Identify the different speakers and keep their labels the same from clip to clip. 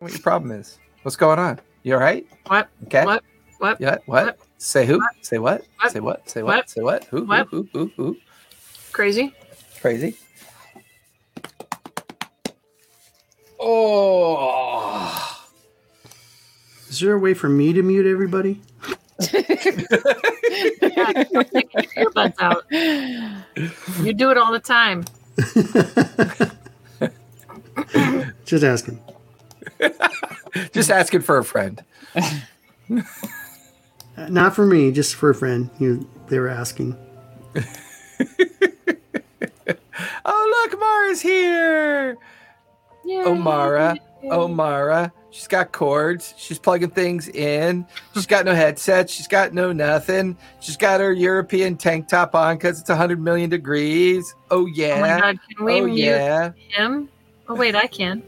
Speaker 1: what your problem is. What's going on? You all right?
Speaker 2: What?
Speaker 1: Okay.
Speaker 2: What? What?
Speaker 1: Yeah. What?
Speaker 2: What?
Speaker 1: Say who? Say what?
Speaker 2: What?
Speaker 1: Say what? Say what?
Speaker 2: What?
Speaker 1: Say what? Who?
Speaker 2: What?
Speaker 1: Who? Who? Who? Who?
Speaker 2: Crazy?
Speaker 1: Crazy. Oh.
Speaker 3: Is there a way for me to mute everybody?
Speaker 2: Yeah, take your earbuds out. You do it all the time.
Speaker 3: Just asking.
Speaker 1: Just asking for a friend.
Speaker 3: Uh, Not for me, just for a friend. You, they were asking.
Speaker 1: Oh look, Mara's here.
Speaker 2: Yeah. Oh
Speaker 1: Omara. Omara. She's got cords. She's plugging things in. She's got no headset. She's got no nothing. She's got her European tank top on because it's 100 million degrees. Oh, yeah.
Speaker 2: Oh my god, can we
Speaker 1: oh,
Speaker 2: mute
Speaker 1: yeah.
Speaker 2: him? Oh wait, I can.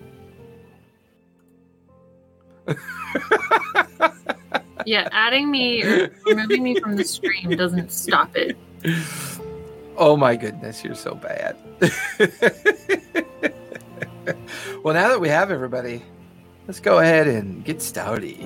Speaker 2: yeah, adding me or removing me from the stream doesn't stop it.
Speaker 1: Oh, my goodness. You're so bad. well, now that we have everybody, let's go ahead and get stouty.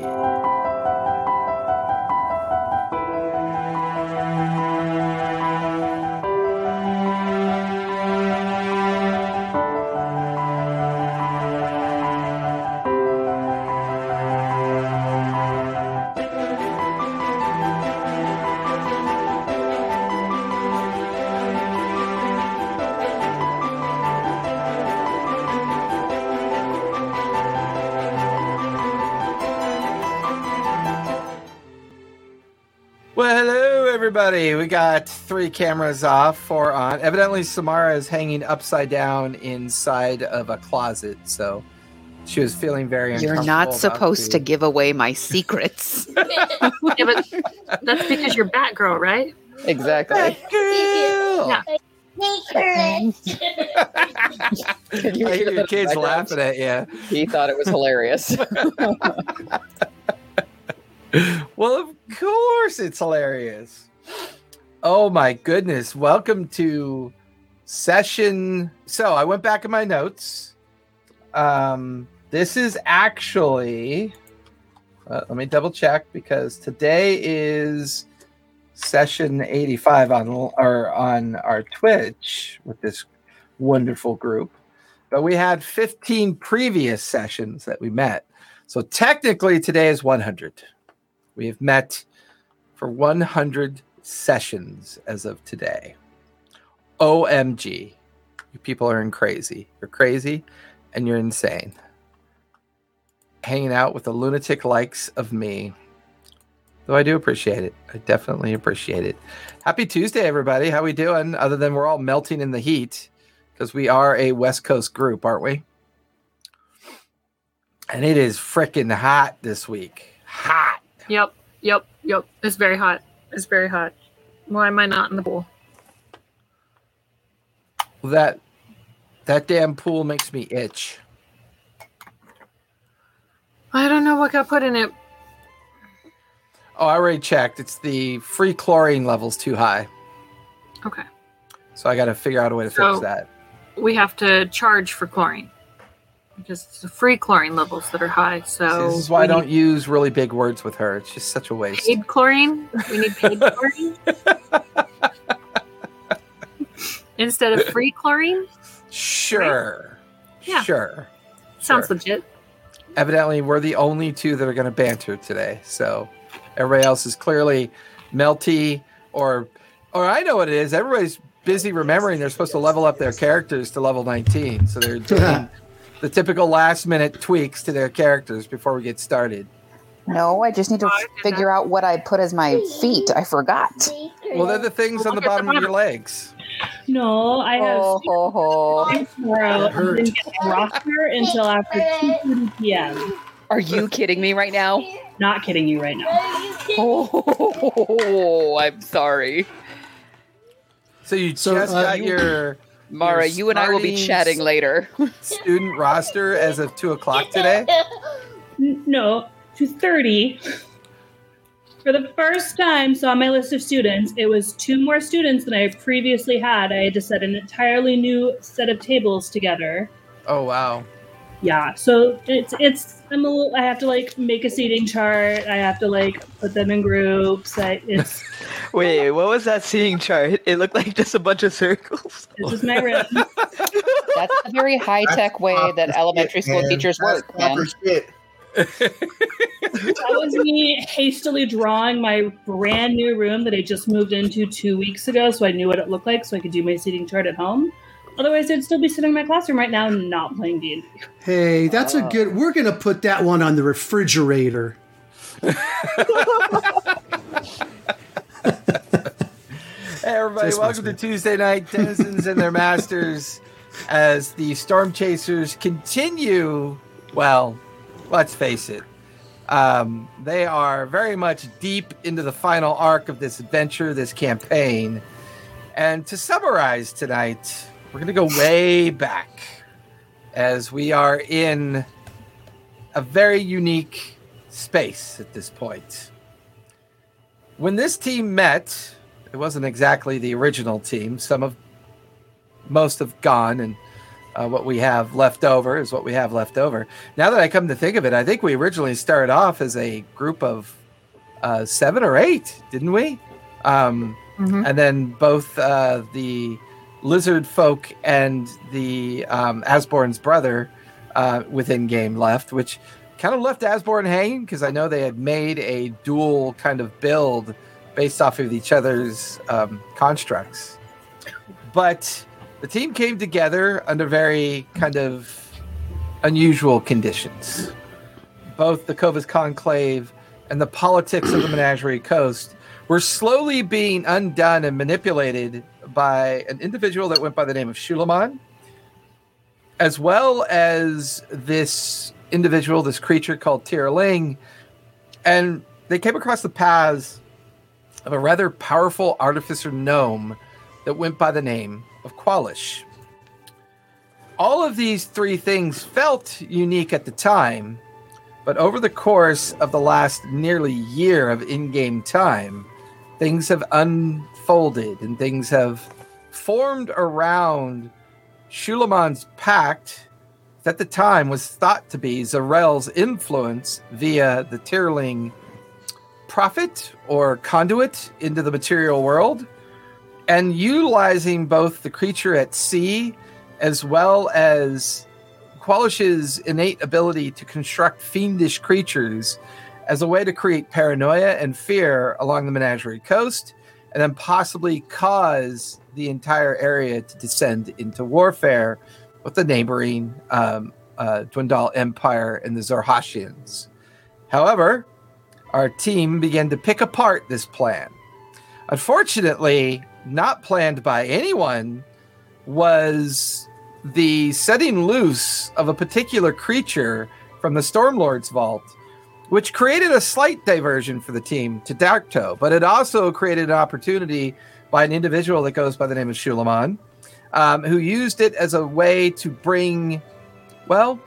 Speaker 1: Well, hello, everybody. We got three cameras off, four on. Evidently, Samara is hanging upside down inside of a closet, so she was feeling very
Speaker 4: You're
Speaker 1: uncomfortable
Speaker 4: not
Speaker 1: about
Speaker 4: supposed to
Speaker 1: the-
Speaker 4: give away my secrets.
Speaker 2: yeah, but that's because you're Batgirl, right?
Speaker 5: Exactly.
Speaker 1: Girl!
Speaker 2: Yeah.
Speaker 5: Can you
Speaker 1: I
Speaker 5: hear
Speaker 1: hear your
Speaker 5: that in the
Speaker 1: kids
Speaker 5: background?
Speaker 1: laughing at you.
Speaker 5: He thought it was hilarious.
Speaker 1: well, of course, it's hilarious. Oh my goodness. Welcome to session. So I went back in my notes. Um, this is actually, uh, let me double check because today is session 85 on or on our Twitch with this wonderful group. But we had 15 previous sessions that we met. So technically today is 100. We have met for 100 sessions as of today. OMG. You people are in crazy. You're crazy and you're insane. Hanging out with the lunatic likes of me. Though I do appreciate it. I definitely appreciate it. Happy Tuesday, everybody. How we doing? Other than we're all melting in the heat because we are a West Coast group, aren't we? And it is freaking hot this week. Hot.
Speaker 2: Yep, yep, yep. It's very hot. It's very hot. Why am I not in the pool?
Speaker 1: That that damn pool makes me itch.
Speaker 2: I don't know what got put in it.
Speaker 1: Oh, I already checked. It's the free chlorine levels too high.
Speaker 2: Okay.
Speaker 1: So I got to figure out a way to
Speaker 2: So-
Speaker 1: fix that.
Speaker 2: We have to charge for chlorine. Because it's the free chlorine levels that are high.
Speaker 1: See,
Speaker 2: So
Speaker 1: this is why I
Speaker 2: we
Speaker 1: don't use really big words with her. It's just such a
Speaker 2: need
Speaker 1: waste.
Speaker 2: paid chlorine. We need paid chlorine. Instead of free chlorine?
Speaker 1: Sure.
Speaker 2: Yeah.
Speaker 1: Sure.
Speaker 2: Sounds
Speaker 1: Sure.
Speaker 2: legit.
Speaker 1: Evidently, we're the only two that are going to banter today. So everybody else is clearly melty or or I know what it is. Everybody's busy remembering they're supposed to level up their characters to level 19. So they're doing the typical last minute tweaks to their characters before we get started.
Speaker 6: No, I just need to
Speaker 2: Oh, I did
Speaker 6: figure out what I put as my feet. I forgot.
Speaker 1: Well, they're the things on the
Speaker 2: Look at the
Speaker 1: bottom of your legs.
Speaker 7: No, I have
Speaker 5: Oh.
Speaker 6: Ho, ho, ho.
Speaker 7: things tomorrow.
Speaker 3: That
Speaker 7: I didn't get my roster until after 2:30 p.m.
Speaker 5: Are you kidding me right now?
Speaker 7: Not kidding you right now.
Speaker 5: Oh, I'm sorry.
Speaker 1: So you
Speaker 3: So,
Speaker 1: just
Speaker 3: uh,
Speaker 1: got
Speaker 3: you-
Speaker 1: your
Speaker 5: Mara,
Speaker 1: Your
Speaker 5: you and I will be
Speaker 1: smarties.
Speaker 5: chatting later.
Speaker 1: student roster as of two o'clock today.
Speaker 7: N- No, 2:30. For the first time, saw my list of students. It was two more students than I previously had. I had to set an entirely new set of tables together.
Speaker 1: Oh wow.
Speaker 7: yeah so it's it's i'm a little i have to like make a seating chart i have to like put them in groups I, it's
Speaker 8: Wait, what was that seeing chart? It looked like just a bunch of circles.
Speaker 7: it's just my room
Speaker 5: That's a very high tech way that elementary school teachers work, man.
Speaker 7: that was me hastily drawing my brand new room that i just moved into two weeks ago so i knew what it looked like so i could do my seating chart at home otherwise i'd still be sitting in my classroom right now not playing d
Speaker 3: Hey, that's a good. We're gonna put that one on the refrigerator.
Speaker 1: Hey, everybody,
Speaker 3: Just
Speaker 1: welcome to
Speaker 3: must
Speaker 1: Tuesday Night Denizens and Their Masters as the Storm Chasers continue. Well, let's face it, um, they are very much deep into the final arc of this adventure, this campaign. And to summarize tonight, we're going to go way back as we are in a very unique space at this point. When this team met, it wasn't exactly the original team. Some of most have gone, and uh, what we have left over is what we have left over. Now that I come to think of it, I think we originally started off as a group of uh, seven or eight, didn't we? Um,
Speaker 2: Mhm.
Speaker 1: And then both uh, the lizard folk and the um, Asborn's brother uh, within game left, which kind of left Asborn hanging because I know they had made a dual kind of build based off of each other's um, constructs. But the team came together under very kind of unusual conditions. Both the Cova's Conclave and the politics of the Menagerie Coast were slowly being undone and manipulated by an individual that went by the name of Shulaman, as well as this individual, this creature called Tira Ling. And they came across the paths of a rather powerful artificer gnome that went by the name of Qualish. All of these three things felt unique at the time, but over the course of the last nearly year of in game time, things have unfolded and things have formed around Shulaman's pact that at the time was thought to be Zarel's influence via the Tirling prophet or conduit into the material world and utilizing both the creature at sea as well as Qualish's innate ability to construct fiendish creatures as a way to create paranoia and fear along the menagerie coast and then possibly cause the entire area to descend into warfare with the neighboring um, uh, Dwendal Empire and the Zarhashians. However, our team began to pick apart this plan. Unfortunately, not planned by anyone was the setting loose of a particular creature from the Stormlord's vault, which created a slight diversion for the team to Darktoe, but it also created an opportunity by an individual that goes by the name of Shulaman, um, who used it as a way to bring, well,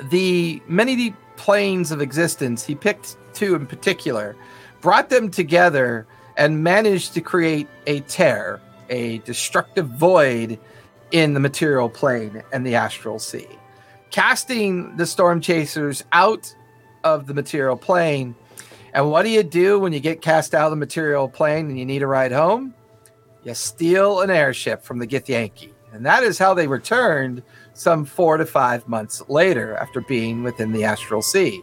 Speaker 1: the many planes of existence. He picked two in particular, brought them together, and managed to create a tear, a destructive void in the material plane and the astral sea, casting the storm chasers out of the material plane. And what do you do when you get cast out of the material plane and you need a ride home? You steal an airship from the Githyanki. And that is how they returned some four to five months later after being within the astral sea.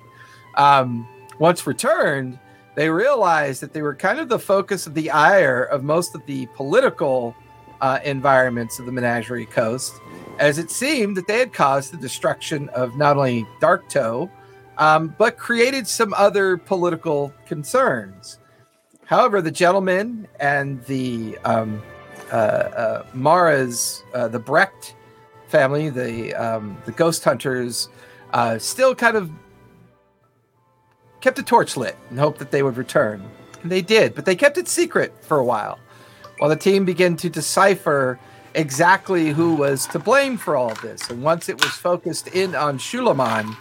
Speaker 1: Um, once returned, they realized that they were kind of the focus of the ire of most of the political uh, environments of the Menagerie Coast, as it seemed that they had caused the destruction of not only Darktoe, um, but created some other political concerns. However, the gentleman and the um, uh, uh, Mara's, uh, the Brecht family, the um, the ghost hunters, uh, still kind of kept a torch lit and hoped that they would return. And they did, but they kept it secret for a while, while the team began to decipher exactly who was to blame for all of this. And once it was focused in on Shulaman,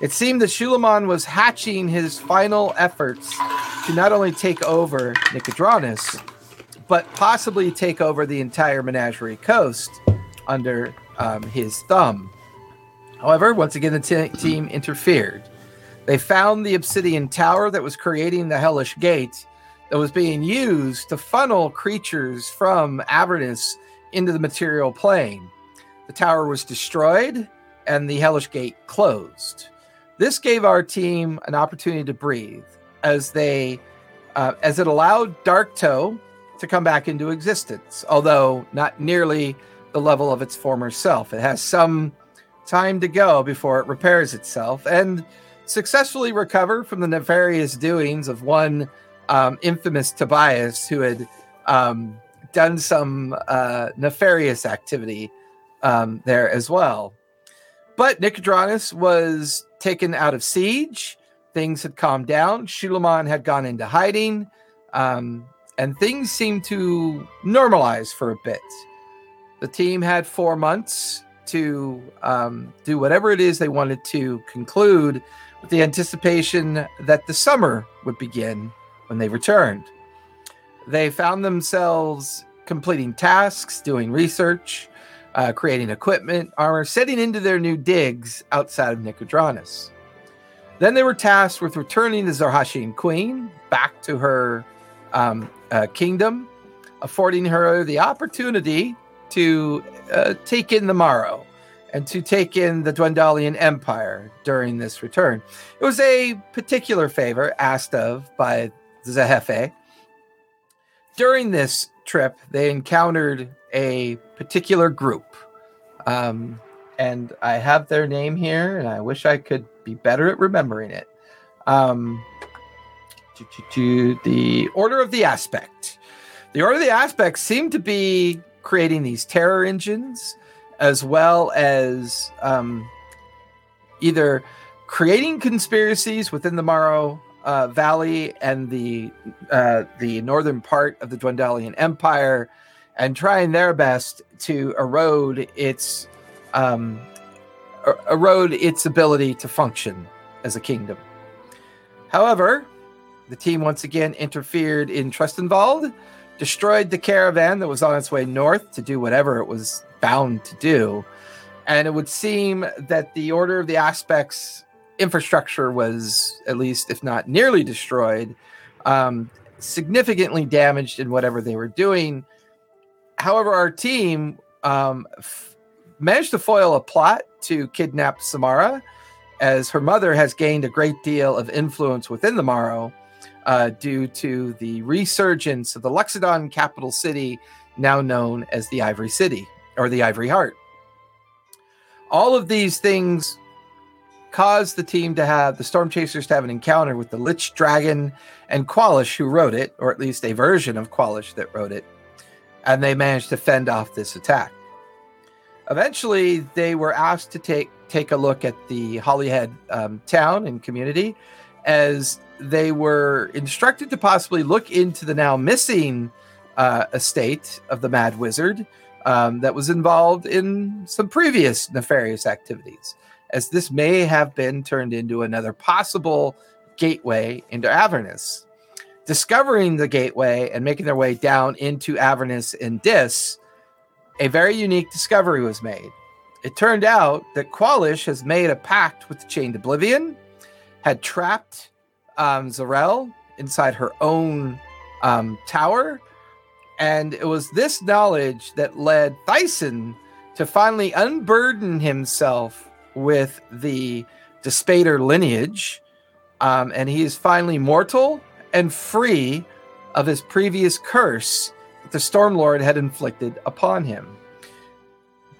Speaker 1: it seemed that Shulaman was hatching his final efforts to not only take over Nicodranus, but possibly take over the entire Menagerie Coast under um, his thumb. However, once again, the te- team interfered. They found the obsidian tower that was creating the hellish gate that was being used to funnel creatures from Avernus into the material plane. The tower was destroyed and the hellish gate closed. This gave our team an opportunity to breathe as they uh, as it allowed Dark Toe to come back into existence, although not nearly the level of its former self. It has some time to go before it repairs itself and successfully recover from the nefarious doings of one um, infamous Tobias who had um, done some uh, nefarious activity um, there as well. But Nicodranus was taken out of siege. Things had calmed down. Shulamon had gone into hiding. Um, and things seemed to normalize for a bit. The team had four months to um, do whatever it is they wanted to conclude with the anticipation that the summer would begin when they returned. They found themselves completing tasks, doing research, uh, creating equipment, armor, setting into their new digs outside of Nicodranus. Then they were tasked with returning the Zarhashian queen back to her um, uh, kingdom, affording her the opportunity to uh, take in the Morrow and to take in the Dwendalian Empire during this return. It was a particular favor asked of by Zahefe. During this trip, they encountered a particular group. Um, and I have their name here, and I wish I could be better at remembering it. Um, to, to, to the Order of the Aspect. The Order of the Aspect seemed to be creating these terror engines, as well as um, either creating conspiracies within the Morrow uh, Valley and the uh, the northern part of the Dwendalian Empire, and trying their best to erode its um, er- erode its ability to function as a kingdom. However, the team once again interfered in Trustenwald, destroyed the caravan that was on its way north to do whatever it was bound to do. And it would seem that the Order of the Aspects infrastructure was, at least if not nearly destroyed, um, significantly damaged in whatever they were doing. However, our team um, f- managed to foil a plot to kidnap Samara, as her mother has gained a great deal of influence within the Morrow uh, due to the resurgence of the Luxodon capital city, now known as the Ivory City or the Ivory Heart. All of these things caused the team to have the Storm Chasers to have an encounter with the Lich Dragon and Qualish, who wrote it, or at least a version of Qualish that wrote it, and they managed to fend off this attack. Eventually, they were asked to take take a look at the Hollyhead um, town and community, as they were instructed to possibly look into the now missing uh, estate of the Mad Wizard um, that was involved in some previous nefarious activities, as this may have been turned into another possible gateway into Avernus. Discovering the gateway and making their way down into Avernus and Dis, a very unique discovery was made. It turned out that Qualish has made a pact with the Chained Oblivion, had trapped um, Zarel inside her own um, tower, and it was this knowledge that led Thyson to finally unburden himself with the Despater lineage, um, and he is finally mortal and free of his previous curse that the Stormlord had inflicted upon him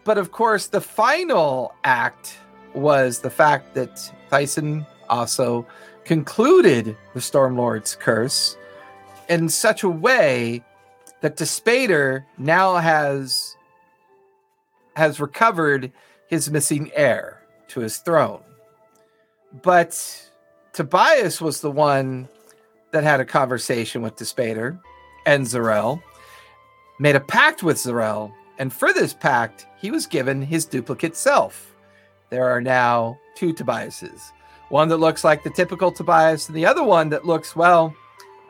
Speaker 1: but of course, the final act was the fact that Tyson also concluded the Stormlord's curse in such a way that Despater now has has recovered his missing heir to his throne. But Tobias was the one that had a conversation with Despater and Zarel, made a pact with Zarel and for this pact, he was given his duplicate self. There are now two Tobiases one that looks like the typical Tobias, and the other one that looks, well,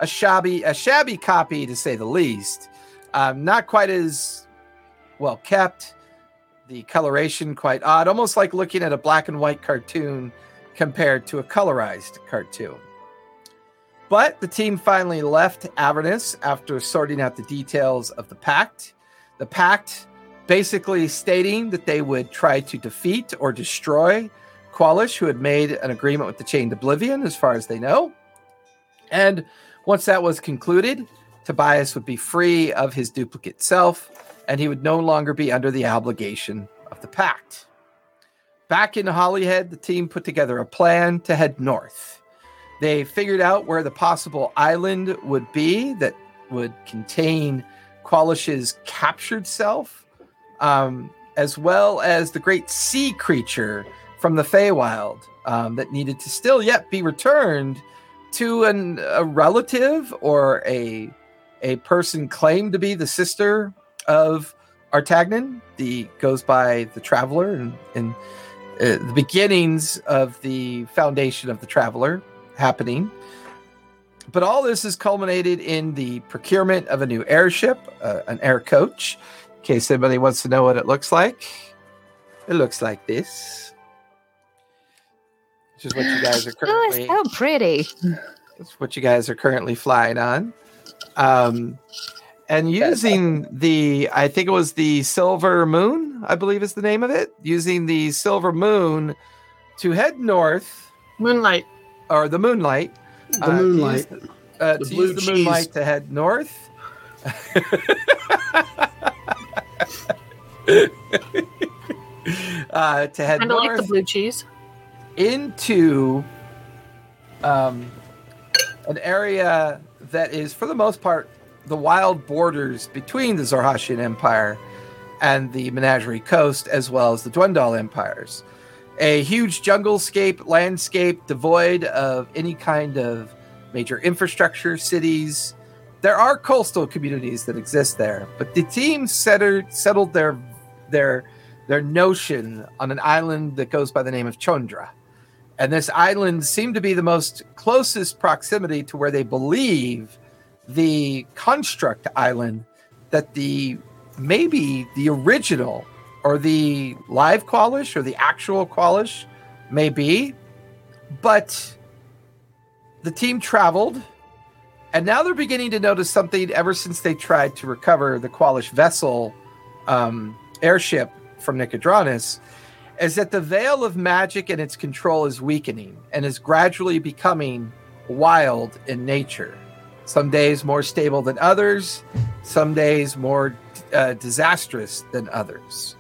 Speaker 1: a shabby, a shabby copy to say the least. Um, not quite as well kept, the coloration quite odd, almost like looking at a black and white cartoon compared to a colorized cartoon. But the team finally left Avernus after sorting out the details of the pact. The pact basically stating that they would try to defeat or destroy Qualish, who had made an agreement with the Chained Oblivion, as far as they know. And once that was concluded, Tobias would be free of his duplicate self, and he would no longer be under the obligation of the pact. Back in Hollyhead, the team put together a plan to head north. They figured out where the possible island would be that would contain Qualish's captured self, um, as well as the great sea creature from the Feywild um, that needed to still yet be returned to an, a relative or a a person claimed to be the sister of Artagnan. The goes by the Traveler, and, and uh, the beginnings of the foundation of the Traveler happening. But all this is culminated in the procurement of a new airship, uh, an air coach. In case anybody wants to know what it looks like, it looks like this. Which is what you guys are
Speaker 4: Oh,
Speaker 1: currently.
Speaker 4: it's so pretty.
Speaker 1: That's what you guys are currently flying on. Um, and using the, I think it was the Silver Moon, I believe is the name of it, using the Silver Moon to head north
Speaker 2: Moonlight.
Speaker 1: or the moonlight.
Speaker 3: The
Speaker 1: uh, to use
Speaker 3: moonlight.
Speaker 1: the- uh,
Speaker 9: The
Speaker 1: to
Speaker 9: blue
Speaker 1: use the
Speaker 9: cheese.
Speaker 1: moonlight to head north. uh, to head
Speaker 2: Kind of
Speaker 1: north
Speaker 2: like the blue cheese.
Speaker 1: into um, an area that is, for the most part, the wild borders between the Zarhashian Empire and the Menagerie Coast, as well as the Dwendal Empires. A huge junglescape landscape devoid of any kind of major infrastructure, cities. There are coastal communities that exist there, but the team settled, settled their their their notion on an island that goes by the name of Chondra. And this island seemed to be the most closest proximity to where they believe the construct island that the maybe the original or the live Qualish or the actual Qualish may be. But the team traveled, and now they're beginning to notice something ever since they tried to recover the Qualish vessel um, airship from Nicodranas is that the veil of magic and its control is weakening and is gradually becoming wild in nature. Some days more stable than others, some days more uh, disastrous than others.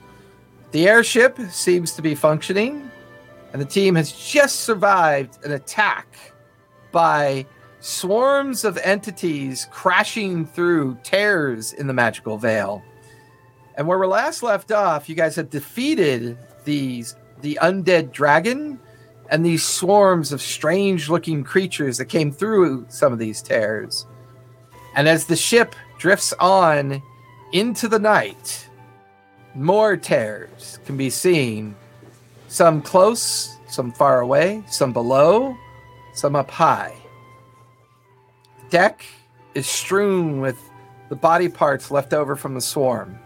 Speaker 1: The airship seems to be functioning, and the team has just survived an attack by swarms of entities crashing through tears in the magical veil. And where we're last left off, you guys have defeated these the undead dragon and these swarms of strange looking creatures that came through some of these tears. And as the ship drifts on into the night, more tears can be seen. Some close, some far away, some below, some up high. The deck is strewn with the body parts left over from the swarm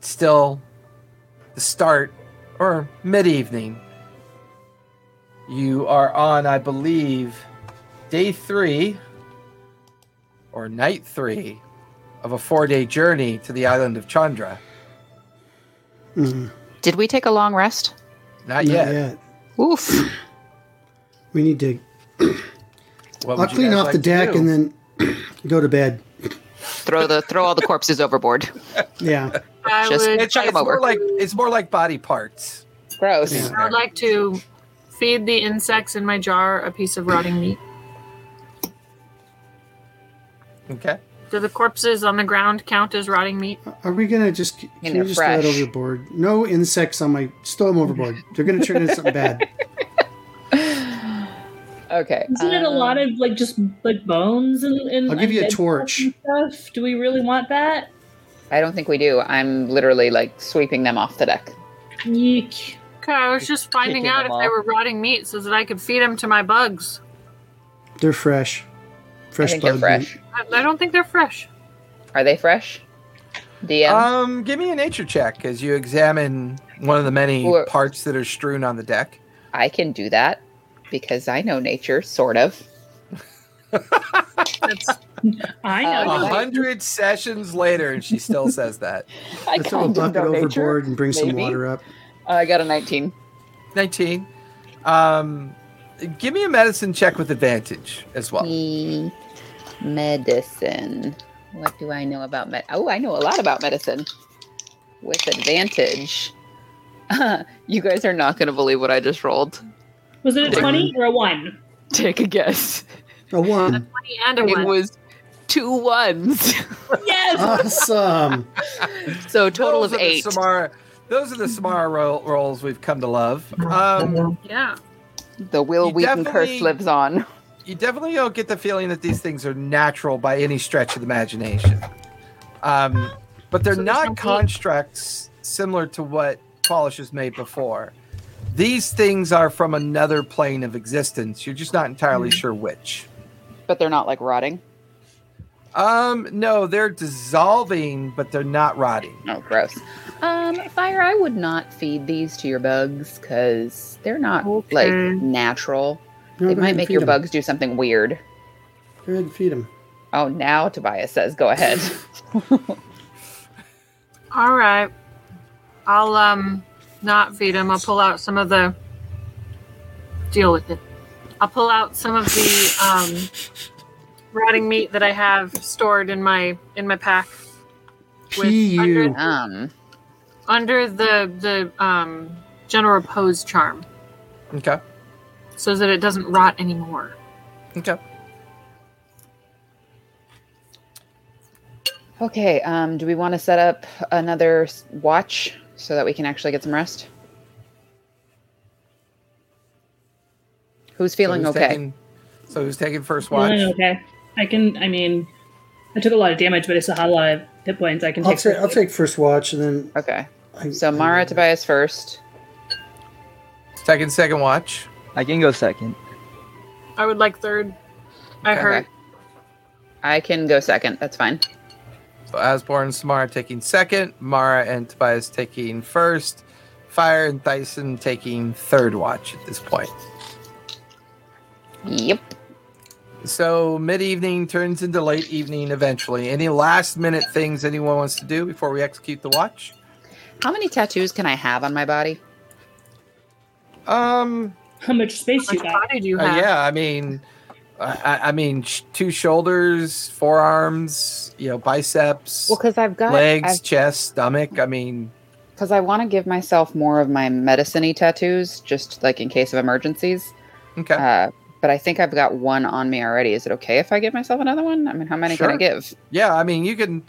Speaker 1: still the start or mid evening. You are on, I believe, day three or night three of a four day journey to the island of Chandra.
Speaker 3: Mm,
Speaker 5: Did we take a long rest?
Speaker 1: Not
Speaker 3: not
Speaker 1: yet.
Speaker 3: yet.
Speaker 5: Oof.
Speaker 3: We need to.
Speaker 1: What
Speaker 3: I'll
Speaker 1: would you
Speaker 3: clean
Speaker 1: guys
Speaker 3: off
Speaker 1: like
Speaker 3: the
Speaker 1: to
Speaker 3: deck
Speaker 1: do?
Speaker 3: and then go to bed.
Speaker 5: throw the throw all the corpses overboard.
Speaker 3: Yeah.
Speaker 2: I
Speaker 5: Just-
Speaker 2: would,
Speaker 1: it's,
Speaker 5: chuck 'em
Speaker 1: it's more
Speaker 5: over.
Speaker 1: like it's more like body parts.
Speaker 5: Gross.
Speaker 3: Yeah.
Speaker 2: I would like to feed the insects in my jar a piece of rotting meat.
Speaker 1: Okay.
Speaker 2: Do the corpses on the ground count as rotting meat?
Speaker 3: Are we gonna just can
Speaker 5: And
Speaker 3: we
Speaker 5: they're
Speaker 3: just throw it
Speaker 5: fresh.
Speaker 3: overboard? No insects on my. Just throw them overboard. They're gonna turn into something bad.
Speaker 5: Okay.
Speaker 7: Isn't it a
Speaker 5: um,
Speaker 7: lot of like just like bones and, and
Speaker 3: I'll give you a
Speaker 7: undead
Speaker 3: torch.
Speaker 7: and Stuff? Do we really want that?
Speaker 5: I don't think we do. I'm literally like sweeping them off the deck.
Speaker 7: Yeek.
Speaker 2: Okay, I was just finding
Speaker 9: kicking
Speaker 2: out if
Speaker 9: them
Speaker 2: they
Speaker 9: off.
Speaker 2: were rotting meat so that I could feed them to my bugs.
Speaker 3: They're fresh. Fresh
Speaker 5: I think they're
Speaker 3: bug meat.
Speaker 5: fresh.
Speaker 2: I, I don't think they're fresh.
Speaker 5: Are they fresh? DM.
Speaker 1: Um, give me a nature check as you examine one of the many
Speaker 5: Or-
Speaker 1: parts that are strewn on the deck.
Speaker 5: I can do that because I know nature, sort of.
Speaker 2: That's
Speaker 7: I
Speaker 1: A
Speaker 7: know.
Speaker 5: Uh,
Speaker 1: hundred sessions later, and she still says that.
Speaker 5: I
Speaker 3: Let's throw a
Speaker 5: kind of
Speaker 3: bucket
Speaker 5: know
Speaker 3: overboard
Speaker 5: nature.
Speaker 3: and bring some
Speaker 5: maybe.
Speaker 3: water up.
Speaker 5: I got a 19.
Speaker 1: Nineteen. Um, give me a medicine check with advantage as well.
Speaker 2: Mm,
Speaker 5: E- medicine. What do I know about med? Oh, I know a lot about medicine. With advantage. you guys are not going to believe what I just rolled.
Speaker 7: Was it a 20 or a 1?
Speaker 5: Take a guess.
Speaker 3: A one.
Speaker 2: funny and a
Speaker 5: It
Speaker 2: one.
Speaker 5: was two ones.
Speaker 7: Yes!
Speaker 3: Uh, Awesome.
Speaker 5: so total of
Speaker 1: Those are the
Speaker 5: eight.
Speaker 1: Samara, those are the Samara ro- rolls we've come to love. Um,
Speaker 2: yeah.
Speaker 5: The Will
Speaker 1: You
Speaker 5: Wheaton curse
Speaker 1: definitely-
Speaker 5: lives on.
Speaker 1: you definitely don't get the feeling that these things are natural by any stretch of the imagination. Um, but they're
Speaker 2: So there's
Speaker 1: not
Speaker 2: no heat.
Speaker 1: constructs similar to what Polish has made before. These things are from another plane of existence. You're just not
Speaker 2: Mm.
Speaker 1: entirely sure which.
Speaker 5: But they're not like rotting.
Speaker 1: Um, no, they're dissolving, but they're not rotting.
Speaker 5: Oh, gross. Um, Fire, I would not feed these to your bugs because they're not like
Speaker 2: Okay.
Speaker 5: natural.
Speaker 3: No, go
Speaker 5: they
Speaker 3: ahead
Speaker 5: might
Speaker 3: and
Speaker 5: make
Speaker 3: feed
Speaker 5: your
Speaker 3: 'em.
Speaker 5: bugs do something weird.
Speaker 3: Go ahead and feed him.
Speaker 5: Oh, now Tobias says, go ahead.
Speaker 2: All right. I'll um not feed him. I'll pull out some of the deal with it. I'll pull out some of the um rotting meat that I have stored in my in my pack
Speaker 3: Pee you.
Speaker 2: under,
Speaker 5: um,
Speaker 2: under the the um general repose charm
Speaker 1: Okay.
Speaker 2: so that it doesn't rot anymore.
Speaker 1: Okay.
Speaker 5: okay, um, do we want to set up another s- watch so that we can actually get some rest? Who's feeling
Speaker 1: who's
Speaker 5: okay?
Speaker 1: Taking, so who's taking first watch?
Speaker 7: Feeling okay. I can, I mean, I took a lot of damage, but I still had a lot of hit points I can
Speaker 3: I'll,
Speaker 7: take.
Speaker 3: ta- I'll take first watch and then.
Speaker 5: okay,
Speaker 3: I,
Speaker 5: so Mara, Tobias first.
Speaker 1: Taking second watch.
Speaker 8: I can go second.
Speaker 2: I would like third. I
Speaker 5: Okay.
Speaker 2: heard
Speaker 5: I can go second. That's fine.
Speaker 1: So Asborn and Samara taking second, Mara and Tobias taking first, Fire and Thyson taking third watch at this point.
Speaker 5: Yep.
Speaker 1: So mid evening turns into late evening eventually. Any last minute things anyone wants to do before we execute the watch?
Speaker 5: How many tattoos can I have on my body?
Speaker 1: Um,
Speaker 7: How much space
Speaker 2: how
Speaker 7: you
Speaker 2: much
Speaker 7: got?
Speaker 2: body do you
Speaker 1: uh,
Speaker 2: have?
Speaker 1: yeah, I mean, I, I- I mean, sh- two shoulders, forearms, you know, biceps,
Speaker 5: Well, because I've got
Speaker 1: legs, chest, stomach. I mean,
Speaker 5: because I want to give myself more of my medicine-y tattoos, just like in case of emergencies.
Speaker 1: okay.
Speaker 5: Uh, but I think I've got one on me already. Is it okay if I give myself another one? I mean, how many can I
Speaker 1: Sure.
Speaker 5: give?
Speaker 1: Yeah, I mean, you can.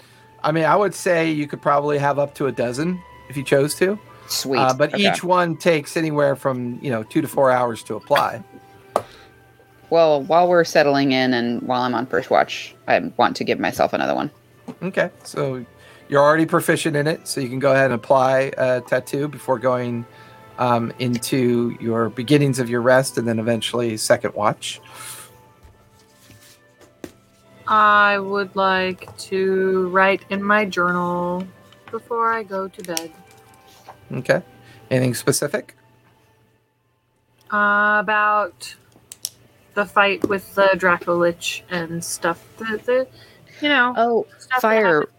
Speaker 1: I mean, I would say you could probably have up to a dozen if you chose to.
Speaker 5: Sweet.
Speaker 1: Uh, but
Speaker 5: Okay.
Speaker 1: each one takes anywhere from you know two to four hours to apply.
Speaker 5: Well, while we're settling in and while I'm on first watch, I want to give myself another one.
Speaker 1: Okay, so you're already proficient in it, so you can go ahead and apply a tattoo before going um, into your beginnings of your rest, and then eventually second watch.
Speaker 2: I would like to write in my journal before I go to bed
Speaker 1: Okay, anything specific?
Speaker 2: uh, about the fight with the Draco Lich and stuff. The, the you know
Speaker 5: Oh,
Speaker 2: stuff that
Speaker 5: fire!
Speaker 2: happened.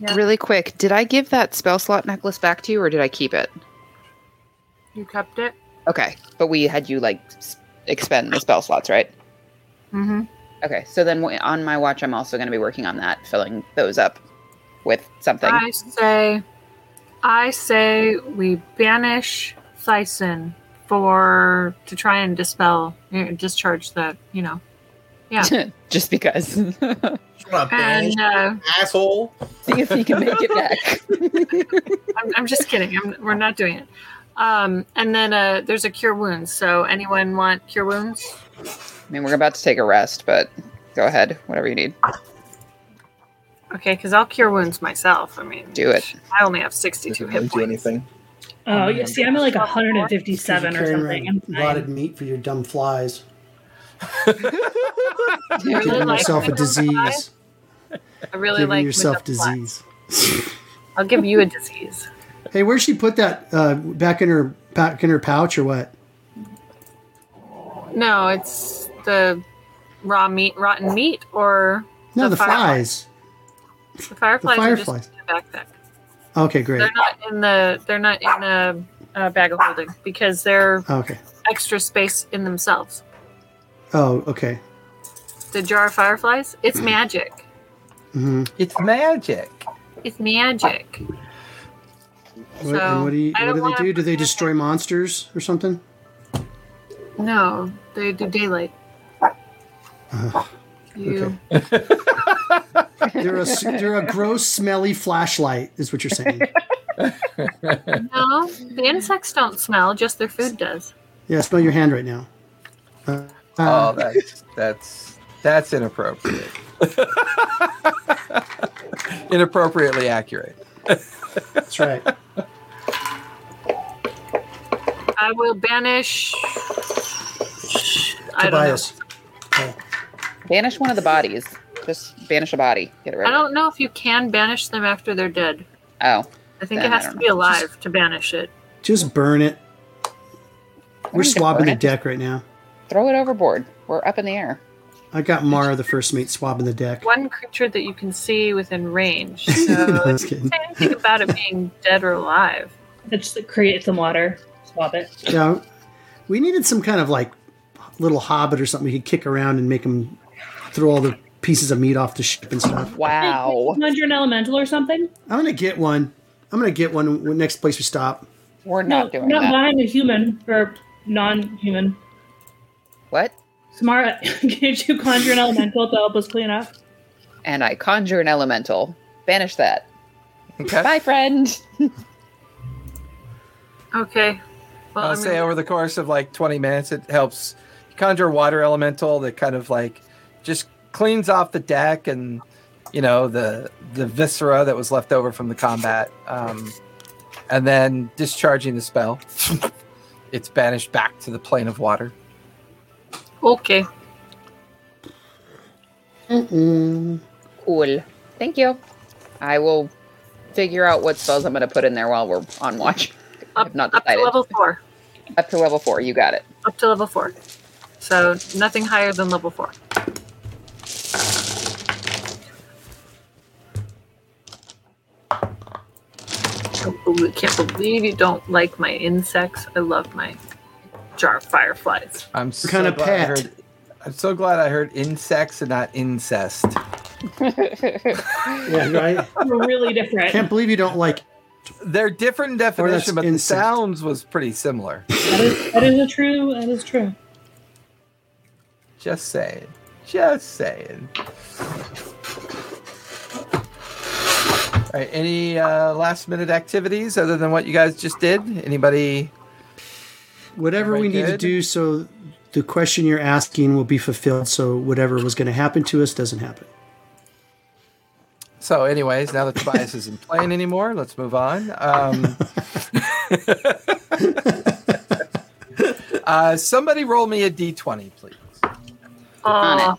Speaker 2: Yeah.
Speaker 5: Really quick, did I give that spell slot necklace back to you, or did I keep it?
Speaker 2: You kept it.
Speaker 5: Okay, but we had you like s- expend the spell slots, right?
Speaker 2: Mm-hmm.
Speaker 5: Okay, so then w- on my watch, I'm also going to be working on that, filling those up with something.
Speaker 2: I say, I say we banish Thyson for to try and dispel, eh, discharge that. You know,
Speaker 5: Just because. See
Speaker 9: You wanna bang,
Speaker 2: and uh,
Speaker 9: asshole?
Speaker 5: if he can make it back.
Speaker 2: I'm, I'm just kidding. I'm, we're not doing it. Um, and then uh, there's a cure wounds. So anyone want cure wounds?
Speaker 5: I mean, we're about to take a rest, but go ahead. Whatever you need.
Speaker 2: Okay, because I'll cure wounds myself. I mean,
Speaker 5: Do it.
Speaker 2: I only have 62 hit
Speaker 9: do
Speaker 2: points.
Speaker 9: anything.
Speaker 7: Oh, yeah. See, I'm at like 157 or
Speaker 3: Carrying
Speaker 7: something. I'm
Speaker 3: around
Speaker 7: fine.
Speaker 3: Rotted meat for your dumb flies.
Speaker 2: I really
Speaker 3: Giving
Speaker 2: like
Speaker 3: yourself a
Speaker 2: Madame Fly.
Speaker 3: disease.
Speaker 2: I really
Speaker 3: Giving
Speaker 2: like
Speaker 3: yourself
Speaker 2: Madame Fly.
Speaker 3: disease.
Speaker 2: I'll give you a disease.
Speaker 3: Hey, where'd she put that? Uh, back in her back in her pouch or what?
Speaker 2: No, it's the raw meat, rotten meat, or
Speaker 3: No, the,
Speaker 2: firefly-
Speaker 3: flies.
Speaker 2: The fireflies,
Speaker 3: The
Speaker 2: are
Speaker 3: fireflies.
Speaker 2: just in the backpack.
Speaker 3: Okay, great.
Speaker 2: They're not in the. They're not in a, uh bag of holding because they're
Speaker 3: Okay.
Speaker 2: extra space in themselves.
Speaker 3: Oh, okay.
Speaker 2: The jar of fireflies,
Speaker 3: Mm-hmm.
Speaker 2: it's magic.
Speaker 3: hmm
Speaker 1: It's magic.
Speaker 2: It's magic.
Speaker 3: What, and what do you,
Speaker 2: I don't
Speaker 3: what do they
Speaker 2: wanna
Speaker 3: do? Do they
Speaker 2: forget
Speaker 3: destroy monsters or something?
Speaker 2: No, they do daylight. You
Speaker 3: Uh-huh. okay. They're a s- they're a gross, smelly flashlight, is what you're saying.
Speaker 2: no, the insects don't smell, just their food does.
Speaker 3: Yeah, smell your hand right now. Uh,
Speaker 1: Oh,
Speaker 3: uh,
Speaker 1: that's that's that's inappropriate. Inappropriately accurate.
Speaker 3: that's right.
Speaker 2: I will banish. I don't know.
Speaker 3: Tobias.
Speaker 5: Banish one of the bodies. Just banish a body. Get it rid
Speaker 2: I
Speaker 5: of
Speaker 2: don't know if you can banish them after they're dead.
Speaker 5: it. Oh.
Speaker 2: I think
Speaker 5: Then
Speaker 2: it
Speaker 5: I
Speaker 2: has
Speaker 5: don't
Speaker 2: to be alive to banish it.
Speaker 3: Just burn it. We're
Speaker 5: just
Speaker 3: swabbing
Speaker 5: burn
Speaker 3: the
Speaker 5: it.
Speaker 3: deck right now.
Speaker 5: Throw it overboard. We're up in the air.
Speaker 3: I got Mara, the first mate, swabbing the deck.
Speaker 2: One creature that you can see within range.
Speaker 3: No,
Speaker 2: So
Speaker 3: just kidding.
Speaker 2: say anything about it being dead or alive.
Speaker 7: Let's just create some water. Swap it.
Speaker 3: Yeah, we needed some kind of like little hobbit or something we could kick around and make him throw all the pieces of meat off the ship and stuff.
Speaker 5: Wow.
Speaker 7: Conjure an elemental or something.
Speaker 3: I'm gonna get one. I'm gonna get one when- next place we stop.
Speaker 5: We're not
Speaker 7: no,
Speaker 5: doing
Speaker 7: not
Speaker 5: that.
Speaker 7: buying a human or non-human.
Speaker 5: What?
Speaker 7: Samara, can't you conjure an elemental to help us clean up?
Speaker 5: And I conjure an elemental. Banish that.
Speaker 1: Okay.
Speaker 5: Bye, friend.
Speaker 2: Okay. Well,
Speaker 1: I'll
Speaker 2: I'm
Speaker 1: say
Speaker 2: gonna-
Speaker 1: over the course of like 20 minutes, it helps conjure water elemental that kind of like just cleans off the deck and you know the the viscera that was left over from the combat, um, and then discharging the spell, it's banished back to the plane of water.
Speaker 2: okay.
Speaker 3: Mm-mm.
Speaker 5: Cool. Thank you. I will figure out what spells I'm going to put in there while we're on watch. I
Speaker 2: Up,
Speaker 5: have not
Speaker 2: up to
Speaker 5: decided.
Speaker 2: level four.
Speaker 5: Up to level four. You got it.
Speaker 2: Up to level four. So nothing higher than level four. I believe- can't believe you don't like my insects. I love my jar of fireflies.
Speaker 1: I'm so
Speaker 3: kinda
Speaker 1: glad I
Speaker 3: pet?
Speaker 1: heard, I'm so glad I heard insects and not incest.
Speaker 3: Yeah, right.
Speaker 7: We're really different.
Speaker 3: Can't believe you don't like.
Speaker 1: They're different in definition, but the
Speaker 3: incest.
Speaker 1: sounds was pretty similar.
Speaker 7: That is, that is a true. That is true.
Speaker 1: Just saying. Just saying. All right. Any uh, last minute activities other than what you guys just did? Anybody?
Speaker 3: Whatever
Speaker 1: Am I
Speaker 3: we need to
Speaker 1: good?
Speaker 3: do so the question you're asking will be fulfilled. So whatever was going to happen to us doesn't happen.
Speaker 1: So, anyways, now that Tobias isn't playing anymore, let's move on. Um, uh, somebody roll me a d20, please.
Speaker 5: On it.
Speaker 2: Oh,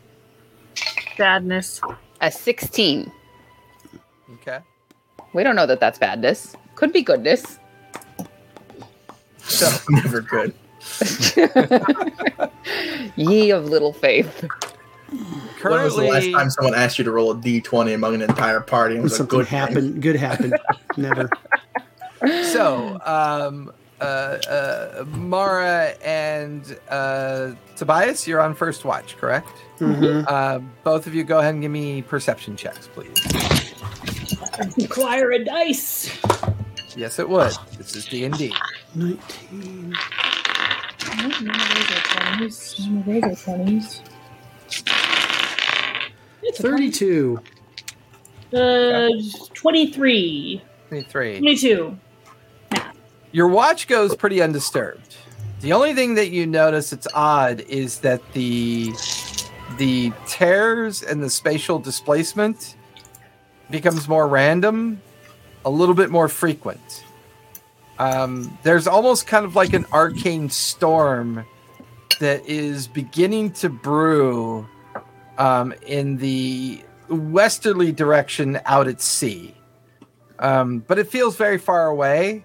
Speaker 2: sadness.
Speaker 5: A 16.
Speaker 1: Okay.
Speaker 5: We don't know that that's badness. Could be goodness.
Speaker 1: So, never good.
Speaker 5: Ye of little faith.
Speaker 9: When was the last
Speaker 1: Currently,
Speaker 9: time someone asked you to roll a d20 among an entire party? and It
Speaker 3: When
Speaker 9: was a
Speaker 3: something
Speaker 9: good thing?
Speaker 3: happened, good happened. Never.
Speaker 1: so um uh, uh mara and uh tobias you're on first watch correct
Speaker 3: Mhm.
Speaker 1: uh both of you go ahead and give me perception checks please
Speaker 7: Acquire a dice.
Speaker 1: yes it would this is d&d
Speaker 3: 19.
Speaker 7: It's a
Speaker 3: 32.
Speaker 7: Uh, 23.
Speaker 1: 23
Speaker 7: 22.
Speaker 1: your watch goes pretty undisturbed the only thing that you notice that's odd is that the the tears and the spatial displacement becomes more random, a little bit more frequent. Um, there's almost kind of like an arcane storm that is beginning to brew um, in the westerly direction out at sea. um, but it feels very far away.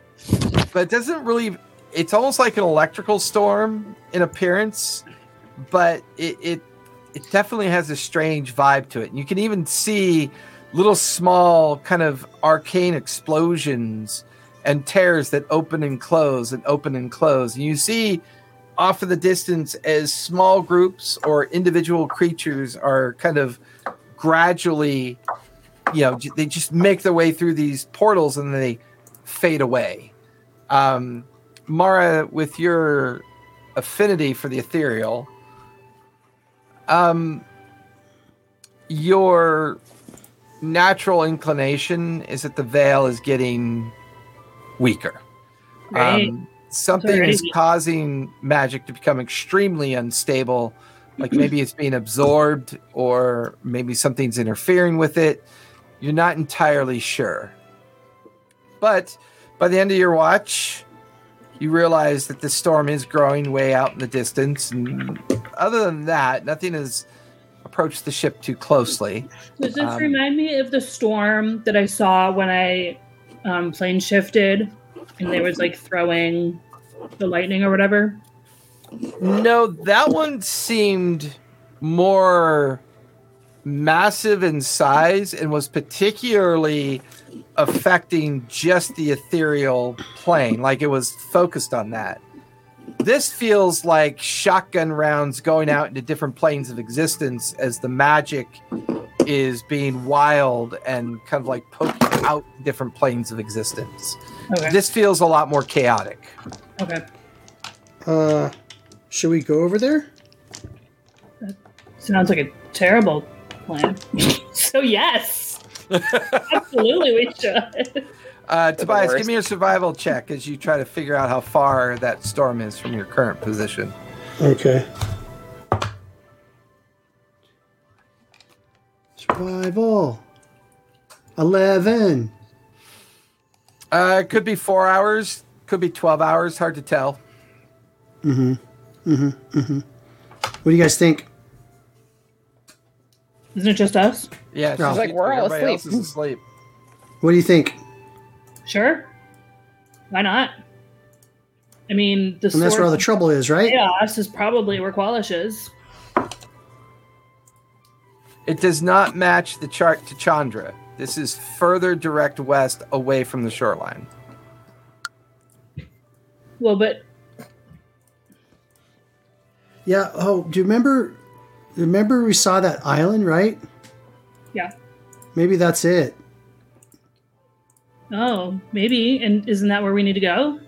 Speaker 1: But it doesn't really. It's almost like an electrical storm in appearance, but it it, it definitely has a strange vibe to it. And you can even see little small kind of arcane explosions and tears that open and close and open and close. And you see off of the distance as small groups or individual creatures are kind of gradually you know j- they just make their way through these portals and they fade away um mara with your affinity for the ethereal um your natural inclination is that the veil is getting weaker
Speaker 7: Right.
Speaker 1: um, something is
Speaker 7: Alrighty.
Speaker 1: causing magic to become extremely unstable like maybe it's being absorbed or maybe something's interfering with it you're not entirely sure but by the end of your watch you realize that the storm is growing way out in the distance and other than that nothing has approached the ship too closely
Speaker 7: Does this
Speaker 1: Um,
Speaker 7: remind me of the storm that I saw when I um, plane shifted and they was like throwing the lightning or whatever?
Speaker 1: No, that one seemed more massive in size and was particularly affecting just the ethereal plane. Like it was focused on that. This feels like shotgun rounds going out into different planes of existence as the magic is being wild and kind of like poking out different planes of existence.
Speaker 7: Okay.
Speaker 1: This feels a lot more chaotic.
Speaker 7: okay.
Speaker 3: Uh, should we go over there?
Speaker 7: Sounds like a terrible plan. so, yes. Absolutely, we should.
Speaker 1: Uh, Tobias, give
Speaker 8: worst.
Speaker 1: me a survival check as you try to figure out how far that storm is from your current position.
Speaker 3: Okay. Survival. Eleven.
Speaker 1: Uh, it could be four hours, could be 12 hours, hard to tell.
Speaker 3: What do you guys think?
Speaker 7: Isn't it just us?
Speaker 1: Yeah, it's
Speaker 3: No.
Speaker 1: just
Speaker 3: Like,
Speaker 1: you
Speaker 5: we're
Speaker 1: two.
Speaker 5: all
Speaker 1: Everybody else
Speaker 5: asleep.
Speaker 1: is asleep.
Speaker 3: What do you think?
Speaker 7: Sure. Why not? I mean, the
Speaker 3: And that's where all the
Speaker 7: source of
Speaker 3: trouble is, right?
Speaker 7: chaos is probably where Qualish is.
Speaker 1: It does not match the chart to Chandra. This is further direct west away from the shoreline.
Speaker 7: Well, but
Speaker 3: Yeah. Oh, do you remember? Remember we saw that island, right?
Speaker 7: yeah.
Speaker 3: Maybe that's it.
Speaker 7: Oh, maybe. And isn't that where we need to go?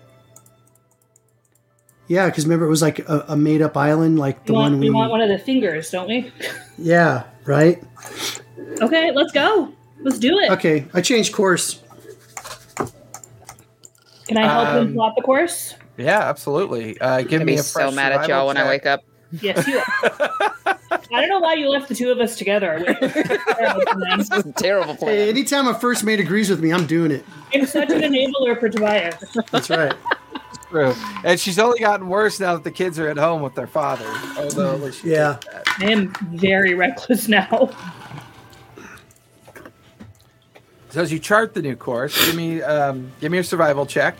Speaker 3: Yeah, because remember it was like a, a made-up island, like the
Speaker 7: we want,
Speaker 3: one
Speaker 7: we
Speaker 3: we.
Speaker 7: want one of the fingers, don't we?
Speaker 3: yeah. Right.
Speaker 7: Okay, let's go. Let's do it.
Speaker 3: Okay. I changed course.
Speaker 7: Can I help
Speaker 1: Um,
Speaker 7: him plot the course?
Speaker 1: Yeah, absolutely. Uh, give
Speaker 5: I'd
Speaker 1: me
Speaker 5: be
Speaker 1: a
Speaker 5: so
Speaker 1: fresh
Speaker 5: mad at
Speaker 1: survival
Speaker 5: y'all when I
Speaker 1: check.
Speaker 5: wake up.
Speaker 7: Yes, you are. I don't know why you left the two of us together.
Speaker 5: It's a terrible
Speaker 3: Hey,
Speaker 5: plan.
Speaker 3: anytime a first mate agrees with me, I'm doing it.
Speaker 7: I'm such an enabler for Tobias.
Speaker 3: That's right.
Speaker 1: True. And she's only gotten worse now that the kids are at home with their father. Although, at least she
Speaker 3: Yeah.
Speaker 1: did that.
Speaker 7: I am very reckless now.
Speaker 1: So as you chart the new course, give me um, give me your survival check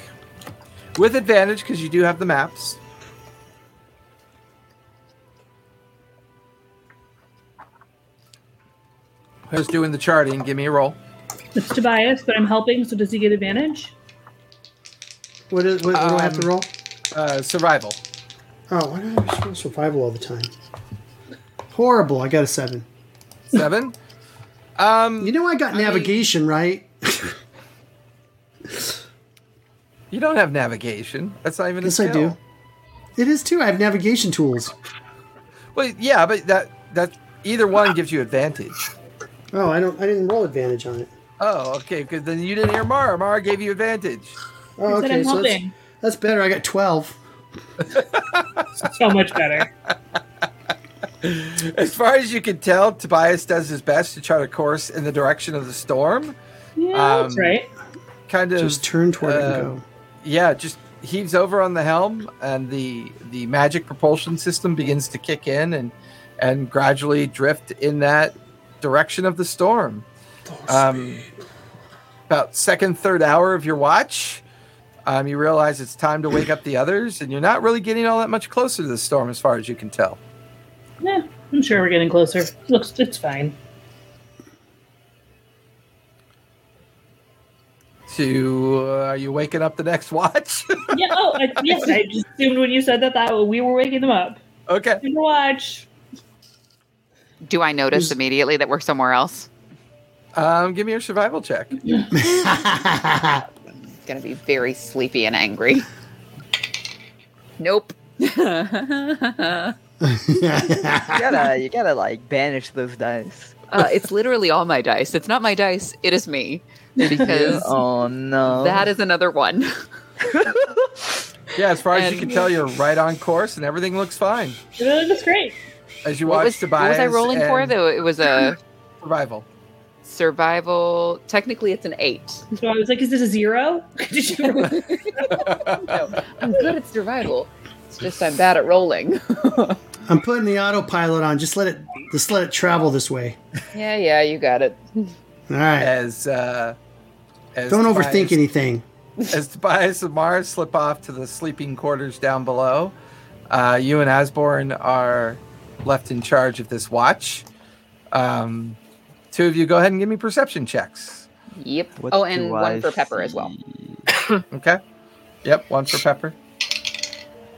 Speaker 1: with advantage because you do have the maps. Who's doing the charting? Give me a roll.
Speaker 7: It's Tobias, but I'm helping, so does he get advantage?
Speaker 3: What, is, what, what do I have to
Speaker 1: Um,
Speaker 3: roll?
Speaker 1: Uh, survival.
Speaker 3: Oh, why do I just roll survival all the time? Horrible. I got a seven.
Speaker 1: Seven. Um,
Speaker 3: You know I got navigation, right?
Speaker 1: you don't have navigation. That's not even a
Speaker 3: Yes, I
Speaker 1: skill.
Speaker 3: do. It is too. I have navigation tools.
Speaker 1: Well, yeah, but that that either one gives you advantage.
Speaker 3: Oh, I don't. I didn't roll advantage on it.
Speaker 1: Oh, okay. Because then you didn't hear Mara. Mara gave you advantage.
Speaker 3: Oh,
Speaker 7: He said
Speaker 3: okay.
Speaker 7: I'm
Speaker 3: So that's,
Speaker 7: helping.
Speaker 3: that's better. I got twelve.
Speaker 7: So much better.
Speaker 1: As far as you can tell, Tobias does his best to chart a course in the direction of the storm.
Speaker 7: Yeah, that's
Speaker 1: Um,
Speaker 7: right.
Speaker 1: Kind of,
Speaker 3: Just turn toward it
Speaker 1: uh,
Speaker 3: and go.
Speaker 1: yeah, just heaves over on the helm, and the the magic propulsion system begins to kick in and and gradually drift in that direction of the storm. Um, about second, third hour of your watch, um, you realize it's time to wake up the others, and you're not really getting all that much closer to the storm, as far as you can tell.
Speaker 7: Yeah, I'm sure we're getting closer. Looks, it's fine.
Speaker 1: To uh, are you waking up the next watch?
Speaker 7: Yeah. Oh, I, yes. I just assumed when you said that that we were waking them up.
Speaker 1: okay.
Speaker 7: Time to watch.
Speaker 6: Do I notice immediately that we're somewhere else?
Speaker 1: Um, give me your survival check.
Speaker 6: It's gonna be very sleepy and angry. Nope. uh,
Speaker 3: yeah.
Speaker 8: You gotta, you gotta like banish those dice.
Speaker 6: Uh, it's literally all my dice. It's not my dice. It is me because
Speaker 8: Oh no.
Speaker 6: that is another one.
Speaker 1: Yeah, as far as you
Speaker 6: And-
Speaker 1: can tell, you're right on course, and everything looks fine
Speaker 7: It looks great.
Speaker 1: as you
Speaker 6: what,
Speaker 1: watch
Speaker 6: was,
Speaker 1: the
Speaker 6: what was I rolling for though? It was a
Speaker 1: Survival.
Speaker 6: survival. Technically, it's an eight.
Speaker 7: So I was like, "Is this a zero? Did you roll
Speaker 6: I'm good at survival. It's just I'm bad at rolling.
Speaker 3: I'm putting the autopilot on. Just let it just let it travel this way.
Speaker 6: yeah, yeah, you got it.
Speaker 3: All right.
Speaker 1: As uh, as
Speaker 3: Don't
Speaker 1: Tobias-
Speaker 3: overthink anything.
Speaker 1: As Tobias and Mara slip off to the sleeping quarters down below, uh, you and Asborn are left in charge of this watch. Um, two of you go ahead and give me perception checks.
Speaker 6: Yep.
Speaker 8: What
Speaker 6: oh,
Speaker 8: do
Speaker 6: and one
Speaker 8: I
Speaker 6: for Pepper as well.
Speaker 1: Okay. Yep, one for Pepper.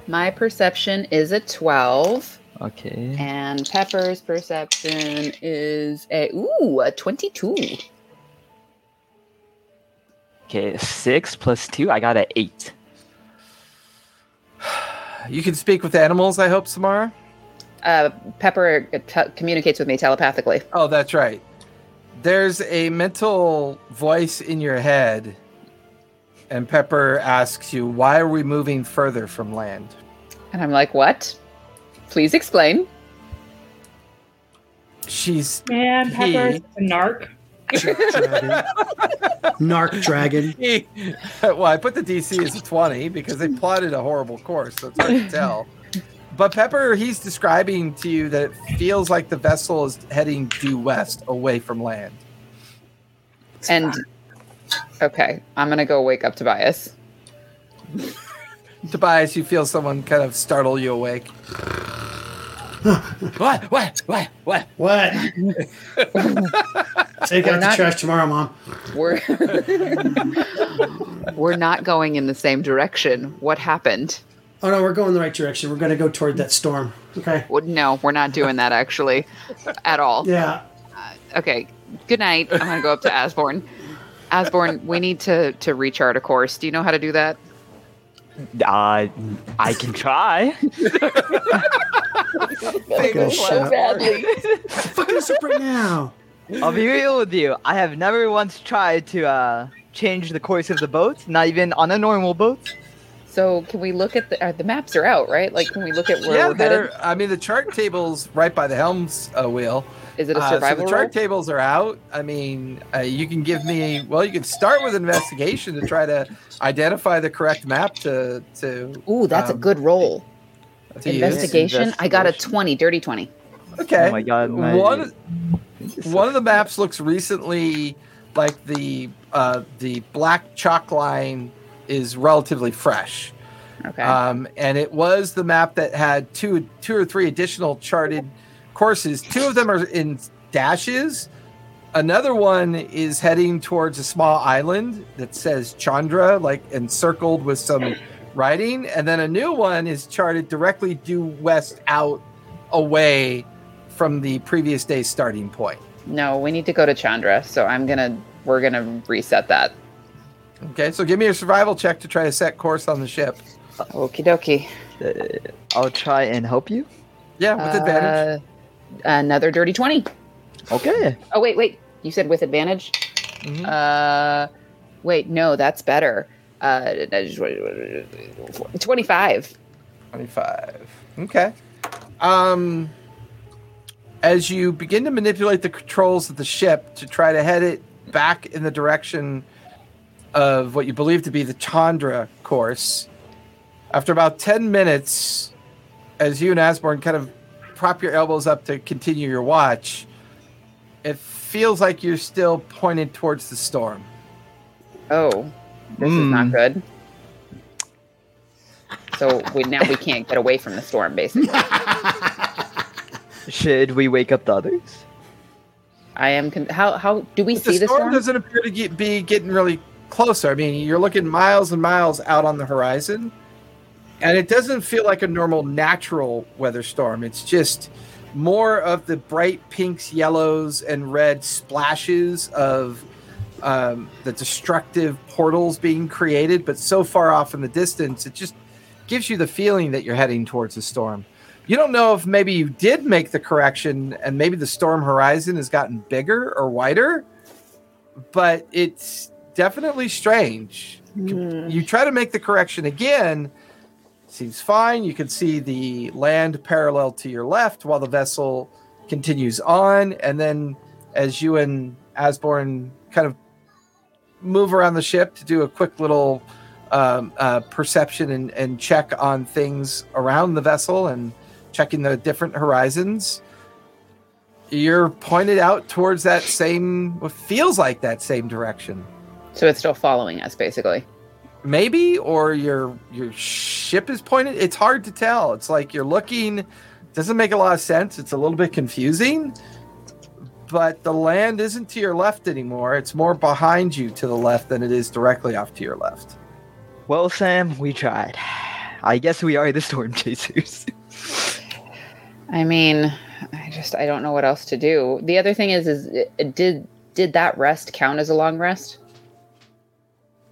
Speaker 6: My perception is a twelve.
Speaker 1: Mm-hmm.
Speaker 8: Okay.
Speaker 6: And Pepper's perception is a ooh a twenty-two.
Speaker 8: Okay. Six plus two. I got an eight.
Speaker 1: You can speak with animals, I hope, Samara.
Speaker 6: Uh, Pepper te- communicates with me telepathically.
Speaker 1: Oh, that's right. There's a mental voice in your head, and Pepper asks you, Why are we moving further from land?
Speaker 6: And I'm like, what? Please explain.
Speaker 1: She's
Speaker 7: Man, Pepper's
Speaker 1: He-
Speaker 7: a narc.
Speaker 3: Dragon. Narc dragon.
Speaker 1: well, I put the DC as a 20 because they plotted a horrible course, so it's hard to tell. But Pepper, he's describing to you that it feels like the vessel is heading due west away from land.
Speaker 6: And okay, I'm gonna go wake up Tobias.
Speaker 1: Tobias, you feel someone kind of startle you awake. what? What? What? What?
Speaker 3: What? Take
Speaker 6: We're
Speaker 3: out the
Speaker 6: not-
Speaker 3: trash tomorrow, mom.
Speaker 6: We're we're not going in the same direction. What happened?
Speaker 3: Oh no, we're going the right direction. We're gonna go toward that storm. Okay.
Speaker 6: Well, No, we're not doing that actually, at all.
Speaker 3: Yeah.
Speaker 6: Okay. Good night. I'm gonna go up to Asborn. Asborn, we need to to rechart a course. Do you know how to do that?
Speaker 8: Uh, I can try.
Speaker 3: Fucking shut up.
Speaker 6: badly.
Speaker 3: Fuck this up right now.
Speaker 8: I'll be real with you. I have never once tried to uh change the course of the boat. Not even on a normal boat.
Speaker 6: So can we look at the uh, the maps are out, right? Like can we look at where
Speaker 1: yeah,
Speaker 6: we're headed?
Speaker 1: there. I mean, the chart table's right by the helm's uh, wheel.
Speaker 6: Is it a
Speaker 1: Uh, so
Speaker 6: survival
Speaker 1: the
Speaker 6: roll?
Speaker 1: chart tables are out. I mean, uh, you can give me. Well, you can start with investigation to try to identify the correct map to to
Speaker 6: Ooh, that's
Speaker 1: um,
Speaker 6: a good roll.
Speaker 1: to use.
Speaker 6: Investigation. I got a
Speaker 8: Investigation.
Speaker 6: twenty, dirty twenty.
Speaker 1: Okay.
Speaker 8: Oh my god. My,
Speaker 1: One one of the maps looks recently like the uh, the black chalk line is relatively fresh.
Speaker 6: Okay.
Speaker 1: Um, and it was the map that had two two or three additional charted courses. Two of them are in dashes. Another one is heading towards a small island that says Chandra, like encircled with some writing, and then a new one is charted directly due west out away from the previous day's starting point.
Speaker 6: no, we need to go to Chandra. So I'm gonna we're gonna reset that.
Speaker 1: Okay, so give me a survival check to try to set course on the ship.
Speaker 6: Okie dokie.
Speaker 8: I'll try and help you.
Speaker 1: Yeah, with advantage.
Speaker 6: Uh, another dirty twenty.
Speaker 8: Okay.
Speaker 6: Oh wait, wait. You said with advantage.
Speaker 1: Mhm.
Speaker 6: Uh, wait, no, that's better. Uh, twenty-five.
Speaker 1: 25. Okay. Um, as you begin to manipulate the controls of the ship to try to head it back in the direction of what you believe to be the Chandra course, after about 10 minutes, as you and Asborn kind of prop your elbows up to continue your watch, it feels like you're still pointed towards the storm.
Speaker 5: Oh, this
Speaker 8: Hmm.
Speaker 5: is not good. So we, now we can't get away from the storm, basically.
Speaker 8: Should we wake up the others?
Speaker 5: I am. Con- how how do we
Speaker 1: But
Speaker 5: see
Speaker 1: the storm,
Speaker 5: the storm?
Speaker 1: doesn't appear to get, be getting really closer. I mean, you're looking miles and miles out on the horizon, and it doesn't feel like a normal natural weather storm. It's just more of the bright pinks, yellows, and red splashes of um, the destructive portals being created, but so far off in the distance, it just gives you the feeling that you're heading towards a storm. You don't know if maybe you did make the correction and maybe the storm horizon has gotten bigger or wider, but it's definitely strange. You try to make the correction again, seems fine. You can see the land parallel to your left while the vessel continues on. And then as you and Asborn kind of move around the ship to do a quick little um, uh, perception and, and check on things around the vessel and checking the different horizons. You're pointed out towards that same, what feels like that same direction,
Speaker 5: So it's still following us, basically.
Speaker 1: maybe, or your your ship is pointed. It's hard to tell. It's like you're looking. Doesn't make a lot of sense. It's a little bit confusing. But the land isn't to your left anymore. It's more behind you to the left than it is directly off to your left.
Speaker 8: Well, Sam, we tried. I guess we are the storm chasers.
Speaker 5: I mean, I just I don't know what else to do. The other thing is, is uh, did did that rest count as a long rest?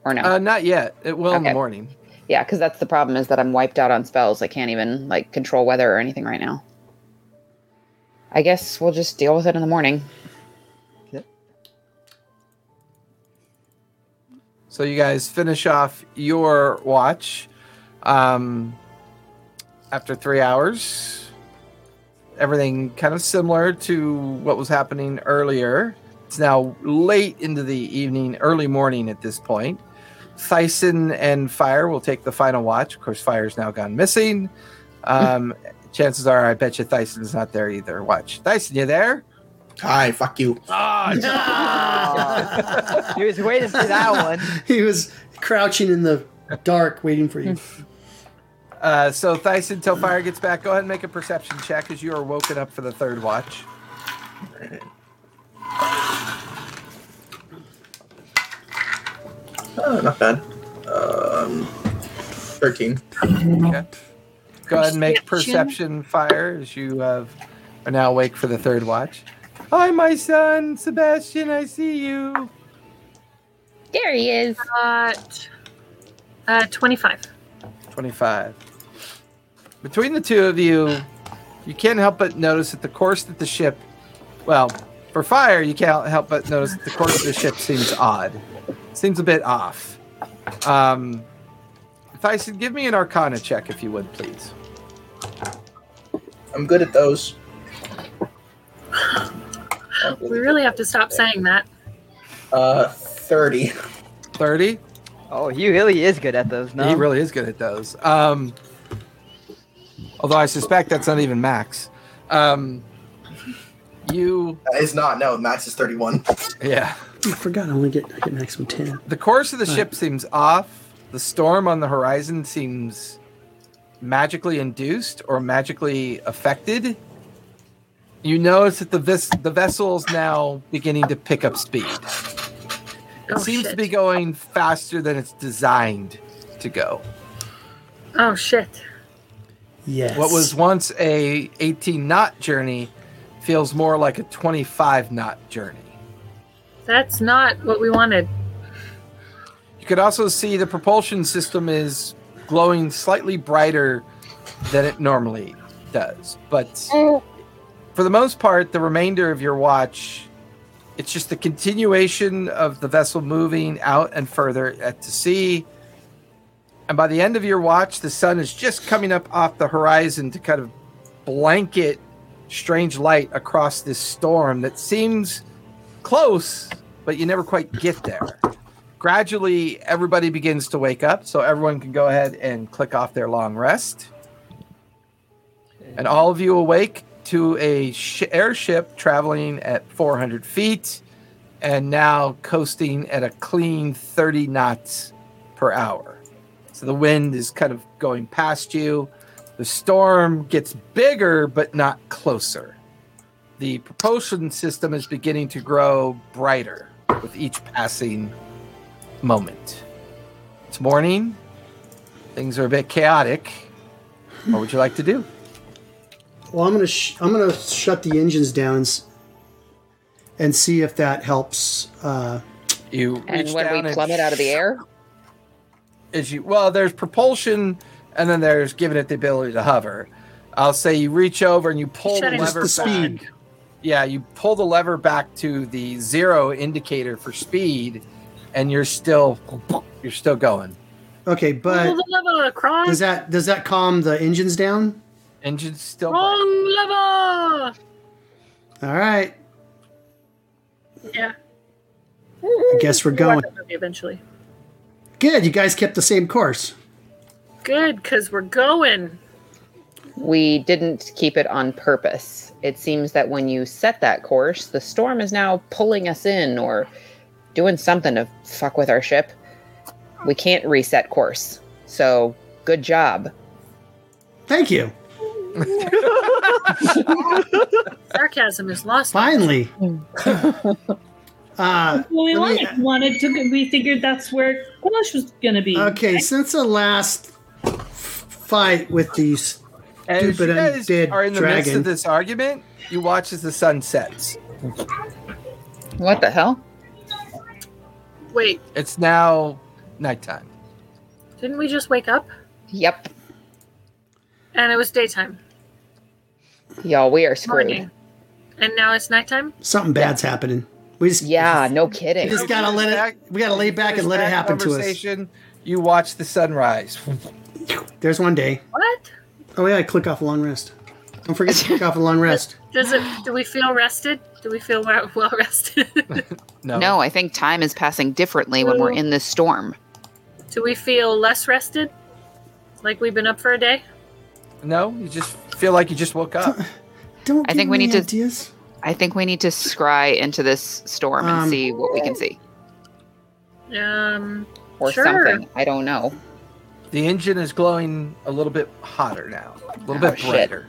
Speaker 5: Or no?
Speaker 1: Uh, not yet. It will in the
Speaker 5: Okay.
Speaker 1: morning.
Speaker 5: yeah, because that's the problem is that I'm wiped out on spells. I can't even like control weather or anything right now. I guess we'll just deal with it in the morning.
Speaker 1: So you guys finish off your watch um, after three hours. Everything kind of similar to what was happening earlier. It's now late into the evening, early morning at this point. Thyson and Fire will take the final watch. Of course, Fire's now gone missing. Um, chances are, I bet you Thyson's not there either. Watch. Thyson, you there?
Speaker 9: Hi, fuck you.
Speaker 8: he was waiting for that one.
Speaker 3: he was crouching in the dark waiting for you.
Speaker 6: Hmm.
Speaker 1: Uh, so Thyson, till fire gets back, go ahead and make a perception check as you are woken up for the third watch.
Speaker 9: Oh, not bad. Um, 13.
Speaker 1: Okay. Go ahead and make perception fire as you uh, are now awake for the third watch. Hi, my son, Sebastian. I see you.
Speaker 5: There he is.
Speaker 2: But uh, 25.
Speaker 1: Twenty-five. Between the two of you, you can't help but notice that the course that the ship, well, for fire, you can't help but notice that the course of the ship seems odd. Seems a bit off. Um, Thyson, give me an Arcana check if you would, please.
Speaker 9: I'm good at those.
Speaker 2: We really have to stop saying that.
Speaker 9: Uh, 30.
Speaker 1: Thirty.
Speaker 8: Oh, he really is good at those. No,
Speaker 1: He really is good at those. Um, although I suspect that's not even max. Um, you,
Speaker 9: That is not. No, max is 31.
Speaker 1: yeah.
Speaker 3: I forgot I only get I get maximum ten.
Speaker 1: The course of the ship seems off. The storm on the horizon seems magically induced or magically affected. You notice that the vis- the vessel is now beginning to pick up speed. It
Speaker 2: Oh,
Speaker 1: seems to
Speaker 2: shit.
Speaker 1: be going faster than it's designed to go.
Speaker 2: Oh, shit.
Speaker 3: Yes.
Speaker 1: What was once a 18 knot journey feels more like a 25 knot journey.
Speaker 2: That's not what we wanted.
Speaker 1: You could also see the propulsion system is glowing slightly brighter than it normally does. But for the most part, the remainder of your watch, it's just the continuation of the vessel moving out and further at to sea. And by the end of your watch, the sun is just coming up off the horizon to kind of blanket strange light across this storm that seems close, but you never quite get there. Gradually, everybody begins to wake up, so everyone can go ahead and click off their long rest. And all of you awake to a sh- airship traveling at 400 feet and now coasting at a clean 30 knots per hour. So the wind is kind of going past you. The storm gets bigger, but not closer. The propulsion system is beginning to grow brighter with each passing moment. It's morning. Things are a bit chaotic. What would you like to do?
Speaker 3: Well, I'm gonna sh- I'm gonna shut the engines down and, s- and see if that helps. Uh,
Speaker 1: You
Speaker 5: And
Speaker 1: reach
Speaker 5: when
Speaker 1: down
Speaker 5: we plummet out of the air,
Speaker 1: as you well there's propulsion and then there's giving it the ability to hover i'll say you reach over and you pull the
Speaker 2: Shutting
Speaker 3: just
Speaker 1: lever
Speaker 3: the speed.
Speaker 1: back. yeah you pull the lever back to the zero indicator for speed and you're still you're still going
Speaker 3: Okay, but
Speaker 2: Wrong level, crime.
Speaker 3: does that does that calm the engines down?
Speaker 1: engine's still
Speaker 3: Oh,
Speaker 1: bright.
Speaker 2: Wrong level.
Speaker 3: All right,
Speaker 2: Yeah.
Speaker 3: I guess we're going.
Speaker 2: Eventually.
Speaker 3: Good, you guys kept the same course.
Speaker 2: Good, because we're going.
Speaker 5: we didn't keep it on purpose. It seems that when you set that course, the storm is now pulling us in or doing something to fuck with our ship. We can't reset course. So, good job.
Speaker 3: Thank you.
Speaker 2: Sarcasm is lost.
Speaker 3: Finally. uh,
Speaker 7: Well,
Speaker 3: Let
Speaker 7: we
Speaker 3: me-
Speaker 7: wanted, wanted to. We figured that's where Quash was gonna be.
Speaker 3: okay, since the last fight with these,
Speaker 1: and as you
Speaker 3: Stupid
Speaker 1: guys
Speaker 3: undead
Speaker 1: are in the midst
Speaker 3: dragon.
Speaker 1: of this argument you watch as the sun sets
Speaker 5: What the hell?
Speaker 2: Wait,
Speaker 1: it's now nighttime
Speaker 2: didn't we just wake up?
Speaker 5: Yep.
Speaker 2: And it was daytime.
Speaker 5: Y'all, we are screwed.
Speaker 2: Morning. And now it's nighttime?
Speaker 3: something bad's happening. We just
Speaker 5: Yeah, no kidding.
Speaker 3: we just gotta let it. We gotta lay back and let it
Speaker 1: That
Speaker 3: happen to us.
Speaker 1: conversation, you watch the sunrise
Speaker 3: There's one day.
Speaker 2: What?
Speaker 3: Oh yeah, click off a long rest. Don't forget to click off a long rest.
Speaker 2: Does it do we feel rested? Do we feel well, well rested?
Speaker 1: no,
Speaker 5: No, I think time is passing differently when we're in this storm.
Speaker 2: do we feel less rested? Like we've been up for a day?
Speaker 1: no you just feel like you just woke up
Speaker 3: Don't.
Speaker 5: I
Speaker 3: give
Speaker 5: think we
Speaker 3: me
Speaker 5: need to-
Speaker 3: ideas.
Speaker 5: I think we need to scry into this storm
Speaker 3: Um,
Speaker 5: and see what we can see
Speaker 2: Um
Speaker 5: or
Speaker 2: sure.
Speaker 5: something. I don't know.
Speaker 1: The engine is glowing a little bit hotter now, a little
Speaker 5: Oh,
Speaker 1: bit
Speaker 5: shit.
Speaker 1: brighter.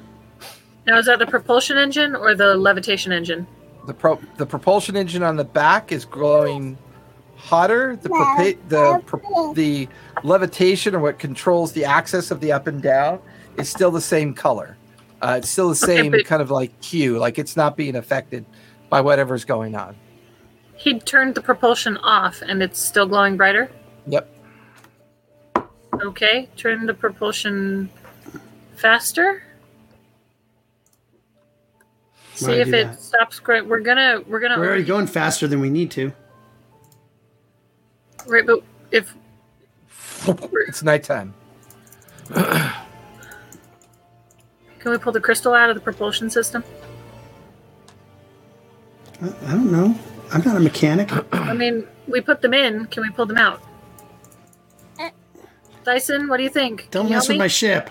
Speaker 2: Now is that the propulsion engine or the levitation engine?
Speaker 1: The pro- the propulsion engine on the back is glowing hotter. The propa- the pro- the levitation or what controls the axis of the up and down is still the same color. Uh, it's still the
Speaker 2: Okay,
Speaker 1: same
Speaker 2: but-
Speaker 1: kind of like hue, like it's not being affected by whatever's going on.
Speaker 2: He turned the propulsion off and it's still glowing brighter.
Speaker 1: Yep.
Speaker 2: Okay, turn the propulsion faster.
Speaker 3: Why
Speaker 2: See if
Speaker 3: do
Speaker 2: it
Speaker 3: that?
Speaker 2: stops. Gr- we're gonna we're gonna
Speaker 3: We're already going faster than we need to.
Speaker 2: right, but if
Speaker 1: It's nighttime.
Speaker 2: can we pull the crystal out of the propulsion system?
Speaker 3: I I don't know. I'm not a mechanic.
Speaker 2: I mean, we put them in. Can we pull them out? Dyson, what do you think? Can
Speaker 3: Don't
Speaker 2: you
Speaker 3: mess
Speaker 2: help
Speaker 3: with my
Speaker 2: me?
Speaker 3: ship.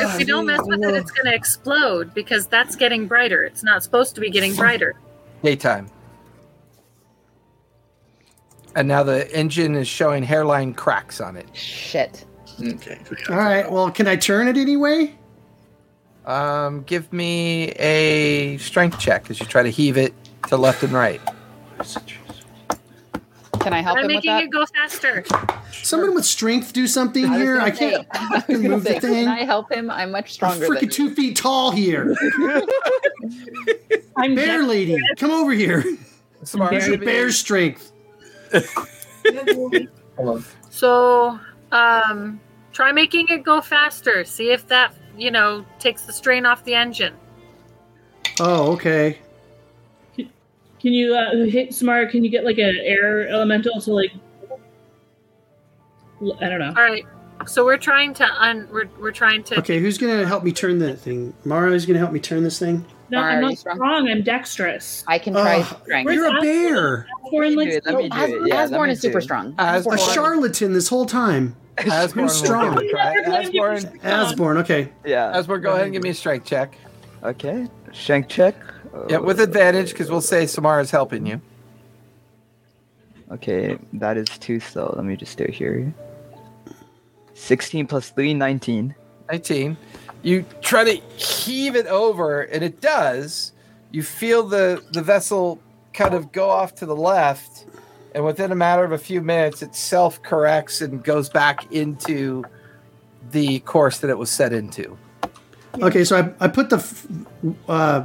Speaker 2: if we don't mess with it, it's gonna explode because that's getting brighter. It's not supposed to be getting brighter.
Speaker 1: Daytime. And now the engine is showing hairline cracks on it.
Speaker 5: Shit.
Speaker 9: Okay.
Speaker 3: All right. Well, can I turn it anyway?
Speaker 1: Um, give me a strength check as you try to heave it to left and right.
Speaker 5: Can I help
Speaker 2: I'm
Speaker 5: him with
Speaker 2: making
Speaker 5: that?
Speaker 2: it go faster.
Speaker 3: Someone with strength do something
Speaker 5: was
Speaker 3: here.
Speaker 5: gonna
Speaker 3: I can't.
Speaker 5: say- I was gonna
Speaker 3: move the
Speaker 5: say,
Speaker 3: thing.
Speaker 5: Can I help him? I'm much
Speaker 3: I'm
Speaker 5: stronger than
Speaker 3: freaking
Speaker 5: you.
Speaker 3: two feet tall here.
Speaker 7: I'm
Speaker 3: Bear
Speaker 7: definitely
Speaker 3: lady, come over here.
Speaker 1: Smart.
Speaker 3: Use your bear strength.
Speaker 9: Hold on.
Speaker 2: So, um, try making it go faster. See if that, you know, takes the strain off the engine.
Speaker 3: Oh, okay.
Speaker 7: Can you uh, hit Samara? Can you get like an air elemental to like? l- I don't know.
Speaker 2: All right. So we're trying to un. We're, we're trying to.
Speaker 3: Okay, who's gonna help me turn that thing? Mara's gonna help me turn this thing.
Speaker 7: No,
Speaker 5: Are
Speaker 7: I'm
Speaker 5: you
Speaker 7: not
Speaker 5: strong?
Speaker 7: strong. I'm dexterous.
Speaker 5: I can try
Speaker 3: Ugh,
Speaker 5: strength.
Speaker 3: You're a bear.
Speaker 7: Foreign
Speaker 8: Let me
Speaker 7: like
Speaker 8: do it, let me do
Speaker 5: As,
Speaker 8: it. Yeah, let
Speaker 5: Asborn
Speaker 8: me
Speaker 5: is super
Speaker 8: do it.
Speaker 5: strong.
Speaker 3: A
Speaker 1: Asborn.
Speaker 3: charlatan this whole time.
Speaker 1: Asborn
Speaker 3: Who's strong?
Speaker 1: will give it a try. Asborn,
Speaker 3: Asborn. Okay.
Speaker 8: Yeah.
Speaker 1: Asborn, go ahead and give me a strength check.
Speaker 8: Okay. Shank check.
Speaker 1: Yeah, with advantage because we'll say Samara's helping you.
Speaker 8: Okay, that is too slow. Let me just do it here. 16 plus 3, 19.
Speaker 1: 19. You try to heave it over, and it does. You feel the, the vessel kind of go off to the left, and within a matter of a few minutes, it self corrects and goes back into the course that it was set into.
Speaker 3: Okay, so I, I put the f- uh,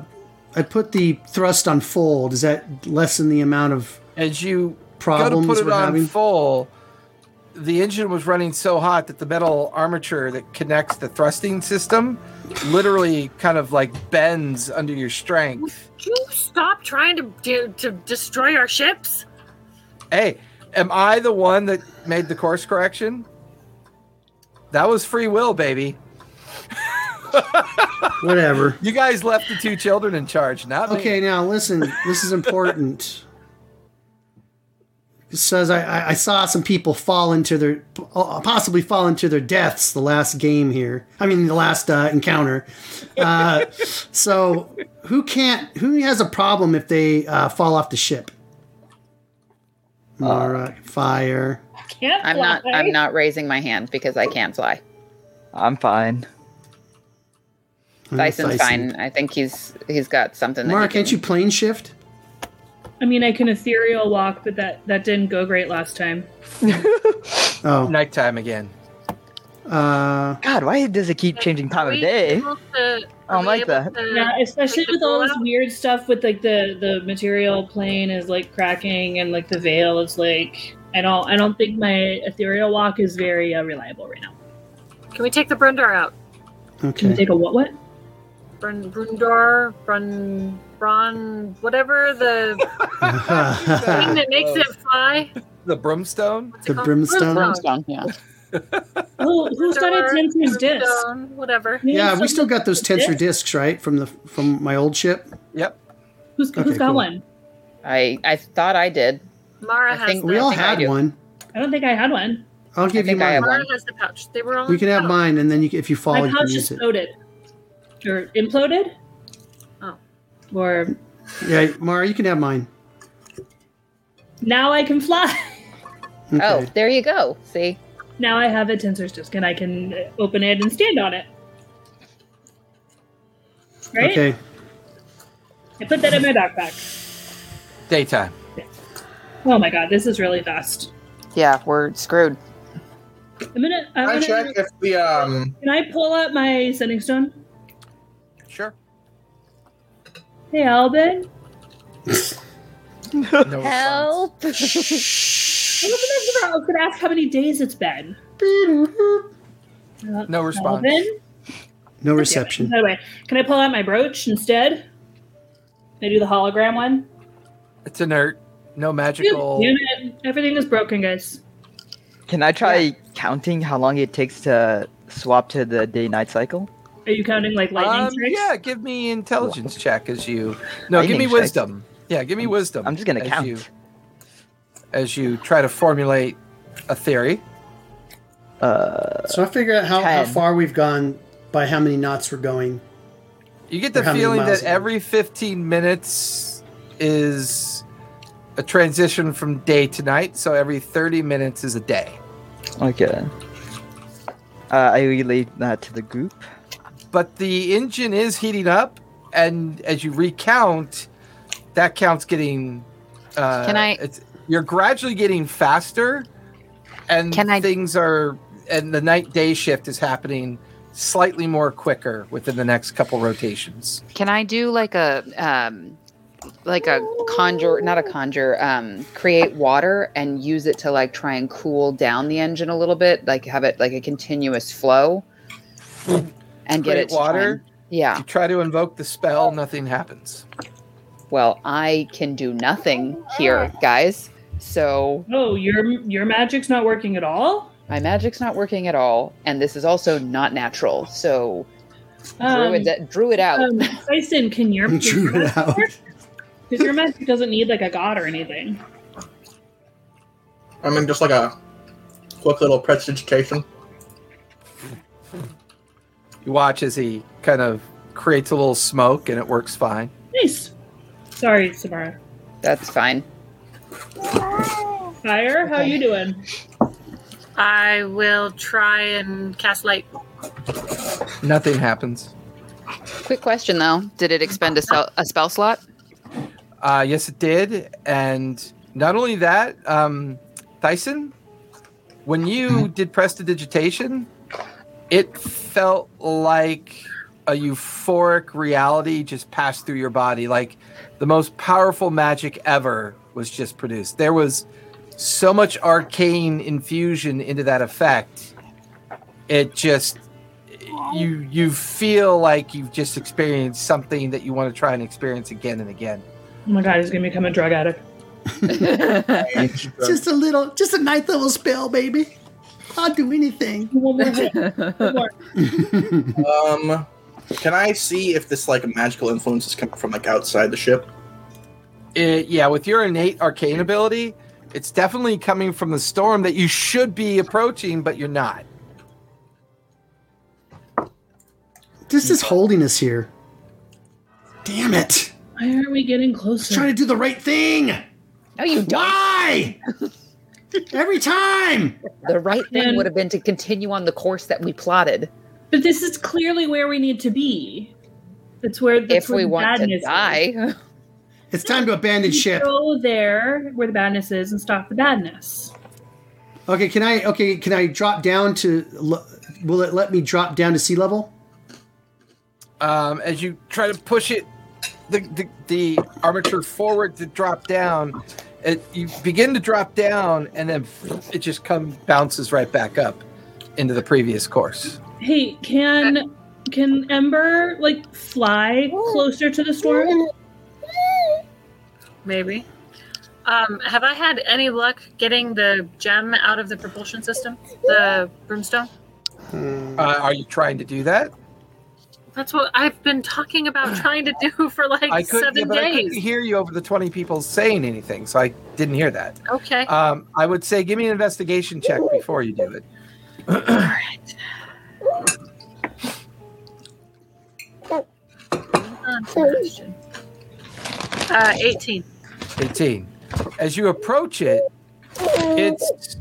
Speaker 3: I put the thrust on full. Does that lessen the amount of
Speaker 1: As you
Speaker 3: problems
Speaker 1: go to put
Speaker 3: we're
Speaker 1: it on
Speaker 3: having?
Speaker 1: full, the engine was running so hot that the metal armature that connects the thrusting system literally kind of like bends under your strength.
Speaker 2: you stop trying to do, to destroy our ships?
Speaker 1: Hey, am I the one that made the course correction? That was free will, baby.
Speaker 3: Whatever.
Speaker 1: You guys left the two children in charge, not me.
Speaker 3: Okay, now listen. This is important. It says I, I, I saw some people fall into their uh, possibly fall into their deaths the last game here. I mean the last uh, encounter. Uh, so who can't? Who has a problem if they uh, fall off the ship? All right, fire.
Speaker 7: Can't
Speaker 5: I'm
Speaker 7: fly.
Speaker 5: not. I'm not raising my hand because I can't fly.
Speaker 8: I'm fine.
Speaker 5: Bison's
Speaker 3: Thyssen.
Speaker 5: fine. I think he's he's got something.
Speaker 3: Mara,
Speaker 5: Mark,
Speaker 3: can't you plane shift?
Speaker 7: I mean, I can ethereal walk, but that that didn't go great last time.
Speaker 3: Oh,
Speaker 1: Nighttime again.
Speaker 3: uh,
Speaker 8: God, why does it keep changing time of day? I don't like that.
Speaker 7: Yeah, especially
Speaker 2: Mm. Like the
Speaker 7: with all this
Speaker 2: fallout?
Speaker 7: weird stuff with like the the material plane is like cracking and like the veil is like. I don't. I don't think my ethereal walk is very uh, reliable right now.
Speaker 2: Can we take the Brundar out?
Speaker 7: Can you
Speaker 3: okay.
Speaker 7: take a what? What?
Speaker 2: Brun, Brundar, Brun, Brun, whatever the thing that makes it fly.
Speaker 1: The broomstone?
Speaker 2: What's
Speaker 3: The
Speaker 2: it called?
Speaker 3: brimstone?
Speaker 5: yeah.
Speaker 7: Who, who's got a
Speaker 2: Brundar,
Speaker 7: tensor's disc?
Speaker 2: Brundstone, Whatever.
Speaker 3: Yeah, we
Speaker 7: Who's-
Speaker 3: still got those tensor discs, right? From the from my old ship.
Speaker 1: Yep.
Speaker 7: Who's, who's
Speaker 3: Okay,
Speaker 7: got
Speaker 3: cool.
Speaker 7: one?
Speaker 5: I I thought I did.
Speaker 2: Mara
Speaker 5: I
Speaker 2: has.
Speaker 5: think
Speaker 2: the,
Speaker 3: We all
Speaker 5: think I
Speaker 3: had
Speaker 5: do.
Speaker 3: one.
Speaker 7: I don't think I had one.
Speaker 3: I'll give you
Speaker 5: think I
Speaker 3: mine.
Speaker 5: have Oh.
Speaker 2: Mara
Speaker 5: one.
Speaker 2: has the pouch. They were all.
Speaker 3: We can have mine, and then you, can- if you fall,
Speaker 7: my
Speaker 3: you can
Speaker 7: pouch
Speaker 3: use
Speaker 7: is
Speaker 3: it.
Speaker 7: exploded or imploded.
Speaker 2: Oh.
Speaker 7: Or
Speaker 3: Yeah, Mara, you can have mine.
Speaker 7: now I can fly.
Speaker 3: Okay.
Speaker 5: Oh, there you go. See,
Speaker 7: Now I have a tensor's disc and I can open it and stand on it. Right?
Speaker 3: okay.
Speaker 7: I put that in my backpack.
Speaker 1: Daytime.
Speaker 7: Oh my god, this is really fast.
Speaker 6: Yeah, we're screwed.
Speaker 7: I'm gonna. I'm
Speaker 9: Can I
Speaker 7: gonna
Speaker 9: check if the um
Speaker 7: Can I pull up my sending stone?
Speaker 1: Sure.
Speaker 7: Hey, Albin.
Speaker 1: No response.
Speaker 5: help!
Speaker 7: I was gonna, I was gonna ask how many days it's been.
Speaker 1: No response.
Speaker 7: Alvin?
Speaker 3: No reception.
Speaker 7: By the way, can I pull out my brooch instead? Can I do the hologram one?
Speaker 1: It's inert. No
Speaker 7: Damn
Speaker 1: magical.
Speaker 7: it. Everything is broken, guys.
Speaker 8: Can I try counting how long it takes to swap to the day night cycle?
Speaker 7: Are you counting like lightning
Speaker 1: Um,
Speaker 7: tricks?
Speaker 1: yeah, give me intelligence check as you. No, give me
Speaker 8: Lightning check.
Speaker 1: wisdom. Yeah, give me wisdom.
Speaker 8: I'm just gonna
Speaker 1: as
Speaker 8: count.
Speaker 1: You, as you try to formulate a theory.
Speaker 8: Uh,
Speaker 3: So I figure out how, how
Speaker 8: Ten.
Speaker 3: far we've gone by how many knots we're going.
Speaker 1: You get
Speaker 3: Or
Speaker 1: the
Speaker 3: how many
Speaker 1: feeling
Speaker 3: miles
Speaker 1: that
Speaker 3: it is.
Speaker 1: every 15 minutes is a transition from day to night. So every 30 minutes is a day.
Speaker 8: okay. Uh, I relay that to the group.
Speaker 1: But the engine is heating up, and as you recount, that count's getting. Uh,
Speaker 4: Can I-
Speaker 1: It's, you're gradually getting faster, and
Speaker 4: Can I-
Speaker 1: things are. And the night day shift is happening slightly more quicker within the next couple rotations.
Speaker 5: Can I do like a um, like a conjure? Not a conjure. Um, create water and use it to like try and cool down the engine a little bit. Like have it like a continuous flow, and get
Speaker 1: Create
Speaker 5: it to try
Speaker 1: water?
Speaker 5: and- yeah.
Speaker 1: You try to invoke the spell, nothing happens.
Speaker 5: Well, I can do nothing here, guys. So
Speaker 7: Oh, your your magic's not working at all.
Speaker 5: my magic's not working at all, and this is also not natural. So
Speaker 3: Um,
Speaker 5: drew, it, that-
Speaker 3: uh,
Speaker 5: drew it out.
Speaker 7: Um, Tyson, can your
Speaker 3: Drew it out.
Speaker 7: Because your magic doesn't need like a god or anything.
Speaker 9: I mean just like a quick little prestidigitation.
Speaker 1: You watch as he kind of creates a little smoke and it works fine.
Speaker 7: Nice. Sorry, Samara.
Speaker 5: That's fine.
Speaker 7: Fire, how you doing?
Speaker 2: I will try and cast light.
Speaker 1: Nothing happens.
Speaker 5: Quick question though: Did it expend a, spell a spell slot?
Speaker 1: Uh, yes, it did. And not only that, um, Tyson, when you did prestidigitation, it felt like a euphoric reality just passed through your body. Like the most powerful magic ever was just produced. There was so much arcane infusion into that effect. It just you you feel like you've just experienced something that you want to try and experience again and again.
Speaker 7: Oh my god, he's gonna become a drug addict.
Speaker 9: It's
Speaker 3: Just a little, just a nice little spell, baby. I'll do anything.
Speaker 7: One more hit. One more.
Speaker 9: um, can I see if this like magical influence is coming from like outside the ship?
Speaker 1: It, yeah, with your innate arcane ability, it's definitely coming from the storm that you should be approaching, but you're not.
Speaker 3: This is holding us here. Damn it.
Speaker 7: Why are we getting
Speaker 3: I was trying
Speaker 7: closer?
Speaker 3: to do the right thing.
Speaker 5: No, you don't.
Speaker 3: Why? Every time.
Speaker 5: The right
Speaker 7: Then-
Speaker 5: thing would have been to continue on the course that we plotted.
Speaker 7: But this is clearly where we need to be. It's where that's
Speaker 5: if we
Speaker 7: where the
Speaker 5: want to
Speaker 7: badness is.
Speaker 5: die,
Speaker 3: It's time to abandon ship.
Speaker 7: Go there where the badness is and stop the badness.
Speaker 3: Okay, can I? Okay, can I drop down to? l- Will it let me drop down to sea level?
Speaker 1: Um, as you try to push it, the, the, the armature forward to drop down, it, you begin to drop down, and then it just comes bounces right back up into the previous course.
Speaker 7: Hey, can can Ember like fly
Speaker 5: Oh.
Speaker 7: closer to the storm?
Speaker 2: Maybe. Um, have I had any luck getting the gem out of the propulsion system? The brimstone?
Speaker 1: Uh, are you trying to do that?
Speaker 2: That's what I've been talking about trying to do for like
Speaker 1: I couldn't, yeah,
Speaker 2: seven
Speaker 1: but I couldn't
Speaker 2: days.
Speaker 1: hear you over the twenty people saying anything, so I didn't hear that.
Speaker 2: Okay.
Speaker 1: Um, I would say give me an investigation check before you do it.
Speaker 2: Uh, 18.
Speaker 1: 18 as you approach it it's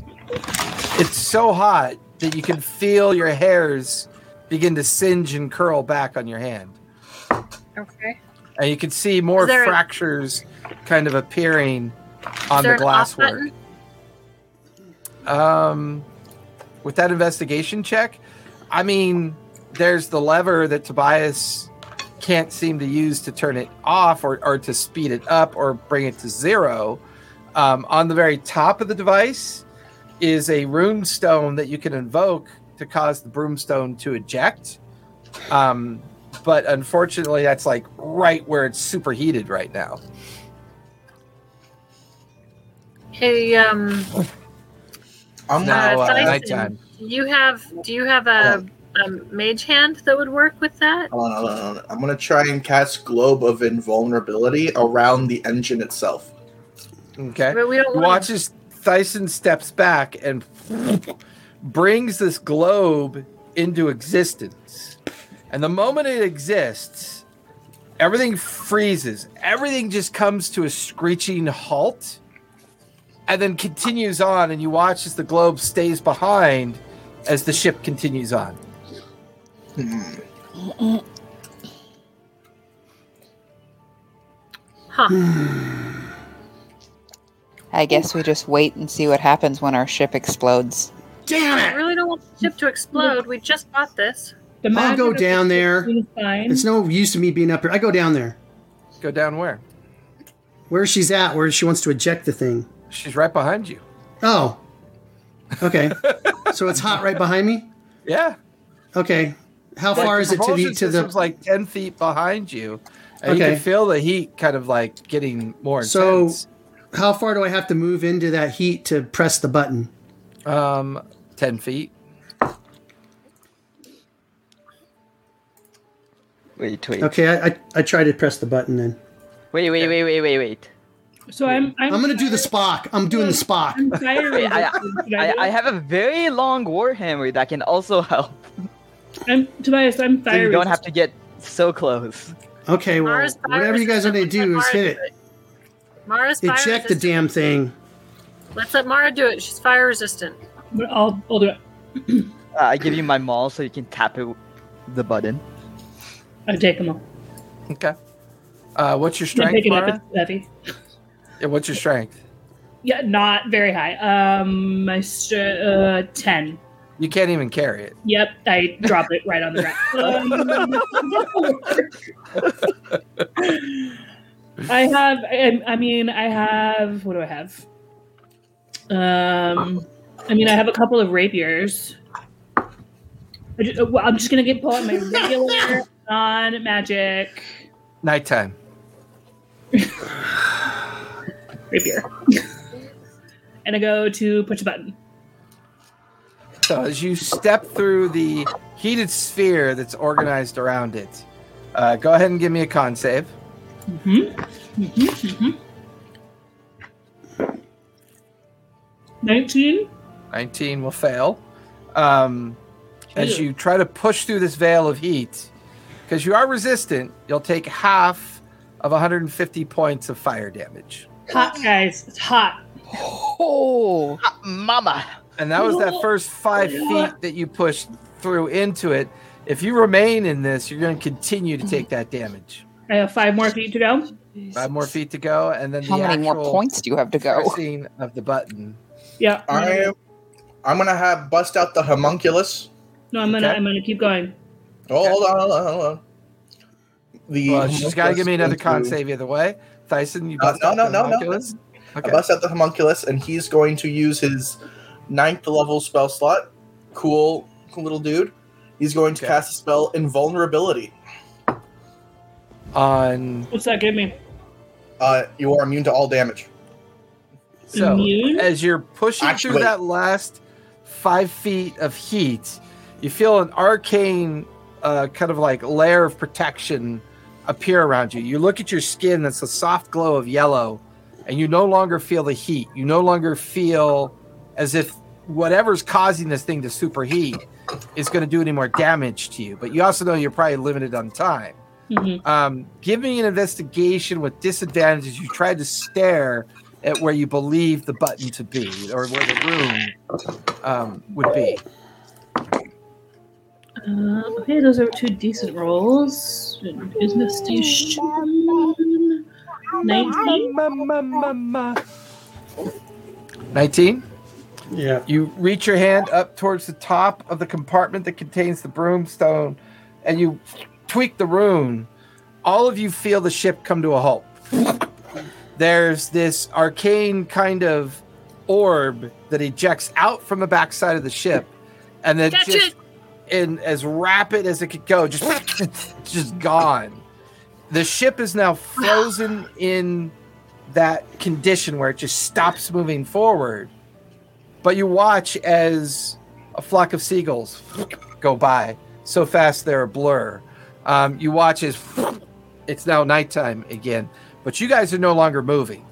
Speaker 1: it's so hot that you can feel your hairs begin to singe and curl back on your hand
Speaker 2: Okay.
Speaker 1: and you can see more
Speaker 2: Is there-
Speaker 1: fractures kind of appearing on
Speaker 2: there
Speaker 1: the
Speaker 2: an off
Speaker 1: glasswork um with that investigation check i mean there's the lever that tobias can't seem to use to turn it off or, or to speed it up or bring it to zero um, on the very top of the device is a rune stone that you can invoke to cause the broomstone to eject um, but unfortunately that's like right where it's superheated right now
Speaker 2: Hey, um, No.
Speaker 9: I'm not.
Speaker 1: now uh,
Speaker 2: Dyson.
Speaker 1: nighttime
Speaker 2: do you have do you have a, a mage hand that would work with that?
Speaker 9: Hold on, hold on, hold on. I'm gonna try and cast globe of invulnerability around the engine itself.
Speaker 1: okay
Speaker 2: But we don't want.
Speaker 1: watches Thyson steps back and brings this globe into existence. And the moment it exists, everything freezes. Everything just comes to a screeching halt and then continues on. And you watch as the globe stays behind as the ship continues on.
Speaker 2: Huh.
Speaker 6: I guess we just wait and see what happens when our ship explodes.
Speaker 2: I
Speaker 3: Damn it!
Speaker 2: really don't want the ship to explode. We just bought this.
Speaker 7: The
Speaker 3: I'll
Speaker 7: magic
Speaker 3: go
Speaker 7: of
Speaker 3: down there.
Speaker 7: the fine.
Speaker 3: It's no use of me being up here. I go down there.
Speaker 1: Go down where?
Speaker 3: Where she's at, where she wants to eject the thing.
Speaker 1: She's right behind you.
Speaker 3: Oh. Okay. so it's hot right behind me.
Speaker 1: Yeah.
Speaker 3: Okay. How
Speaker 1: Like,
Speaker 3: far is it to the
Speaker 1: propulsion
Speaker 3: to the
Speaker 1: system's like 10 feet behind you. And you
Speaker 3: Okay.
Speaker 1: can feel the heat kind of like getting more
Speaker 3: So-
Speaker 1: intense.
Speaker 3: how far do I have to move into that heat to press the button?
Speaker 1: um, 10 feet.
Speaker 8: Wait, wait,
Speaker 3: Okay, I, I, I try to press the button then.
Speaker 8: wait, wait, wait, wait, wait, wait.
Speaker 7: so I'm I'm,
Speaker 3: I'm gonna do the Spock. I'm doing the Spock.
Speaker 7: I'm fire
Speaker 8: Wait, I-
Speaker 7: resistant. Should I,
Speaker 8: I,
Speaker 7: do
Speaker 8: I
Speaker 7: it?
Speaker 8: have a very long warhammer that can also help.
Speaker 7: I'm Tobias. I'm
Speaker 8: So
Speaker 7: fire.
Speaker 8: you don't have to get so close.
Speaker 3: Okay, well,
Speaker 2: Mars virus
Speaker 3: whatever you guys want to
Speaker 2: system,
Speaker 3: do is
Speaker 2: let's let
Speaker 3: hit it.
Speaker 2: Mara do it. Mara's fire
Speaker 3: Eject the
Speaker 2: resistant.
Speaker 3: damn thing.
Speaker 2: Let's let Mara do it. She's fire resistant.
Speaker 7: But I'll, I'll do it.
Speaker 8: Uh, I give you my maul so you can tap it, the button.
Speaker 7: I'll take them all.
Speaker 1: Okay. Uh, what's your
Speaker 7: I'm
Speaker 1: strength,
Speaker 7: picking up
Speaker 1: Mara?
Speaker 7: it's heavy.
Speaker 1: Yeah, what's your strength?
Speaker 7: Yeah, not very high. Um, my st- uh, ten.
Speaker 1: You can't even carry it.
Speaker 7: Yep, I drop it right on the ground. Um, I have. I, I mean, I have. What do I have? Um, I mean, I have a couple of rapiers. I ju- well, I'm just gonna get pull out my regular non-magic
Speaker 1: Nighttime.
Speaker 7: rapier, and I go to push a button.
Speaker 1: So as you step through the heated sphere that's organized around it, uh, go ahead and give me a con save.
Speaker 7: Mm-hmm. Mm-hmm. Nineteen.
Speaker 1: 19 will fail. Um, as you try to push through this veil of heat, because you are resistant, you'll take half of 150 points of fire damage.
Speaker 7: Hot guys, it's hot.
Speaker 8: Oh, mama!
Speaker 1: And that was that first five feet that you pushed through into it. If you remain in this, you're going to continue to take that damage.
Speaker 7: I have five more feet to go.
Speaker 1: Five more feet to go, and then
Speaker 6: How
Speaker 1: the
Speaker 6: many more
Speaker 1: actual
Speaker 6: points do you have to go?
Speaker 1: pressing of the button.
Speaker 7: Yeah.
Speaker 9: I
Speaker 1: Hmm.
Speaker 9: am. I'm gonna have bust out the homunculus.
Speaker 7: no, I'm gonna
Speaker 1: Okay.
Speaker 7: I'm gonna keep going.
Speaker 9: Oh, hold on, hold on, hold on. The
Speaker 1: Well, she's got to
Speaker 9: homunculus
Speaker 1: give me another
Speaker 9: going
Speaker 1: con
Speaker 9: to-
Speaker 1: save either way. Tyson, you
Speaker 9: No,
Speaker 1: bust
Speaker 9: no,
Speaker 1: out
Speaker 9: no,
Speaker 1: the
Speaker 9: no, no.
Speaker 1: homunculus?
Speaker 9: I
Speaker 1: Okay.
Speaker 9: bust out the homunculus, and he's going to use his ninth level spell slot. Cool, cool little dude. He's going to
Speaker 1: Okay.
Speaker 9: cast a spell invulnerability.
Speaker 1: On
Speaker 7: What's that give me?
Speaker 9: Uh, you are immune to all damage.
Speaker 1: so
Speaker 7: Immune?
Speaker 1: as you're pushing
Speaker 9: Actually-
Speaker 1: through that last five feet of heat, you feel an arcane uh, kind of like layer of protection appear around you. You look at your skin; that's a soft glow of yellow, and you no longer feel the heat. You no longer feel as if whatever's causing this thing to superheat is going to do any more damage to you. But you also know you're probably limited on time.
Speaker 7: hmm
Speaker 1: Um, give me an investigation with disadvantages. You tried to stare at where you believe the button to be, or where the room um, would be.
Speaker 7: Uh, okay, those are two decent rolls. Investigation. Nineteen.
Speaker 1: Nineteen.
Speaker 3: Yeah.
Speaker 1: You reach your hand up towards the top of the compartment that contains the broomstone, and you tweak the rune. All of you feel the ship come to a halt. There's this arcane kind of orb that ejects out from the backside of the ship, and then
Speaker 2: Catch
Speaker 1: just
Speaker 2: it!
Speaker 1: in as rapid as it could go, just just gone. The ship is now frozen in that condition where it just stops moving forward. But you watch as a flock of seagulls go by so fast they're a blur. Um, you watch as it's now nighttime again, but you guys are no longer moving.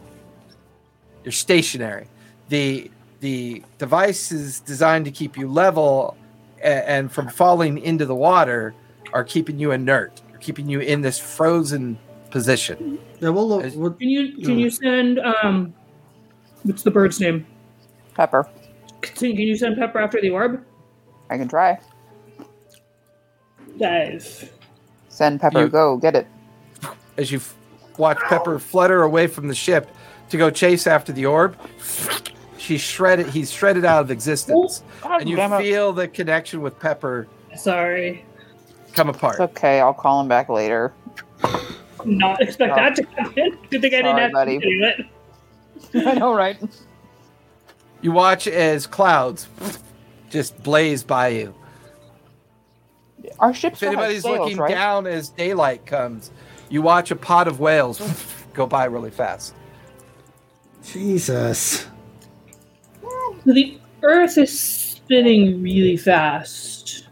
Speaker 1: You're stationary. The the device is designed to keep you level and, and from falling into the water are keeping you inert, keeping you in this frozen position.
Speaker 3: Yeah, we'll, look- we'll
Speaker 7: Can you can you send um, what's the bird's name?
Speaker 6: Pepper.
Speaker 7: Can can you send Pepper after the orb?
Speaker 6: I can try.
Speaker 7: Dive.
Speaker 6: Send Pepper,
Speaker 1: You-
Speaker 6: go get it.
Speaker 1: As you f- watch Pepper flutter away from the ship to go chase after the orb, she's shredded. He's shredded out of existence, and you
Speaker 6: damn it.
Speaker 1: feel the connection with Pepper
Speaker 7: Sorry,
Speaker 1: come
Speaker 6: It's
Speaker 1: apart.
Speaker 6: okay. I'll call him back later.
Speaker 7: not expect
Speaker 6: Oh.
Speaker 7: that to happen. Good thing I didn't
Speaker 6: Sorry,
Speaker 7: have
Speaker 6: buddy.
Speaker 7: to do it.
Speaker 6: I know, right?
Speaker 1: You watch as clouds just blaze by you.
Speaker 6: Our ship
Speaker 1: If anybody's looking
Speaker 6: right?
Speaker 1: down as daylight comes, you watch a pod of whales go by really fast.
Speaker 3: Jesus.
Speaker 7: So the Earth is spinning really fast.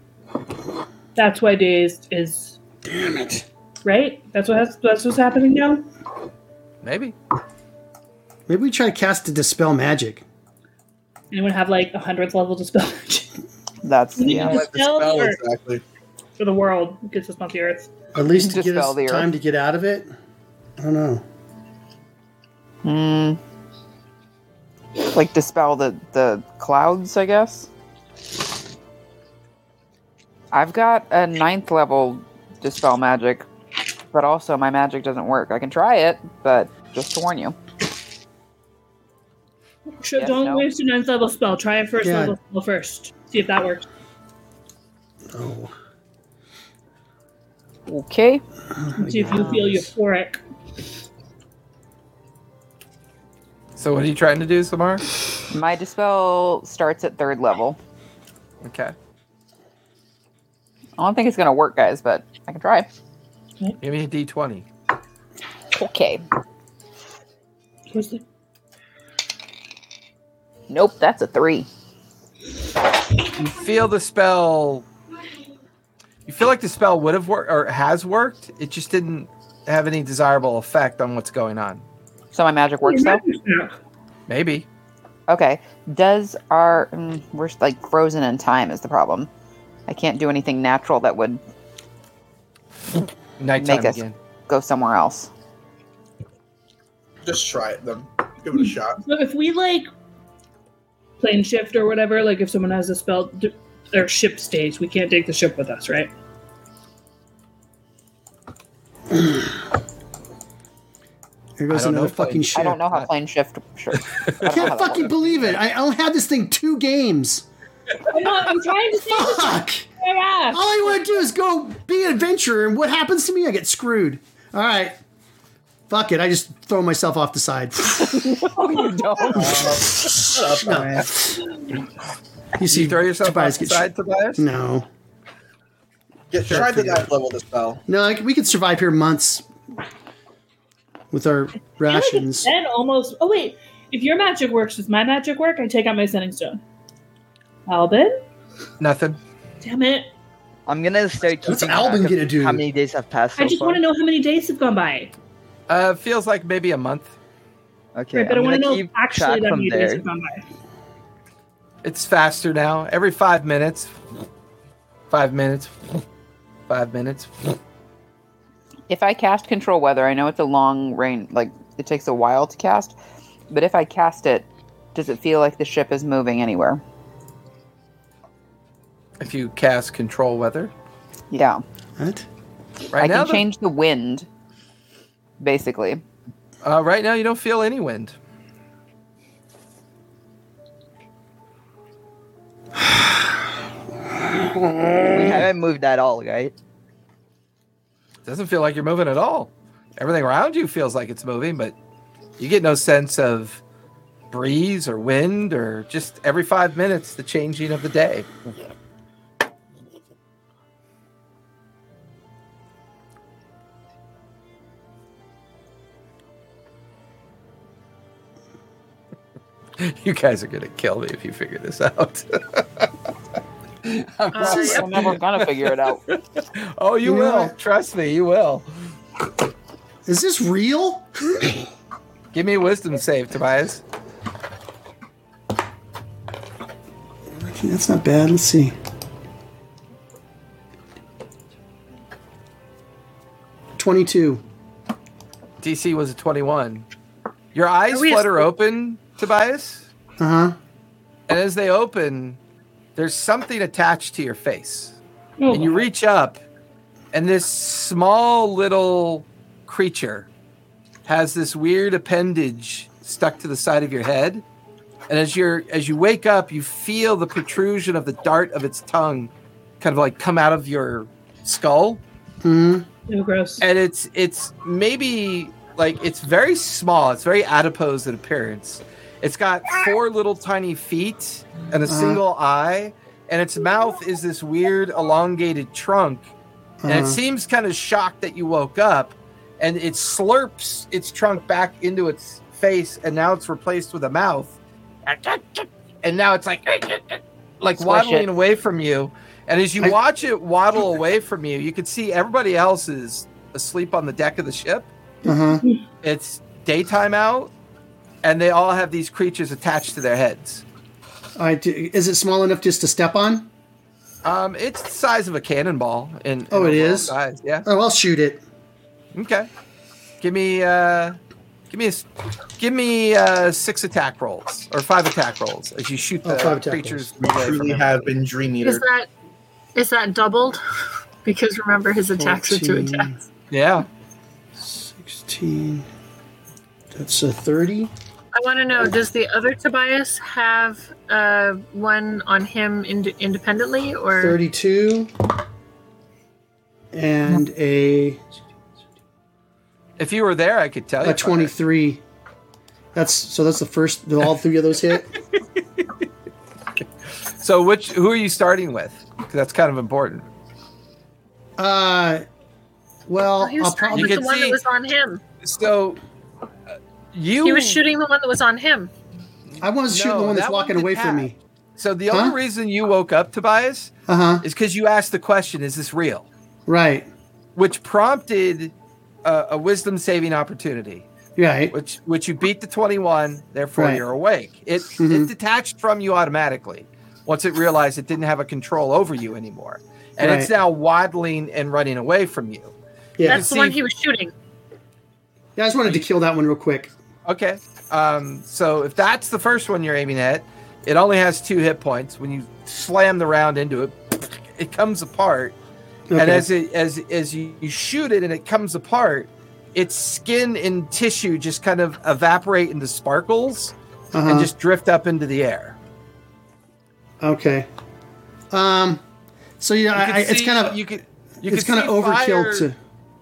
Speaker 7: That's why days is
Speaker 3: Damn it.
Speaker 7: right. That's what has, that's what's happening now.
Speaker 1: Maybe.
Speaker 3: Maybe we try to cast to dispel magic.
Speaker 7: Anyone have like a hundredth level dispel magic
Speaker 6: That's yeah.
Speaker 9: Like the
Speaker 7: Spell
Speaker 9: spell,
Speaker 7: or-
Speaker 9: exactly.
Speaker 7: for the world? Because it's not the Earth.
Speaker 3: At least to
Speaker 6: Just
Speaker 3: get us
Speaker 6: fell there.
Speaker 3: time to get out of it. I don't know.
Speaker 6: Hmm. Like dispel the the clouds, I guess. I've got a ninth level dispel magic, but also my magic doesn't work. I can try it, but just to warn you.
Speaker 7: Sure,
Speaker 6: Yeah,
Speaker 7: don't
Speaker 6: no.
Speaker 7: waste a ninth level spell. Try a first
Speaker 3: Yeah.
Speaker 7: level spell first. See if that works.
Speaker 3: Oh,
Speaker 6: Okay.
Speaker 7: See if you feel euphoric.
Speaker 1: So what are you trying to do, Samar?
Speaker 6: My dispel starts at third level.
Speaker 1: Okay.
Speaker 6: I don't think it's gonna work, guys, but I can try.
Speaker 1: Give me a D twenty.
Speaker 6: Okay.
Speaker 7: Here's the-
Speaker 6: Nope, that's a three.
Speaker 1: You feel the spell you feel like the spell would have worked or has worked. It just didn't have any desirable effect on what's going on.
Speaker 6: So my magic works though.
Speaker 1: Maybe.
Speaker 6: Okay. Does our mm, we're like frozen in time is the problem. I can't do anything natural that would
Speaker 1: Nighttime
Speaker 6: Make us-
Speaker 1: again.
Speaker 6: go somewhere else.
Speaker 9: Just try it then. Give
Speaker 1: Hmm.
Speaker 9: it a shot.
Speaker 7: So if we like plane shift or whatever, like if someone has a spell, d- their ship stays. We can't take the ship with us, right?
Speaker 3: here goes
Speaker 1: I don't know
Speaker 3: another
Speaker 1: if I-
Speaker 3: fucking ship.
Speaker 6: I don't know how
Speaker 1: I-
Speaker 6: plane shift. Sure. I don't know
Speaker 3: I
Speaker 6: how
Speaker 3: can't
Speaker 6: that
Speaker 3: fucking
Speaker 6: works.
Speaker 3: believe it. I only had this thing two games.
Speaker 7: I'm not. I'm trying to save this
Speaker 3: Fuck!
Speaker 7: their ass.
Speaker 3: All I want to do is go be an adventurer, and what happens to me? I get screwed. All right. Fuck it. I just throw myself off the side.
Speaker 9: Shut up, man.
Speaker 3: You see,
Speaker 1: You throw yourself
Speaker 3: Tobias
Speaker 1: off the
Speaker 3: get
Speaker 1: side, Tobias?
Speaker 3: shot. No.
Speaker 9: Get,
Speaker 1: Sure,
Speaker 9: try the
Speaker 1: figure it out.
Speaker 9: ninth level to spell.
Speaker 3: No, like, we could survive here months with our rations.
Speaker 7: Then almost. Oh wait, if your magic works, does my magic work? I take out my sending stone. Albin,
Speaker 1: Nothing.
Speaker 7: damn it!
Speaker 8: I'm gonna start keeping
Speaker 3: What's Albin
Speaker 8: track of
Speaker 3: gonna do?
Speaker 8: How many days have passed?
Speaker 7: I just want to know how many days have gone by.
Speaker 1: Uh feels like maybe a month.
Speaker 8: know. Okay,
Speaker 7: right, but I
Speaker 8: I'm
Speaker 7: want to
Speaker 8: gonna
Speaker 7: know
Speaker 8: keep
Speaker 7: actually
Speaker 8: track
Speaker 7: that
Speaker 8: from
Speaker 7: many days
Speaker 8: there.
Speaker 7: have gone by.
Speaker 1: It's faster now. Every five minutes. Five minutes. Five minutes.
Speaker 6: If I cast control weather, I know it's a long range. Like it takes a while to cast, but if I cast it, does it feel like the ship is moving anywhere?
Speaker 1: If you cast control weather.
Speaker 6: Yeah.
Speaker 3: What?
Speaker 1: Right
Speaker 6: I
Speaker 1: now
Speaker 6: can
Speaker 1: the-
Speaker 6: change the wind, basically.
Speaker 1: uh, right now you don't feel any wind.
Speaker 8: We haven't moved at all, right?
Speaker 1: doesn't feel like you're moving at all. Everything around you feels like it's moving, but you get no sense of breeze or wind or just every five minutes the changing of the day. You guys are gonna kill me if you figure this out. I'm
Speaker 2: Uh,
Speaker 1: sorry.
Speaker 6: We're never gonna figure it out.
Speaker 1: oh, you
Speaker 3: You know
Speaker 1: will.
Speaker 3: what?
Speaker 1: Trust me, you will.
Speaker 3: Is this real?
Speaker 1: Give me a wisdom save, Tobias.
Speaker 3: That's not bad. Let's see. Twenty-two.
Speaker 1: DC was a 21. Your eyes
Speaker 2: Are we a-
Speaker 1: flutter open, Tobias,
Speaker 3: Uh huh.
Speaker 1: and as they open, there's something attached to your face.
Speaker 7: Oh,
Speaker 1: And you reach up, and this small little creature has this weird appendage stuck to the side of your head. And as you're as you wake up, you feel the protrusion of the dart of its tongue kind of like come out of your skull.
Speaker 3: Hmm.
Speaker 7: so oh, gross.
Speaker 1: and it's it's maybe like it's very small. It's very adipose in appearance. It's got four little tiny feet and a
Speaker 3: Uh-huh.
Speaker 1: single eye, and its mouth is this weird elongated trunk. And it
Speaker 3: Uh-huh.
Speaker 1: seems kind of shocked that you woke up, and it slurps its trunk back into its face, and now it's replaced with a mouth. And now it's like like
Speaker 6: Squish
Speaker 1: waddling
Speaker 6: it.
Speaker 1: away from you. And as you
Speaker 3: I-
Speaker 1: watch it waddle away from you, you can see everybody else is asleep on the deck of the ship.
Speaker 3: Uh huh.
Speaker 1: It's daytime out, and they all have these creatures attached to their heads.
Speaker 3: I do, is it small enough just to step on?
Speaker 1: Um, it's the size of a cannonball. In, in
Speaker 3: Oh, it
Speaker 1: overall
Speaker 3: is?
Speaker 1: Size. Yeah.
Speaker 3: Oh, I'll shoot it.
Speaker 1: Okay. Give me uh, give me a, s- give me uh, six attack rolls or five attack rolls as you shoot
Speaker 3: Oh,
Speaker 1: the
Speaker 3: five attack
Speaker 1: creatures.
Speaker 9: We
Speaker 1: away from
Speaker 9: truly
Speaker 1: him.
Speaker 9: have been dream
Speaker 2: Is
Speaker 9: eater.
Speaker 2: that is that doubled? Because remember, his attacks are two
Speaker 3: 14.
Speaker 2: attacks.
Speaker 1: Yeah.
Speaker 3: 16. That's a 30.
Speaker 2: I want to know: Does the other Tobias have uh, one on him ind- independently, or
Speaker 3: 32. And a,
Speaker 1: If you were there, I could tell you.
Speaker 3: a
Speaker 1: about it.
Speaker 3: 23. That's so that's the first do all three of those hit.
Speaker 1: So which who are you starting with? 'Cause that's kind of important.
Speaker 3: Uh well,
Speaker 2: Oh, he was
Speaker 3: I'll
Speaker 2: trying
Speaker 1: You
Speaker 2: with
Speaker 3: probably
Speaker 1: can
Speaker 2: the one
Speaker 1: see-
Speaker 2: that was on him?
Speaker 1: So uh, you
Speaker 2: He was shooting the one that was on him.
Speaker 3: I want to shoot
Speaker 1: No,
Speaker 3: the one that's
Speaker 1: that
Speaker 3: walking
Speaker 1: one
Speaker 3: away
Speaker 1: did
Speaker 3: from
Speaker 1: that.
Speaker 3: me.
Speaker 1: So the
Speaker 3: Huh?
Speaker 1: only reason you woke up, Tobias,
Speaker 3: Uh-huh.
Speaker 1: is because you asked the question, "Is this real?"
Speaker 3: Right.
Speaker 1: which prompted uh, a wisdom saving opportunity,
Speaker 3: Right.
Speaker 1: which which you beat the twenty one. Therefore,
Speaker 3: Right.
Speaker 1: you're awake. It it
Speaker 3: Mhm.
Speaker 1: detached from you automatically once it realized it didn't have a control over you anymore, and it's
Speaker 3: Right.
Speaker 1: now waddling and running away from you.
Speaker 3: Yeah.
Speaker 2: That's the
Speaker 1: see-
Speaker 2: one he was shooting.
Speaker 3: yeah, I just wanted to kill that one real quick.
Speaker 1: Okay, um, so if that's the first one you're aiming at, it only has two hit points. When you slam the round into it, it comes apart.
Speaker 3: Okay.
Speaker 1: and as it as as you, you shoot it and it comes apart its skin and tissue just kind of evaporate into sparkles
Speaker 3: uh-huh.
Speaker 1: and just drift up into the air
Speaker 3: Okay. Um. So yeah,
Speaker 1: You
Speaker 3: I,
Speaker 1: can
Speaker 3: I, it's
Speaker 1: see-
Speaker 3: kind of
Speaker 1: you can you
Speaker 3: it's
Speaker 1: can
Speaker 3: kind of
Speaker 1: see
Speaker 3: overkill
Speaker 1: fire-
Speaker 3: to.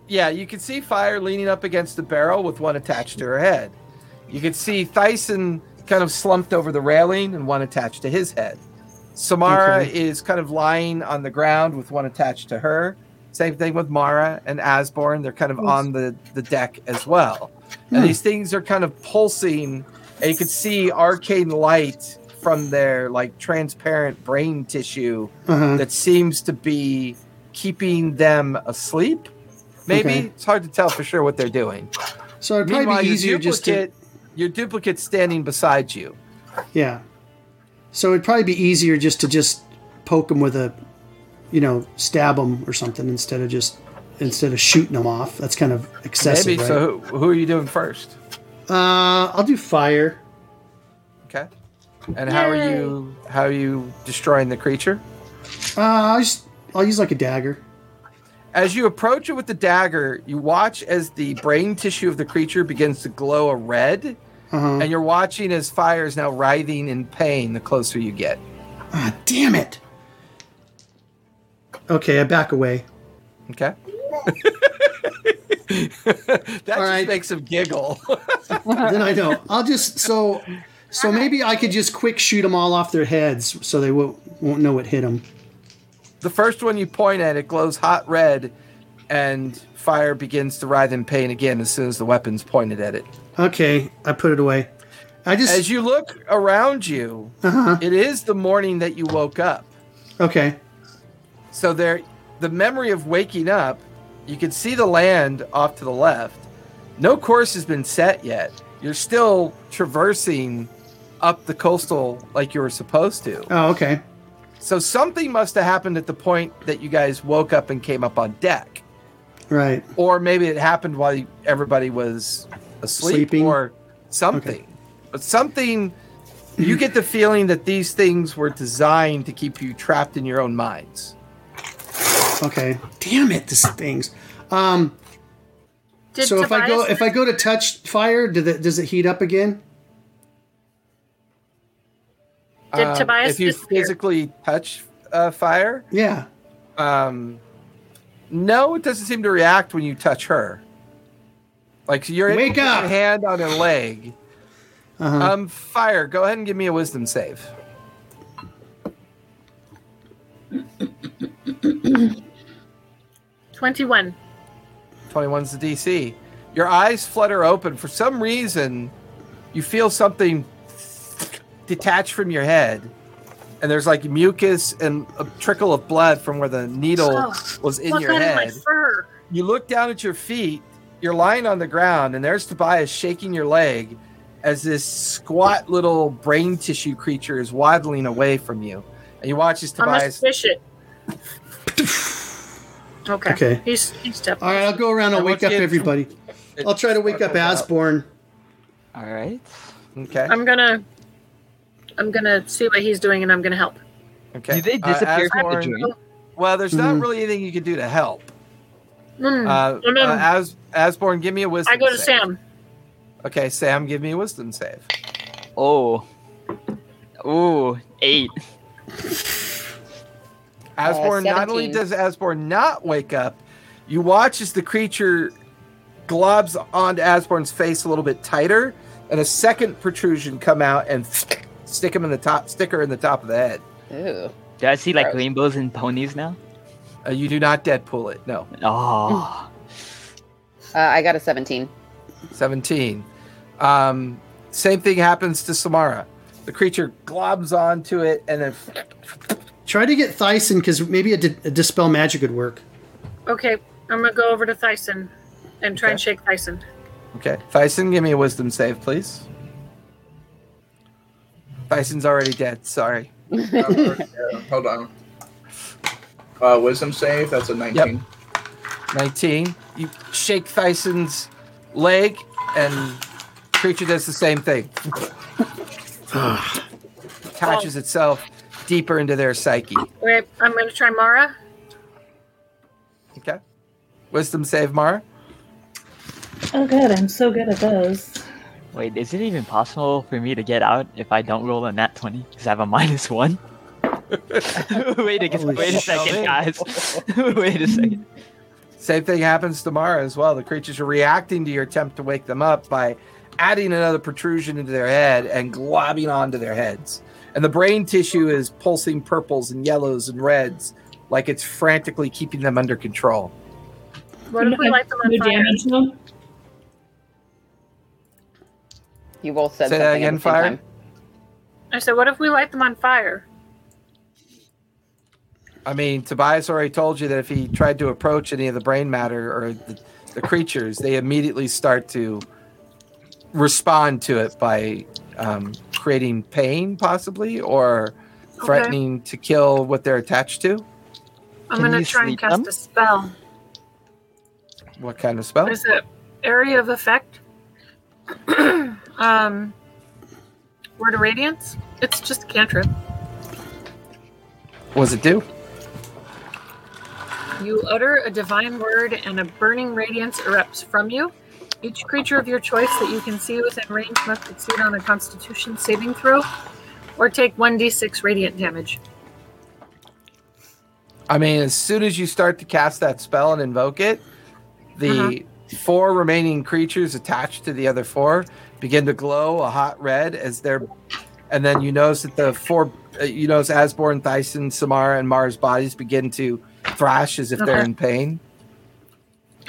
Speaker 1: yeah you can see fire leaning up against the barrel with one attached to her head you can see thyson kind of slumped over the railing and one attached to his head samara
Speaker 3: Okay.
Speaker 1: is kind of lying on the ground with one attached to her same thing with mara and asborn they're kind of on the, the deck as well and
Speaker 3: Hmm.
Speaker 1: these things are kind of pulsing and you can see arcane light from their like transparent brain tissue
Speaker 3: Uh-huh.
Speaker 1: that seems to be keeping them asleep. Maybe
Speaker 3: Okay.
Speaker 1: it's hard to tell for sure what they're doing.
Speaker 3: So it'd probably
Speaker 1: Meanwhile,
Speaker 3: be
Speaker 1: your
Speaker 3: easier
Speaker 1: duplicate,
Speaker 3: just to
Speaker 1: your duplicate standing beside you.
Speaker 3: yeah. So it'd probably be easier just to just poke them with a, you know, stab them or something instead of just instead of shooting them off. That's kind of excessive,
Speaker 1: Maybe.
Speaker 3: right?
Speaker 1: So who, who are you doing first?
Speaker 3: Uh, I'll do fire.
Speaker 1: Okay. And how are
Speaker 2: Yay.
Speaker 1: you? How are you destroying the creature?
Speaker 3: Uh, I'll just I'll use like a dagger.
Speaker 1: As you approach it with the dagger, you watch as the brain tissue of the creature begins to glow a red,
Speaker 3: Uh huh.
Speaker 1: and you're watching as fire is now writhing in pain the closer you get.
Speaker 3: Ah, damn it. Okay, I back away.
Speaker 1: Okay. that just
Speaker 3: right.
Speaker 1: makes him giggle.
Speaker 3: then I don't. I'll just so so maybe I could just quick shoot them all off their heads so they won't won't know what hit them.
Speaker 1: the first one you point at, it glows hot red, and fire begins to writhe in pain again as soon as the weapon's pointed at it.
Speaker 3: Okay, I put it away. I
Speaker 1: As
Speaker 3: just
Speaker 1: you look around you,
Speaker 3: uh-huh.
Speaker 1: it is the morning that you woke up.
Speaker 3: okay.
Speaker 1: So there, the memory of waking up, you can see the land off to the left. No course has been set yet. You're still traversing up the coastal like you were supposed to.
Speaker 3: Oh, okay.
Speaker 1: So something must have happened at the point that you guys woke up and came up on deck,
Speaker 3: Right.
Speaker 1: or maybe it happened while you- everybody was asleep
Speaker 3: Sleeping.
Speaker 1: or something. But something you get the feeling that these things were designed to keep you trapped in your own minds.
Speaker 3: Okay. Damn it, this things. Um
Speaker 2: Did
Speaker 3: so if I go
Speaker 2: Tobias-
Speaker 3: if I go to touch fire, do the, does it heat up again?
Speaker 2: Did
Speaker 1: Um,
Speaker 2: Tobias
Speaker 1: if you
Speaker 2: disappear?
Speaker 1: physically touch uh, fire,
Speaker 3: Yeah.
Speaker 1: um, no, it doesn't seem to react when you touch her. Like you're able
Speaker 3: Wake
Speaker 1: to put
Speaker 3: up!
Speaker 1: your hand on her leg.
Speaker 3: Uh-huh.
Speaker 1: Um, fire. Go ahead and give me a wisdom save.
Speaker 2: twenty-one.
Speaker 1: 21's the DC. Your eyes flutter open. For some reason, you feel something detached from your head, and there's like mucus and a trickle of blood from where the needle
Speaker 2: Oh,
Speaker 1: was in
Speaker 2: what
Speaker 1: your
Speaker 2: got in my
Speaker 1: head.
Speaker 2: fur?
Speaker 1: you look down at your feet. You're lying on the ground, and there's Tobias shaking your leg as this squat little brain tissue creature is waddling away from you. And you watch as
Speaker 2: I
Speaker 1: Tobias
Speaker 2: must fish it. Okay.
Speaker 3: Okay.
Speaker 2: He's he's
Speaker 3: All right, I'll
Speaker 2: definitely.
Speaker 3: go around. I'll
Speaker 1: Now,
Speaker 3: wake
Speaker 1: let's
Speaker 3: up
Speaker 1: get-
Speaker 3: everybody. I'll try to wake up Asborn.
Speaker 8: All right.
Speaker 1: Okay.
Speaker 2: I'm gonna I'm gonna see what he's doing and I'm gonna help.
Speaker 1: Okay.
Speaker 8: Do they
Speaker 1: Uh,
Speaker 8: disappear from the
Speaker 1: Asborn-
Speaker 8: dream?
Speaker 1: Well, there's not
Speaker 3: Mhm.
Speaker 1: really anything you can do to help.
Speaker 2: Hmm.
Speaker 1: Uh,
Speaker 2: no, no.
Speaker 1: uh, As Asborn, give me a wisdom.
Speaker 2: I go to
Speaker 1: save.
Speaker 2: Sam.
Speaker 1: Okay, Sam, give me a wisdom save.
Speaker 8: Oh. Ooh, eight.
Speaker 1: Asborn, not only
Speaker 5: 17.
Speaker 1: does Asborn not wake up, you watch as the creature globs onto Asborn's face a little bit tighter, and a second protrusion come out and stick him in the top, sticker in the top of the head.
Speaker 5: Ooh. Uh,
Speaker 8: Do I see like
Speaker 5: Gross.
Speaker 8: rainbows and ponies now?
Speaker 1: Uh, you do not Deadpool it. No,
Speaker 7: Mm.
Speaker 8: Oh.
Speaker 5: Uh, I got a 17.
Speaker 1: seventeen. Um, same thing happens to Samara. The creature globs onto it, and then
Speaker 3: Try to get Thyson because maybe a, di- a dispel magic would work.
Speaker 2: Okay, I'm gonna go over to Thyson and try and
Speaker 1: Okay.
Speaker 2: shake Thyson.
Speaker 1: okay, Thyson, give me a wisdom save, please. Tyson's already dead. Sorry.
Speaker 9: Hold on. Uh, wisdom save. That's a 19.
Speaker 1: 19. You shake Thyson's leg, and creature does the same thing. Attaches itself deeper into their psyche.
Speaker 2: Okay, I'm gonna try Mara.
Speaker 1: Okay. Wisdom save, Mara.
Speaker 7: Oh, good. I'm so good at those.
Speaker 8: Wait, is it even possible for me to get out if I don't roll a nat 20? Because I have a minus one? wait a,
Speaker 3: Holy
Speaker 8: wait a second,
Speaker 1: shit.
Speaker 8: guys. wait a second.
Speaker 1: Same thing happens to Mara as well. The creatures are reacting to your attempt to wake them up by adding another protrusion into their head and globbing onto their heads. And the brain tissue is pulsing purples and yellows and reds like it's frantically keeping them under control.
Speaker 2: What if we light them on
Speaker 7: No
Speaker 2: fire?
Speaker 7: damage to them?
Speaker 5: You both said
Speaker 1: Say that
Speaker 5: something at
Speaker 1: again,
Speaker 5: the same
Speaker 1: Fire?
Speaker 5: time.
Speaker 2: I said, what if we light them on fire?
Speaker 1: I mean, Tobias already told you that if he tried to approach any of the brain matter or the, the creatures, they immediately start to respond to it by um, creating pain, possibly, or threatening to kill what they're attached to.
Speaker 2: I'm
Speaker 8: Can
Speaker 2: gonna
Speaker 8: you
Speaker 2: try and
Speaker 8: sleep
Speaker 2: cast
Speaker 8: them?
Speaker 2: a spell.
Speaker 1: What kind of spell?
Speaker 2: Is it area of effect? um, word of radiance. It's just a cantrip.
Speaker 1: What does it do?
Speaker 2: You utter a divine word, and a burning radiance erupts from you. Each creature of your choice that you can see within range must succeed on a Constitution saving throw, or take 1d6 radiant damage.
Speaker 1: I mean, as soon as you start to cast that spell and invoke it, the four remaining creatures attached to the other four begin to glow a hot red as they're, and then you notice that the four, uh, you notice Asborn, Thyson, Samara, and Mara's bodies begin to thrash as if they're
Speaker 2: Okay.
Speaker 1: in pain.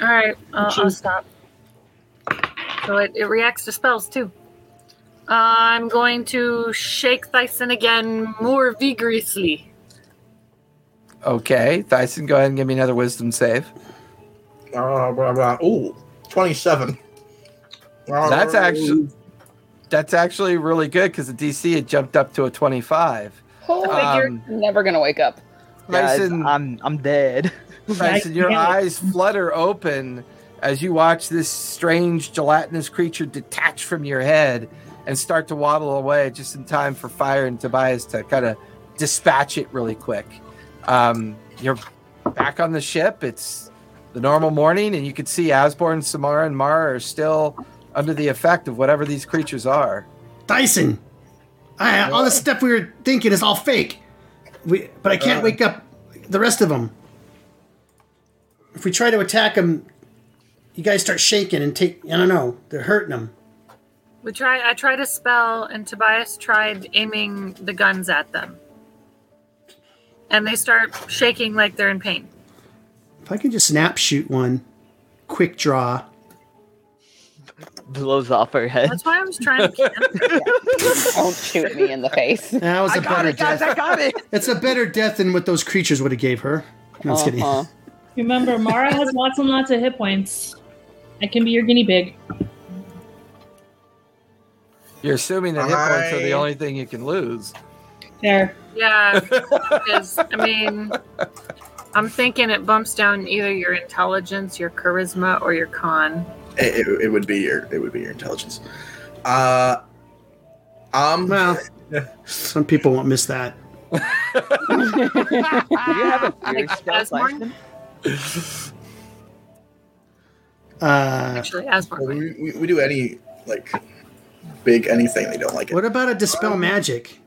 Speaker 2: All right, I'll, I'll
Speaker 7: Jeez.
Speaker 2: stop. So it, it reacts to spells too. I'm going to shake Thyson again more vigorously.
Speaker 1: Okay, Thyson, go ahead and give me another Wisdom save.
Speaker 9: Uh, blah, blah. Ooh, 27.
Speaker 1: That's actually- That's actually really good because the DC had jumped up to a twenty-five. Um,
Speaker 5: Never going to wake up.
Speaker 8: Guys,
Speaker 1: Tyson-
Speaker 8: I'm, I'm dead.
Speaker 1: Tyson, your
Speaker 7: Yeah.
Speaker 1: eyes flutter open as you watch this strange gelatinous creature detach from your head and start to waddle away just in time for Fire and Tobias to kind of dispatch it really quick. Um, you're back on the ship. It's the normal morning, and you can see Asborn, Samara, and Mara are still under the effect of whatever these creatures are.
Speaker 3: Dyson, I, all the stuff we were thinking is all fake. We, but I can't wake up the rest of them. If we try to attack them, you guys start shaking and take. I don't know. They're hurting them.
Speaker 2: We try. I tried a spell, and Tobias tried aiming the guns at them, and they start shaking like they're in pain.
Speaker 3: If I could just snap shoot one, quick draw.
Speaker 8: Blows off her head.
Speaker 2: That's why I was trying to. Cantrip.
Speaker 5: Don't shoot me in the face.
Speaker 3: That was a better death.
Speaker 8: I got it.
Speaker 3: It's a better death than what those creatures would have gave her. No, I'm just kidding.
Speaker 5: Uh-huh.
Speaker 7: Remember, Mara has lots and lots of hit points. I can be your guinea pig.
Speaker 1: You're assuming that hit points are the
Speaker 9: I-
Speaker 1: only thing you can lose.
Speaker 7: Fair.
Speaker 2: Yeah, because I mean, I'm thinking it bumps down either your intelligence, your charisma, or your con.
Speaker 9: It, it, it would be your it would be your intelligence. Uh, um,
Speaker 3: Well, some people won't miss that.
Speaker 6: Do you have a
Speaker 2: Like
Speaker 6: theory spell
Speaker 2: Asmorn?
Speaker 6: license?
Speaker 3: Uh,
Speaker 2: Actually, Asmar. might.
Speaker 9: we, we, we do any like big anything they don't like it.
Speaker 3: what about a dispel magic?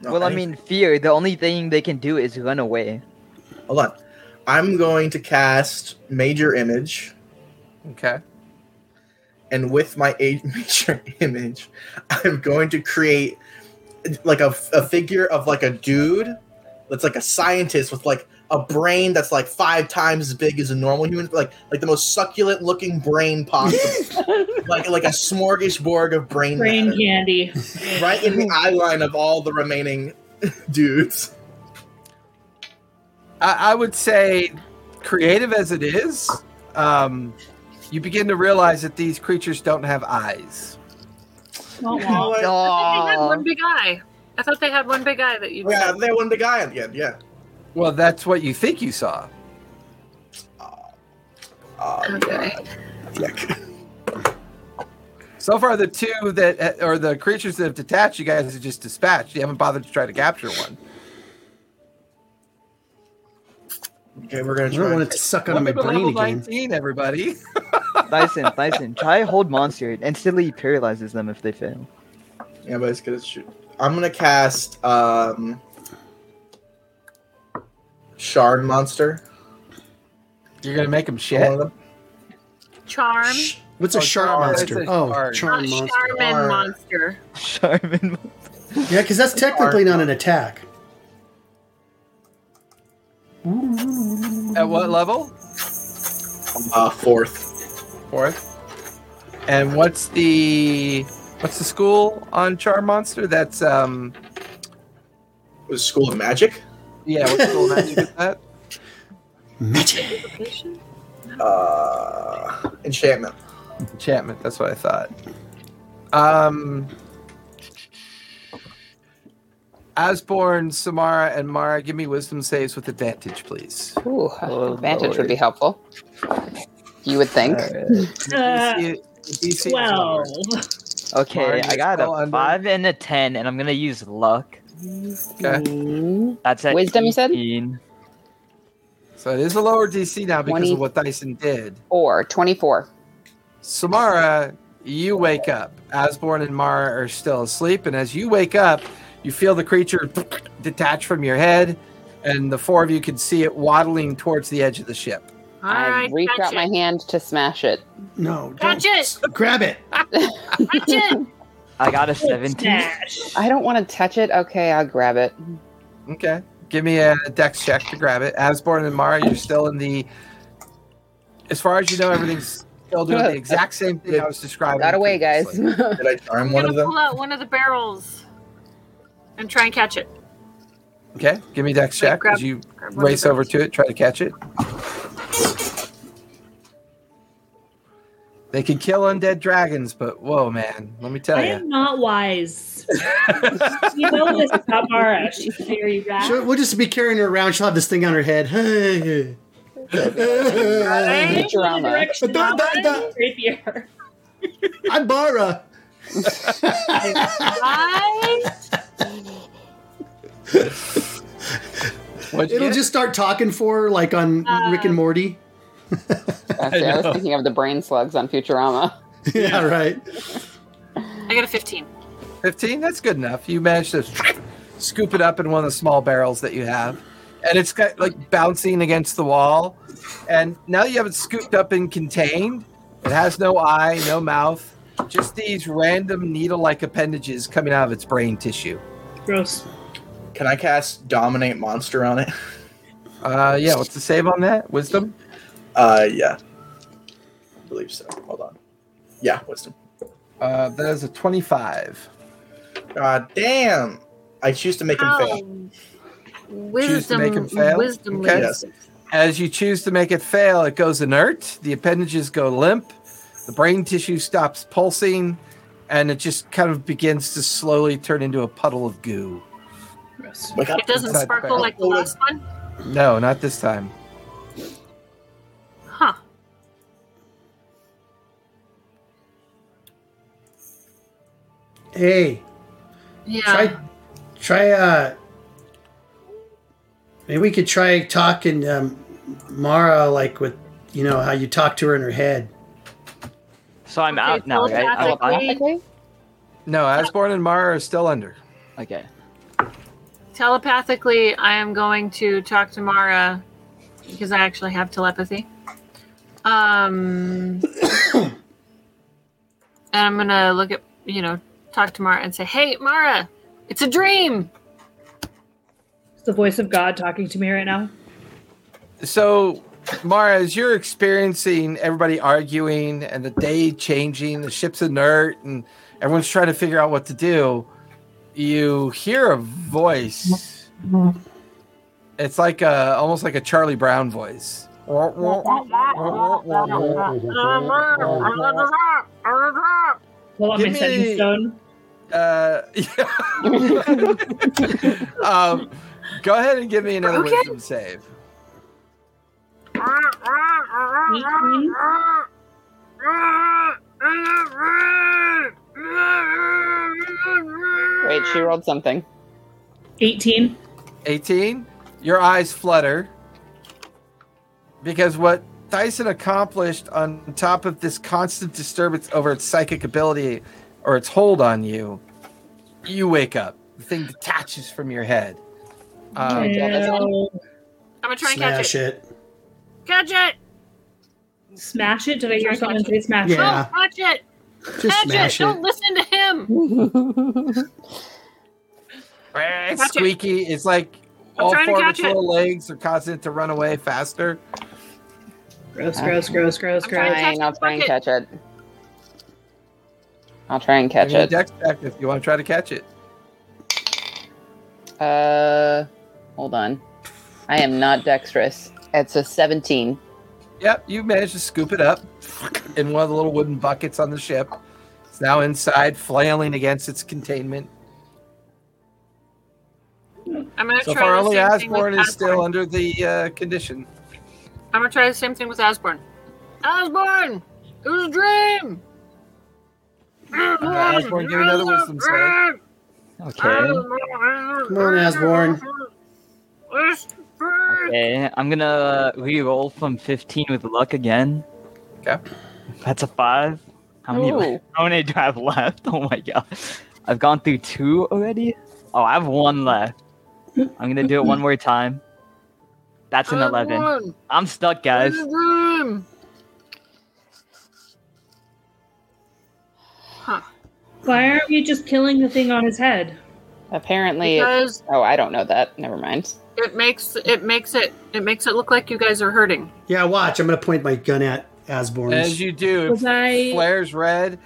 Speaker 9: No,
Speaker 10: Well, I
Speaker 9: any-
Speaker 10: mean, fear. The only thing they can do is run away.
Speaker 9: hold on. I'm going to cast Major Image,
Speaker 1: Okay.
Speaker 9: and with my a- Major Image, I'm going to create like a, a figure of like a dude that's like a scientist with like a brain that's like five times as big as a normal human, like like the most succulent looking brain possible, like like a smorgasbord of brain,
Speaker 7: Brain
Speaker 9: matter,
Speaker 7: candy.
Speaker 9: right in the eye line of all the remaining dudes.
Speaker 1: I, I would say, creative as it is, um, you begin to realize that these creatures don't have eyes.
Speaker 7: Womp womp.
Speaker 2: I thought they had
Speaker 10: Aw.
Speaker 2: one big eye. I thought they had one big eye that you.
Speaker 9: Yeah, they won the guy at the end. Yeah.
Speaker 1: Well, that's what you think you saw.
Speaker 9: Uh,
Speaker 2: Okay.
Speaker 9: yuck.
Speaker 1: So far, the two that uh, or the creatures that have detached you guys have just dispatched. You haven't bothered to try to capture one.
Speaker 9: Okay, we're gonna
Speaker 3: I don't
Speaker 9: try.
Speaker 3: want it to suck out of my
Speaker 1: Welcome to
Speaker 3: brain
Speaker 1: level
Speaker 3: again.
Speaker 1: 19, everybody.
Speaker 10: Dyson, Dyson, try hold monster. It instantly paralyzes them if they fail.
Speaker 9: Yeah, but it's gonna shoot. I'm gonna cast um Shard Monster.
Speaker 1: You're gonna make them
Speaker 9: on
Speaker 1: shit.
Speaker 9: one of them.
Speaker 2: Charm.
Speaker 3: What's a
Speaker 1: Oh,
Speaker 3: shark
Speaker 1: charm.
Speaker 3: monster?
Speaker 1: It's a
Speaker 3: Oh,
Speaker 1: shark.
Speaker 2: Not
Speaker 3: charm monster.
Speaker 2: Charmin
Speaker 9: Charm.
Speaker 2: monster.
Speaker 10: Charmin.
Speaker 3: Yeah, because that's technically not an attack.
Speaker 1: At what level?
Speaker 9: Uh, fourth.
Speaker 1: Fourth. And what's the what's the school on Charm Monster? That's um
Speaker 9: It was School of Magic.
Speaker 1: yeah. What school magic is that?
Speaker 3: Magic.
Speaker 9: Uh, enchantment.
Speaker 1: Enchantment. That's what I thought. Um, Asborn, Samara, and Mara, give me wisdom saves with advantage, please.
Speaker 5: Ooh,
Speaker 10: Oh,
Speaker 5: advantage would
Speaker 10: Lord.
Speaker 5: be helpful. You would think.
Speaker 10: Alright.
Speaker 7: Uh,
Speaker 1: DC is
Speaker 7: Twelve.
Speaker 1: lower.
Speaker 10: Okay,
Speaker 1: Barney
Speaker 10: I got
Speaker 1: fell
Speaker 10: a
Speaker 1: under.
Speaker 10: five and a ten, and I'm gonna use luck.
Speaker 1: Okay.
Speaker 8: That's at
Speaker 5: Wisdom, you said?
Speaker 8: 18.
Speaker 1: So it is a lower DC now because
Speaker 5: 20.
Speaker 1: of what Dyson did.
Speaker 5: Or 24.
Speaker 1: Samara, you wake up. Asborn and Mara are still asleep, and as you wake up, you feel the creature detach from your head, and the four of you can see it waddling towards the edge of the ship.
Speaker 2: All
Speaker 5: I
Speaker 2: right.
Speaker 5: reach
Speaker 2: Catch
Speaker 5: out my
Speaker 2: it.
Speaker 5: hand to smash it.
Speaker 3: No, don't
Speaker 2: Catch it.
Speaker 3: grab it.
Speaker 2: Catch it.
Speaker 8: I got a 17.
Speaker 7: Smash.
Speaker 5: I don't want to touch it. Okay, I'll grab it.
Speaker 1: Okay. Give me a dex check to grab it. Asborn and Mara, you're still in the. As far as you know, everything's still doing the exact same thing I was describing.
Speaker 5: Got away, guys.
Speaker 1: previously.
Speaker 9: Did I charm
Speaker 2: I'm
Speaker 9: one
Speaker 2: gonna
Speaker 9: of them?
Speaker 2: pull out one of the barrels and try and catch it.
Speaker 1: Okay. Give me a dex
Speaker 2: Wait,
Speaker 1: check
Speaker 2: grab-
Speaker 1: as you
Speaker 2: Grab one of
Speaker 1: race
Speaker 2: the
Speaker 1: over
Speaker 2: barrels.
Speaker 1: to it, try to catch it. They can kill undead dragons, but whoa, man, let me tell
Speaker 7: I
Speaker 1: you.
Speaker 7: am not wise. you know this about Mara. She's very
Speaker 3: She'll-
Speaker 7: rash.
Speaker 3: we'll just be carrying her around. She'll have this thing on her head. I'm
Speaker 5: Futurama.
Speaker 7: Direction
Speaker 3: Da, da, da.
Speaker 7: of rapier.
Speaker 3: Bara.
Speaker 2: Right?
Speaker 1: What'd you
Speaker 3: It'll
Speaker 1: get?
Speaker 3: just start talking for her, like on
Speaker 2: Uh,
Speaker 3: Rick and Morty.
Speaker 5: That's it. I, was thinking of the brain slugs on Futurama.
Speaker 3: yeah, right.
Speaker 2: I got a 15.
Speaker 1: 15? That's good enough. You managed to scoop it up in one of the small barrels that you have. And it's got like bouncing against the wall. And now you have it scooped up and contained. It has no eye, no mouth, just these random needle like appendages coming out of its brain tissue.
Speaker 7: Gross.
Speaker 9: Can I cast Dominate Monster on it?
Speaker 1: Uh, yeah, what's the save on that? Wisdom?
Speaker 9: Uh, yeah. I believe so. Hold on. Yeah, wisdom.
Speaker 1: Uh, that is a 25.
Speaker 9: God damn! I choose to make him fail.
Speaker 2: Um,
Speaker 1: to make him
Speaker 2: Oh, Wisdom,
Speaker 1: fail?
Speaker 2: wisdom,
Speaker 1: Okay.
Speaker 9: Yes.
Speaker 2: wisdom.
Speaker 1: As you choose to make it fail, it goes inert. The appendages go limp. The brain tissue stops pulsing, and it just kind of begins to slowly turn into a puddle of goo.
Speaker 2: gross.
Speaker 9: Wake up.
Speaker 2: It doesn't
Speaker 1: Inside the
Speaker 2: sparkle
Speaker 1: bag.
Speaker 2: like the last one?
Speaker 1: No, not this time.
Speaker 2: Huh.
Speaker 3: Hey,
Speaker 2: Yeah.
Speaker 3: try, try. Uh, maybe we could try talking um, Mara like with you know how you talk to her in her head.
Speaker 8: So I'm
Speaker 2: Okay,
Speaker 8: out now, right? I'm
Speaker 2: telepathically-
Speaker 1: No, Asborn and Mara are still under.
Speaker 8: fine? Okay.
Speaker 2: telepathically, I am going to talk to Mara because I actually have telepathy. Um, and I'm gonna look at you know talk to Mara and say, "Hey, Mara, it's a dream."
Speaker 7: It's the voice of God talking to me right now.
Speaker 1: So, Mara, as you're experiencing everybody arguing and the day changing, the ship's inert, and everyone's trying to figure out what to do, you hear a voice. It's like a almost like a Charlie Brown voice. Uh,
Speaker 7: Pull out
Speaker 1: Give
Speaker 7: my
Speaker 1: me-
Speaker 7: stepping stone.
Speaker 1: Uh, um, go ahead and give me another
Speaker 2: Okay.
Speaker 1: wisdom save.
Speaker 5: Wait, she rolled something.
Speaker 7: 18.
Speaker 1: 18 your eyes flutter because what dyson accomplished on top of this constant disturbance over its psychic ability or its hold on you you wake up the thing detaches from your head
Speaker 2: Oh,
Speaker 1: um,
Speaker 7: Ew.
Speaker 2: I'm gonna try and catch
Speaker 3: Smash
Speaker 2: it.
Speaker 3: it.
Speaker 2: Catch it!
Speaker 7: Smash it? Did I hear someone say smash
Speaker 3: Yeah.
Speaker 7: it?
Speaker 2: Don't touch it!
Speaker 3: Just
Speaker 2: Catch it!
Speaker 3: smash it.
Speaker 2: Don't listen to him!
Speaker 1: it's
Speaker 2: Catch it.
Speaker 1: squeaky it's like
Speaker 2: I'm
Speaker 1: all
Speaker 2: trying to
Speaker 1: four of
Speaker 2: catch
Speaker 1: its
Speaker 2: it.
Speaker 1: little legs are causing it to run away faster
Speaker 7: Gross, gross, gross, gross,
Speaker 2: Uh-huh. I'm trying
Speaker 7: gross.
Speaker 2: to-
Speaker 5: Fine, I'll try and
Speaker 2: Catch
Speaker 5: catch it. I'll try and catch
Speaker 1: Give me a
Speaker 5: it.
Speaker 1: dex check if you want to try to catch it
Speaker 5: Uh, hold on. I am not dexterous. It's a 17.
Speaker 1: Yep, you managed to scoop it up in one of the little wooden buckets on the ship. It's now inside, flailing against its containment.
Speaker 2: I'm gonna
Speaker 1: So
Speaker 2: try
Speaker 1: far,
Speaker 2: the
Speaker 1: only
Speaker 2: same thing with
Speaker 1: Asborn is still
Speaker 2: Asborn.
Speaker 1: under the uh, condition.
Speaker 2: I'm gonna try the same thing with Asborn. Asborn! It was a dream!
Speaker 1: Uh, Asborn, give another wisdom save.
Speaker 2: Oh.
Speaker 8: Okay.
Speaker 3: Come on, Asborn.
Speaker 8: Okay. I'm gonna re-roll from 15 with luck again.
Speaker 1: Okay.
Speaker 8: That's a five. How many?
Speaker 5: Ooh.
Speaker 8: How many do I have left? Oh my god. I've gone through two already. Oh, I have one left. I'm gonna do it one more time. That's an 11. I'm stuck, guys.
Speaker 2: It's a dream!
Speaker 7: Why aren't you just killing the thing on his head?
Speaker 5: Apparently, it,
Speaker 2: Because
Speaker 5: oh, I don't know that. Never mind.
Speaker 2: it makes it makes it it makes it look like you guys are hurting.
Speaker 3: Yeah, watch. I'm gonna point my gun at Asborn.
Speaker 1: As you do,
Speaker 7: Was I-
Speaker 1: it flares red.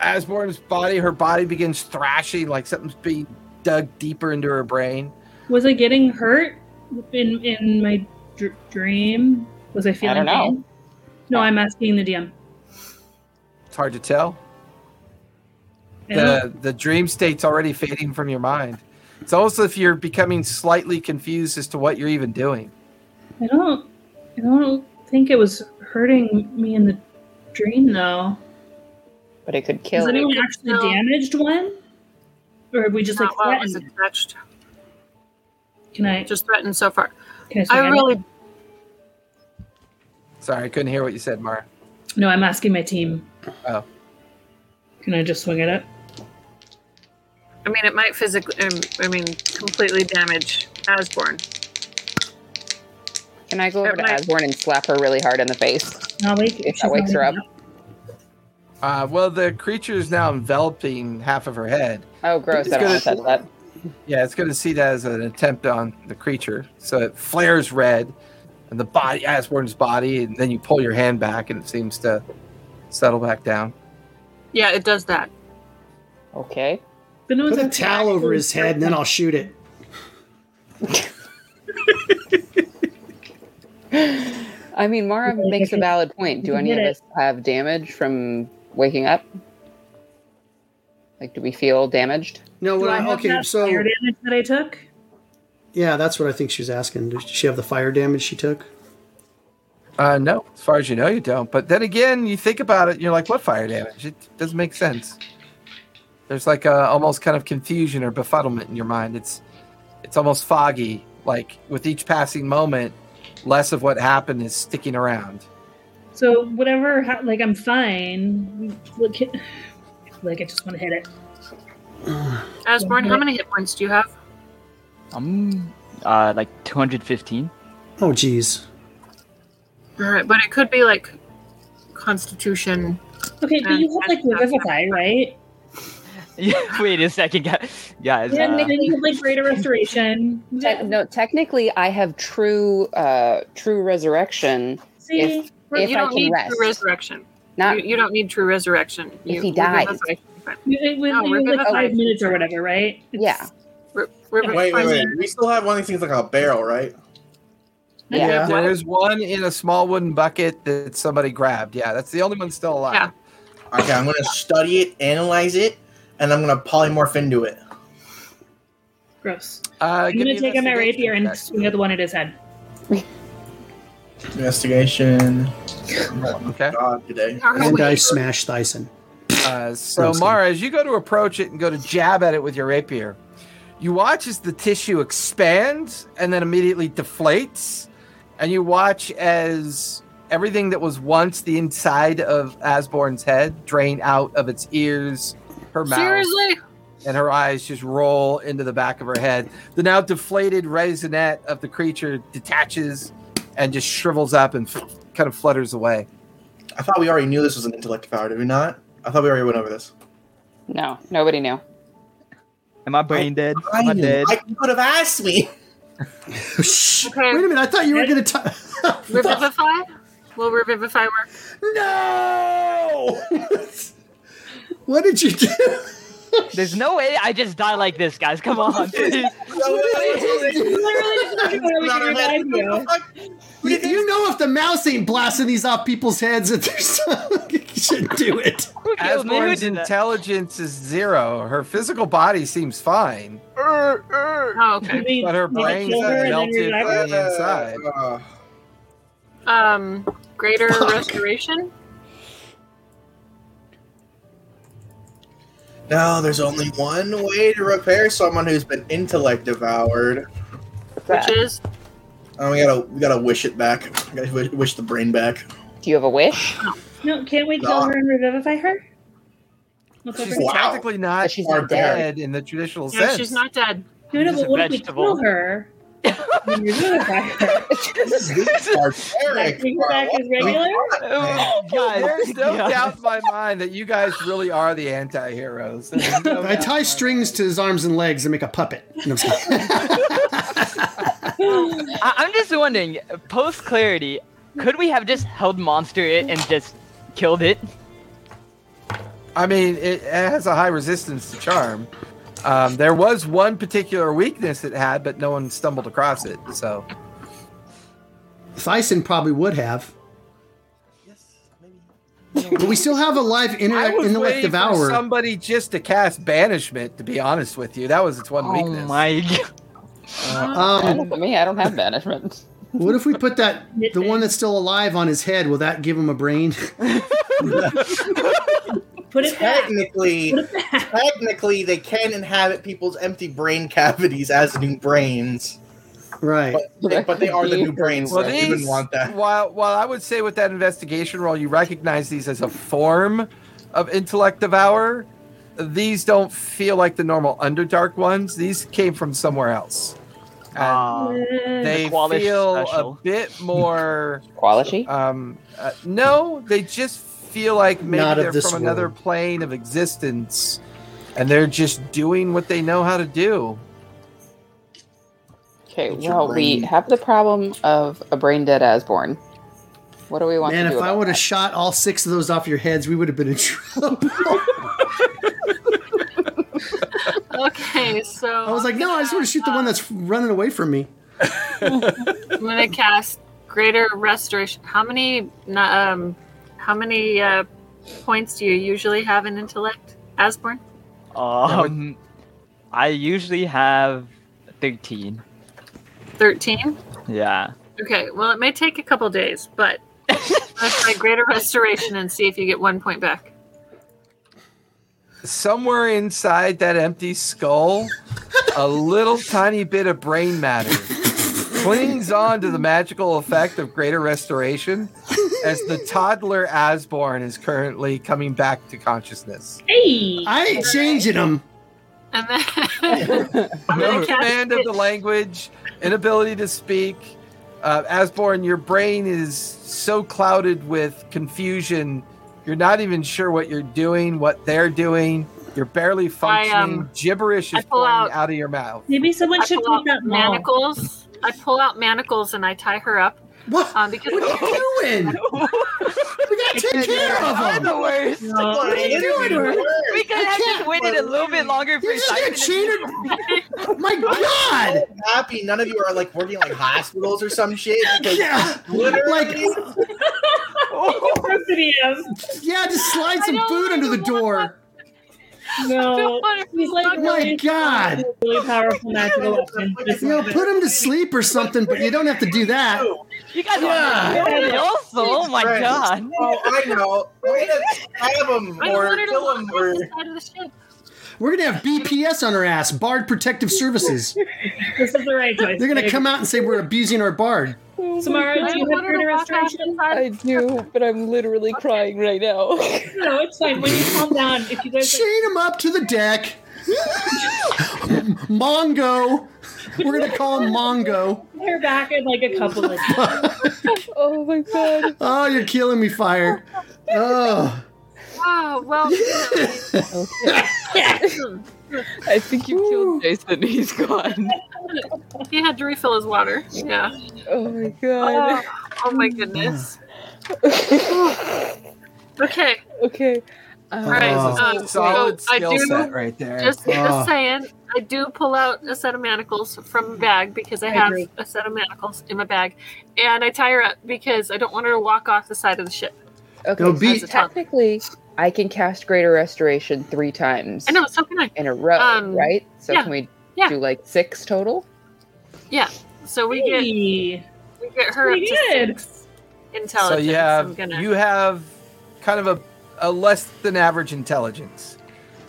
Speaker 1: Asborn's body, her body begins thrashing like something's being dug deeper into her brain.
Speaker 7: Was I getting hurt in in my dr- dream? Was I feeling
Speaker 5: don't know.
Speaker 7: pain? No, I'm asking the DM.
Speaker 1: It's hard to tell.
Speaker 7: I don't-
Speaker 1: the the dream state's already fading from your mind. It's almost as if you're becoming slightly confused as to what you're even doing.
Speaker 7: I don't. I don't think it was hurting me in the dream though.
Speaker 5: But it could kill
Speaker 7: Was
Speaker 5: it.
Speaker 7: anyone actually
Speaker 2: No.
Speaker 7: damaged one? Or have we just like
Speaker 2: Not while it was
Speaker 7: threatened?
Speaker 2: attached.
Speaker 7: Can I just
Speaker 2: Just threatened so far.
Speaker 7: can I, swing
Speaker 2: I
Speaker 7: at it?
Speaker 2: really
Speaker 1: Sorry, I couldn't hear what you said, Mara.
Speaker 7: No, I'm asking my team.
Speaker 1: Oh.
Speaker 7: Can I just swing at it?
Speaker 2: I mean it might physically um, I mean completely damage Asborn.
Speaker 5: Can I go over
Speaker 2: It
Speaker 5: to
Speaker 2: might-
Speaker 5: Asborn and slap her really hard in the face?
Speaker 7: I'll wake
Speaker 5: If
Speaker 7: she's
Speaker 5: that wakes
Speaker 7: not
Speaker 5: her up.
Speaker 7: waking
Speaker 1: Uh, well, the creature is now enveloping half of her head.
Speaker 5: Oh, gross. I don't want
Speaker 1: It's
Speaker 5: to touch that.
Speaker 1: Yeah, it's going to see that as an attempt on the creature. So it flares red, and the body, Asborn's body, and then you pull your hand back, and it seems to settle back down.
Speaker 2: Yeah, it does that.
Speaker 5: Okay.
Speaker 7: But no one's
Speaker 3: Put a
Speaker 7: actually
Speaker 3: towel over his head, and then I'll shoot it.
Speaker 5: I mean, Mara
Speaker 7: Okay,
Speaker 5: makes a
Speaker 7: okay.
Speaker 5: valid point. Do
Speaker 7: You
Speaker 5: any of
Speaker 7: did it.
Speaker 5: us have damage from waking up? Like, do we feel damaged?
Speaker 3: No,
Speaker 7: Do
Speaker 3: what
Speaker 7: I
Speaker 3: I,
Speaker 7: have
Speaker 3: okay.
Speaker 7: that
Speaker 3: So
Speaker 7: fire damage that I took?
Speaker 3: Yeah, that's what I think she was asking. Does she have the fire damage she took?
Speaker 1: Uh, no, as far as you know, you don't. But then again, you think about it, you're like, what fire damage? It doesn't make sense. There's like a, almost kind of confusion or befuddlement in your mind. It's it's almost foggy. Like with each passing moment, less of what happened is sticking around.
Speaker 7: So whatever, ha- like I'm fine. Look, hit- like I just want to hit it.
Speaker 2: Asborn, how many hit points do you have?
Speaker 8: I'm uh, like 215.
Speaker 3: Oh, geez.
Speaker 2: All right, but it could be like Constitution.
Speaker 7: Okay,
Speaker 5: Uh,
Speaker 7: but you have like revivify, right?
Speaker 8: Yeah, Wait a second. guy- Guys,
Speaker 7: And
Speaker 8: uh,
Speaker 7: then you have like greater restoration.
Speaker 5: Te- no, technically, I have true, uh, true resurrection.
Speaker 7: See,
Speaker 5: If-
Speaker 2: Well,
Speaker 5: if
Speaker 2: you
Speaker 5: I
Speaker 2: don't
Speaker 5: can
Speaker 2: need
Speaker 5: rest.
Speaker 2: true resurrection.
Speaker 5: Not
Speaker 2: you, you don't need true resurrection. you,
Speaker 5: he dies.
Speaker 2: Revivify.
Speaker 7: You- it-
Speaker 2: No,
Speaker 7: you have, like
Speaker 2: revivify.
Speaker 7: five minutes or whatever, right? It's-
Speaker 5: yeah.
Speaker 2: Re- revivify.
Speaker 9: Wait, wait, wait. We still have one of these things like a barrel, right?
Speaker 5: Yeah.
Speaker 2: Yeah.
Speaker 1: There is one in a small wooden bucket that somebody grabbed. Yeah, that's the only one still alive.
Speaker 2: Yeah.
Speaker 9: Okay, I'm gonna study it, analyze it, and I'm gonna polymorph into it.
Speaker 7: Gross.
Speaker 1: Uh,
Speaker 7: I'm gonna take out my rapier and swing at the one at his head.
Speaker 9: Investigation. Oh
Speaker 1: Okay.
Speaker 9: God, today. uh,
Speaker 2: How are
Speaker 3: And I
Speaker 2: we?
Speaker 3: smashed Thyson.
Speaker 1: Uh, so
Speaker 3: Sounds good.
Speaker 1: Mara, as you go to approach it and go to jab at it with your rapier, you watch as the tissue expands and then immediately deflates, and you watch as everything that was once the inside of Asborn's head drain out of its ears, her mouth,
Speaker 2: Seriously?
Speaker 1: and her eyes just roll into the back of her head. The now deflated raisinette of the creature detaches and just shrivels up and kind of flutters away.
Speaker 9: I thought we already knew this was an intellect power, did we not? I thought we already went over this.
Speaker 5: No, nobody knew.
Speaker 10: Am I brain dead? Am I
Speaker 9: I knew.
Speaker 10: dead?
Speaker 9: I you could have asked me.
Speaker 3: Shh. Wait a minute. I thought you were going to.
Speaker 2: Revivify? Will revivify work?
Speaker 3: no! what did you do?
Speaker 8: there's no way I just die like this, guys. Come on. please.
Speaker 3: You, you know if the mouse ain't blasting these off people's heads, that there's you shouldn't do it.
Speaker 8: Who killed me? Who
Speaker 1: Asborn's
Speaker 8: did that?
Speaker 1: intelligence is zero. Her physical body seems fine,
Speaker 2: Oh, okay.
Speaker 1: but her brain's
Speaker 7: her
Speaker 1: have
Speaker 7: and then
Speaker 1: melted
Speaker 7: revive
Speaker 1: from the inside.
Speaker 9: Uh,
Speaker 2: Um, greater
Speaker 3: Fuck.
Speaker 2: restoration?
Speaker 9: no, there's only one way to repair someone who's been intellect devoured.
Speaker 2: Which is?
Speaker 9: Oh, we gotta we gotta wish it back. We gotta wish, wish the brain back.
Speaker 5: Do you have a wish?
Speaker 7: No, can't we kill
Speaker 9: Nah.
Speaker 7: her and revivify her? Let's
Speaker 1: She's
Speaker 7: open-
Speaker 9: Wow.
Speaker 1: technically not
Speaker 5: But she's not
Speaker 1: dead in the traditional
Speaker 2: Yeah,
Speaker 1: sense.
Speaker 2: she's not dead.
Speaker 7: No, no,
Speaker 8: She's
Speaker 7: but
Speaker 8: a
Speaker 7: what if we
Speaker 8: vegetable.
Speaker 7: kill her? and revivify her?
Speaker 9: This is this is barbaric.
Speaker 7: Like, we go back as regular?
Speaker 8: Oh, guys.
Speaker 1: There's no
Speaker 8: guys.
Speaker 1: doubt in my mind that you guys really are the anti-heroes. There's no
Speaker 3: I
Speaker 1: doubt.
Speaker 3: tie strings to his arms and legs and make a puppet. And I'm just-
Speaker 8: I- I'm just wondering, post clarity, could we have just held monster it and just killed it?
Speaker 1: I mean, it, it has a high resistance to charm. Um, there was one particular weakness it had, but no one stumbled across it. So
Speaker 3: Thyssen probably would have. But we still have a live
Speaker 1: I
Speaker 3: intellect,
Speaker 1: was
Speaker 3: intellect
Speaker 1: waiting
Speaker 3: devourer.
Speaker 1: for somebody just to cast banishment. To be honest with you, that was its one
Speaker 8: Oh
Speaker 1: weakness.
Speaker 8: my god.
Speaker 5: That
Speaker 3: um,
Speaker 5: isn't me, I don't have banishment.
Speaker 3: what if we put that the one that's still alive on his head? Will that give him a brain?
Speaker 7: Put it back.
Speaker 9: Technically, technically, they can inhabit people's empty brain cavities as new brains,
Speaker 3: right.
Speaker 9: but they, but they are the new brains. So
Speaker 1: Well,
Speaker 9: I
Speaker 1: these,
Speaker 9: wouldn't want that.
Speaker 1: while while I would say with that investigation role, you recognize these as a form of intellect devourer. These don't feel like the normal Underdark ones. These came from somewhere else. And
Speaker 8: Uh,
Speaker 1: they
Speaker 8: Qualish
Speaker 1: feel
Speaker 8: special.
Speaker 1: a bit more.
Speaker 5: Quality?
Speaker 1: Um, uh, no, they just feel like maybe
Speaker 3: Not of
Speaker 1: they're
Speaker 3: this
Speaker 1: from another
Speaker 3: world.
Speaker 1: plane of existence, and they're just doing what they know how to do.
Speaker 5: Okay,
Speaker 9: It's your
Speaker 5: well, we
Speaker 9: brain.
Speaker 5: have the problem of a brain dead Asborn. What do we want
Speaker 3: Man,
Speaker 5: to do?
Speaker 3: if I
Speaker 5: about
Speaker 3: would have
Speaker 5: that?
Speaker 3: shot all six of those off your heads, we would have been in trouble.
Speaker 2: Okay, so
Speaker 3: I was like, no, I just want to shoot the one that's running away from me.
Speaker 2: I'm gonna cast Greater Restoration. How many? na- Um, how many uh, points do you usually have in intellect, Asborn?
Speaker 8: Um, I usually have 13.
Speaker 2: 13?
Speaker 8: Yeah.
Speaker 2: Okay, well, it may take a couple days, but let's try Greater Restoration and see if you get one point back.
Speaker 1: Somewhere inside that empty skull, a little tiny bit of brain matter clings on to the magical effect of Greater Restoration as the toddler Asborn is currently coming back to consciousness.
Speaker 7: Hey!
Speaker 3: I ain't changing them.
Speaker 2: And then I'm
Speaker 1: no
Speaker 2: gonna cast
Speaker 1: command of the language, inability to speak. Uh, Asborn, your brain is so clouded with confusion, you're not even sure what you're doing, what they're doing. You're barely
Speaker 2: I, um,
Speaker 1: functioning. Gibberish
Speaker 2: I
Speaker 1: is
Speaker 2: pull
Speaker 1: pouring
Speaker 2: out-
Speaker 1: out. of your mouth.
Speaker 7: Maybe someone
Speaker 2: I
Speaker 7: should
Speaker 2: pull out
Speaker 7: take that mall.
Speaker 2: manacles. I pull out manacles and I tie her up
Speaker 3: What?
Speaker 2: um, because
Speaker 3: What are you doing? We gotta take care of
Speaker 8: I'm
Speaker 3: them.
Speaker 8: the worst.
Speaker 7: No.
Speaker 3: What are you doing to her?
Speaker 8: We could
Speaker 3: I
Speaker 8: have
Speaker 3: can't-
Speaker 8: just waited a little bit longer for
Speaker 3: You're just gonna
Speaker 8: Simon to-
Speaker 3: chain her. Oh my god!
Speaker 9: happy none of you are like working like hospitals or some shit. Because
Speaker 3: Yeah, like
Speaker 9: literally,
Speaker 7: Residium.
Speaker 3: yeah, just slide some
Speaker 2: don't
Speaker 3: food
Speaker 2: like
Speaker 3: under the
Speaker 2: the
Speaker 3: door.
Speaker 7: No.
Speaker 2: don't wanna
Speaker 7: He's like,
Speaker 2: fuck
Speaker 3: Oh my
Speaker 7: really-
Speaker 3: God.
Speaker 7: Really powerful magical weapon. Just
Speaker 3: You know, put him to sleep or something, but you don't have to do that.
Speaker 8: You guys
Speaker 3: Yeah.
Speaker 8: are really also. Oh my
Speaker 9: Christ.
Speaker 8: god.
Speaker 9: oh, I know. Way to stab him
Speaker 2: I
Speaker 9: or
Speaker 2: wanted to
Speaker 9: kill him
Speaker 2: walk
Speaker 9: or
Speaker 2: off the side of the ship.
Speaker 3: We're gonna have BPS on her ass, Bard Protective Services.
Speaker 7: This is the right choice.
Speaker 3: They're gonna come out and say we're abusing our bard.
Speaker 7: Samara,
Speaker 2: I
Speaker 7: do you have
Speaker 2: wanted to
Speaker 7: greater
Speaker 2: walk off the
Speaker 7: restoration?
Speaker 2: side.
Speaker 5: do, but I'm literally crying right now.
Speaker 7: No, it's fine. When you calm down, if you guys
Speaker 3: Chain him up to the deck. Mongo. We're gonna call him Mongo.
Speaker 7: like, hair back in like a couple of
Speaker 5: oh my god.
Speaker 3: Oh, you're killing me, fire. Oh.
Speaker 2: Oh, well, you know,
Speaker 5: I think you killed Jason. He's gone.
Speaker 2: he had to refill his water. Yeah.
Speaker 5: Oh my god.
Speaker 2: Oh, oh my goodness. Okay.
Speaker 5: okay. uh,
Speaker 2: All right.
Speaker 3: Oh.
Speaker 2: um,
Speaker 1: Solid
Speaker 2: so I
Speaker 1: skill
Speaker 2: do
Speaker 1: set right there.
Speaker 2: Just,
Speaker 3: Ah.
Speaker 2: just saying, I do pull out a set of manacles from a bag because I,
Speaker 7: I
Speaker 2: have
Speaker 7: agree.
Speaker 2: a set of manacles in my bag, and I tie her up because I don't want her to walk off the side of the ship.
Speaker 5: Okay.
Speaker 3: No,
Speaker 5: so
Speaker 3: be-
Speaker 5: technically, I can cast Greater Restoration three times
Speaker 2: I know, so can I.
Speaker 5: in a row,
Speaker 2: Um,
Speaker 5: right? So
Speaker 2: yeah,
Speaker 5: can we
Speaker 2: yeah.
Speaker 5: do like six total?
Speaker 2: So we get
Speaker 7: Hey,
Speaker 2: we get her up
Speaker 7: pretty
Speaker 2: to
Speaker 7: good.
Speaker 1: so
Speaker 2: intelligence.
Speaker 1: you have
Speaker 2: I'm gonna,
Speaker 1: you have kind of a, a less than average intelligence.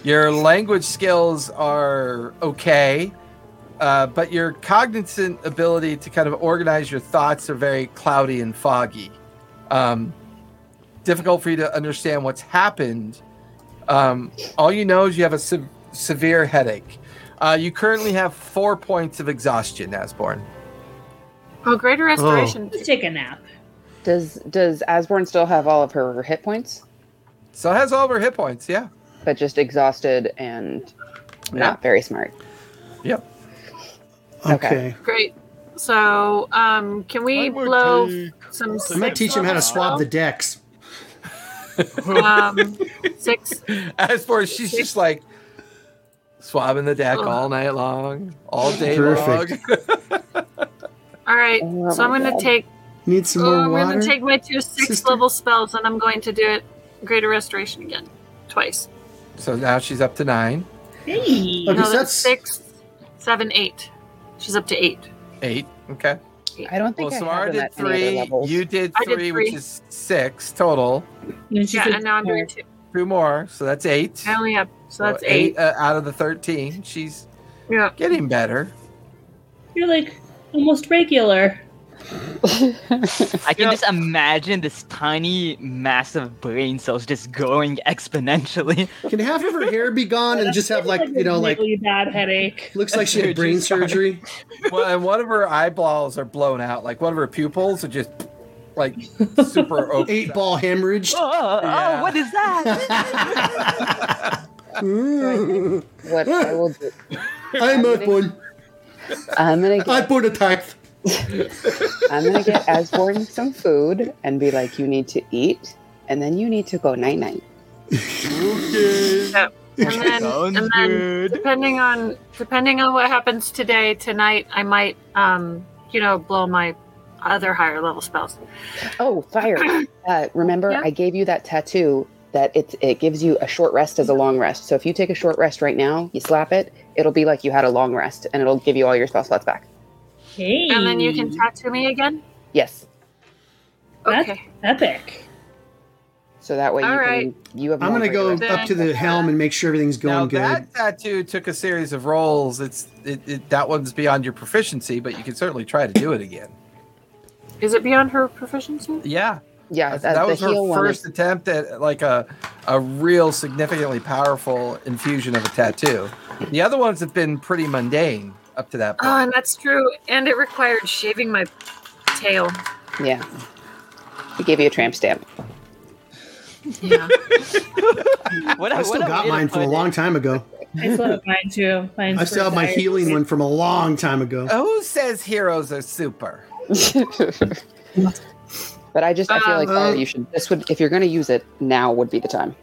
Speaker 1: Your language skills are okay, uh, but your cognizant ability to kind of organize your thoughts are very cloudy and foggy. Um, difficult for you to understand what's happened. Um, all you know is you have a se- severe headache. Uh, you currently have four points of exhaustion, Asborn.
Speaker 2: oh, greater restoration.
Speaker 7: Let's take a nap.
Speaker 5: Does Does Asborn still have all of her hit points,
Speaker 1: So it has all of her hit points, yeah.
Speaker 5: but just exhausted and
Speaker 1: Yeah.
Speaker 5: not very smart?
Speaker 3: Okay.
Speaker 2: Great. So, um, can we blow some?
Speaker 3: I might teach him how to swab the decks.
Speaker 2: um, six.
Speaker 1: As for she's just like swabbing the deck all night long, all day
Speaker 3: Perfect.
Speaker 1: long.
Speaker 2: All right.
Speaker 5: Oh
Speaker 2: so I'm
Speaker 5: my
Speaker 2: going to
Speaker 5: God.
Speaker 2: take.
Speaker 3: Need some
Speaker 2: Oh,
Speaker 3: more
Speaker 2: I'm
Speaker 3: water?
Speaker 2: going to take my two six
Speaker 3: sister?
Speaker 2: level spells, and I'm going to do it greater restoration again, twice.
Speaker 1: so now she's up to nine,
Speaker 7: Hey.
Speaker 3: Okay.
Speaker 2: No,
Speaker 3: so
Speaker 2: that's
Speaker 3: that's-
Speaker 2: six, seven, eight. She's up to eight.
Speaker 1: eight. Okay.
Speaker 5: I don't
Speaker 1: Well,
Speaker 5: think I
Speaker 1: Samara
Speaker 5: have him
Speaker 1: did
Speaker 5: at any other
Speaker 1: three.
Speaker 5: levels.
Speaker 1: You did
Speaker 2: I did
Speaker 1: three, which
Speaker 2: three.
Speaker 1: is six total.
Speaker 7: And she
Speaker 2: yeah,
Speaker 7: said,
Speaker 2: and now I'm doing two.
Speaker 1: Two more, so that's eight.
Speaker 2: I only have so
Speaker 3: Oh,
Speaker 2: that's
Speaker 1: So
Speaker 2: eight.
Speaker 1: uh, out of the thirteen. She's
Speaker 2: Yeah.
Speaker 1: getting better.
Speaker 7: "Oh, You're like almost regular.
Speaker 8: I can
Speaker 1: Yeah.
Speaker 8: just imagine this tiny, massive brain cells just growing exponentially.
Speaker 3: Can half of her hair be gone and just have like you know
Speaker 7: a
Speaker 3: like
Speaker 7: really bad headache.
Speaker 3: looks like she had brain surgery?
Speaker 1: well, and one of her eyeballs are blown out. Like one of her pupils are just like super open.
Speaker 3: Eight ball hemorrhaged.
Speaker 8: Oh,
Speaker 1: Yeah.
Speaker 8: oh, what is that?
Speaker 3: Ooh,
Speaker 5: What I will do.
Speaker 3: Mm. I'm up one.
Speaker 5: I'm gonna
Speaker 3: I
Speaker 5: get,
Speaker 3: put a type.
Speaker 5: I'm gonna get Asborn some food and be like, you need to eat, and then you need to go night night.
Speaker 2: and then,
Speaker 8: Sounds
Speaker 2: and then
Speaker 8: good.
Speaker 2: depending on depending on what happens today tonight, I might um, you know blow my other higher level spells.
Speaker 5: Oh, fire! Uh, remember,
Speaker 2: Yeah.
Speaker 5: I gave you that tattoo that it it gives you a short rest as a long rest. So if you take a short rest right now, you slap it, it'll be like you had a long rest, and it'll give you all your spell slots back.
Speaker 7: Okay.
Speaker 2: And then you can
Speaker 5: Hmm.
Speaker 2: tattoo me again?
Speaker 5: Yes.
Speaker 7: That's
Speaker 2: Okay.
Speaker 7: epic.
Speaker 5: So that way you
Speaker 2: All
Speaker 5: can, you have.
Speaker 3: I'm
Speaker 5: more
Speaker 3: gonna go
Speaker 5: regular-
Speaker 3: up to the helm and make sure everything's
Speaker 1: now
Speaker 3: going good.
Speaker 1: that tattoo took a series of rolls. It's it, it, that one's beyond your proficiency, but you can certainly try to do it again.
Speaker 2: Is it beyond her proficiency?
Speaker 1: Yeah,
Speaker 5: Yeah,
Speaker 1: that,
Speaker 5: that,
Speaker 1: that was
Speaker 5: the
Speaker 1: her
Speaker 5: heel one. is-
Speaker 1: first attempt at like a a real significantly powerful infusion of a tattoo. The other ones have been pretty mundane up to that point.
Speaker 2: Oh, and that's true. And it required shaving my tail.
Speaker 5: yeah. He gave you a tramp stamp.
Speaker 2: Yeah.
Speaker 8: What
Speaker 3: I still got mine from a long time ago.
Speaker 7: I still have mine too. Mine's
Speaker 3: I still have my
Speaker 7: retired.
Speaker 3: healing one from a long time ago.
Speaker 1: Who says heroes are super?
Speaker 5: but I just I feel like
Speaker 2: Uh-huh.
Speaker 3: Uh,
Speaker 5: you should. This would if you're gonna use it now would be the time.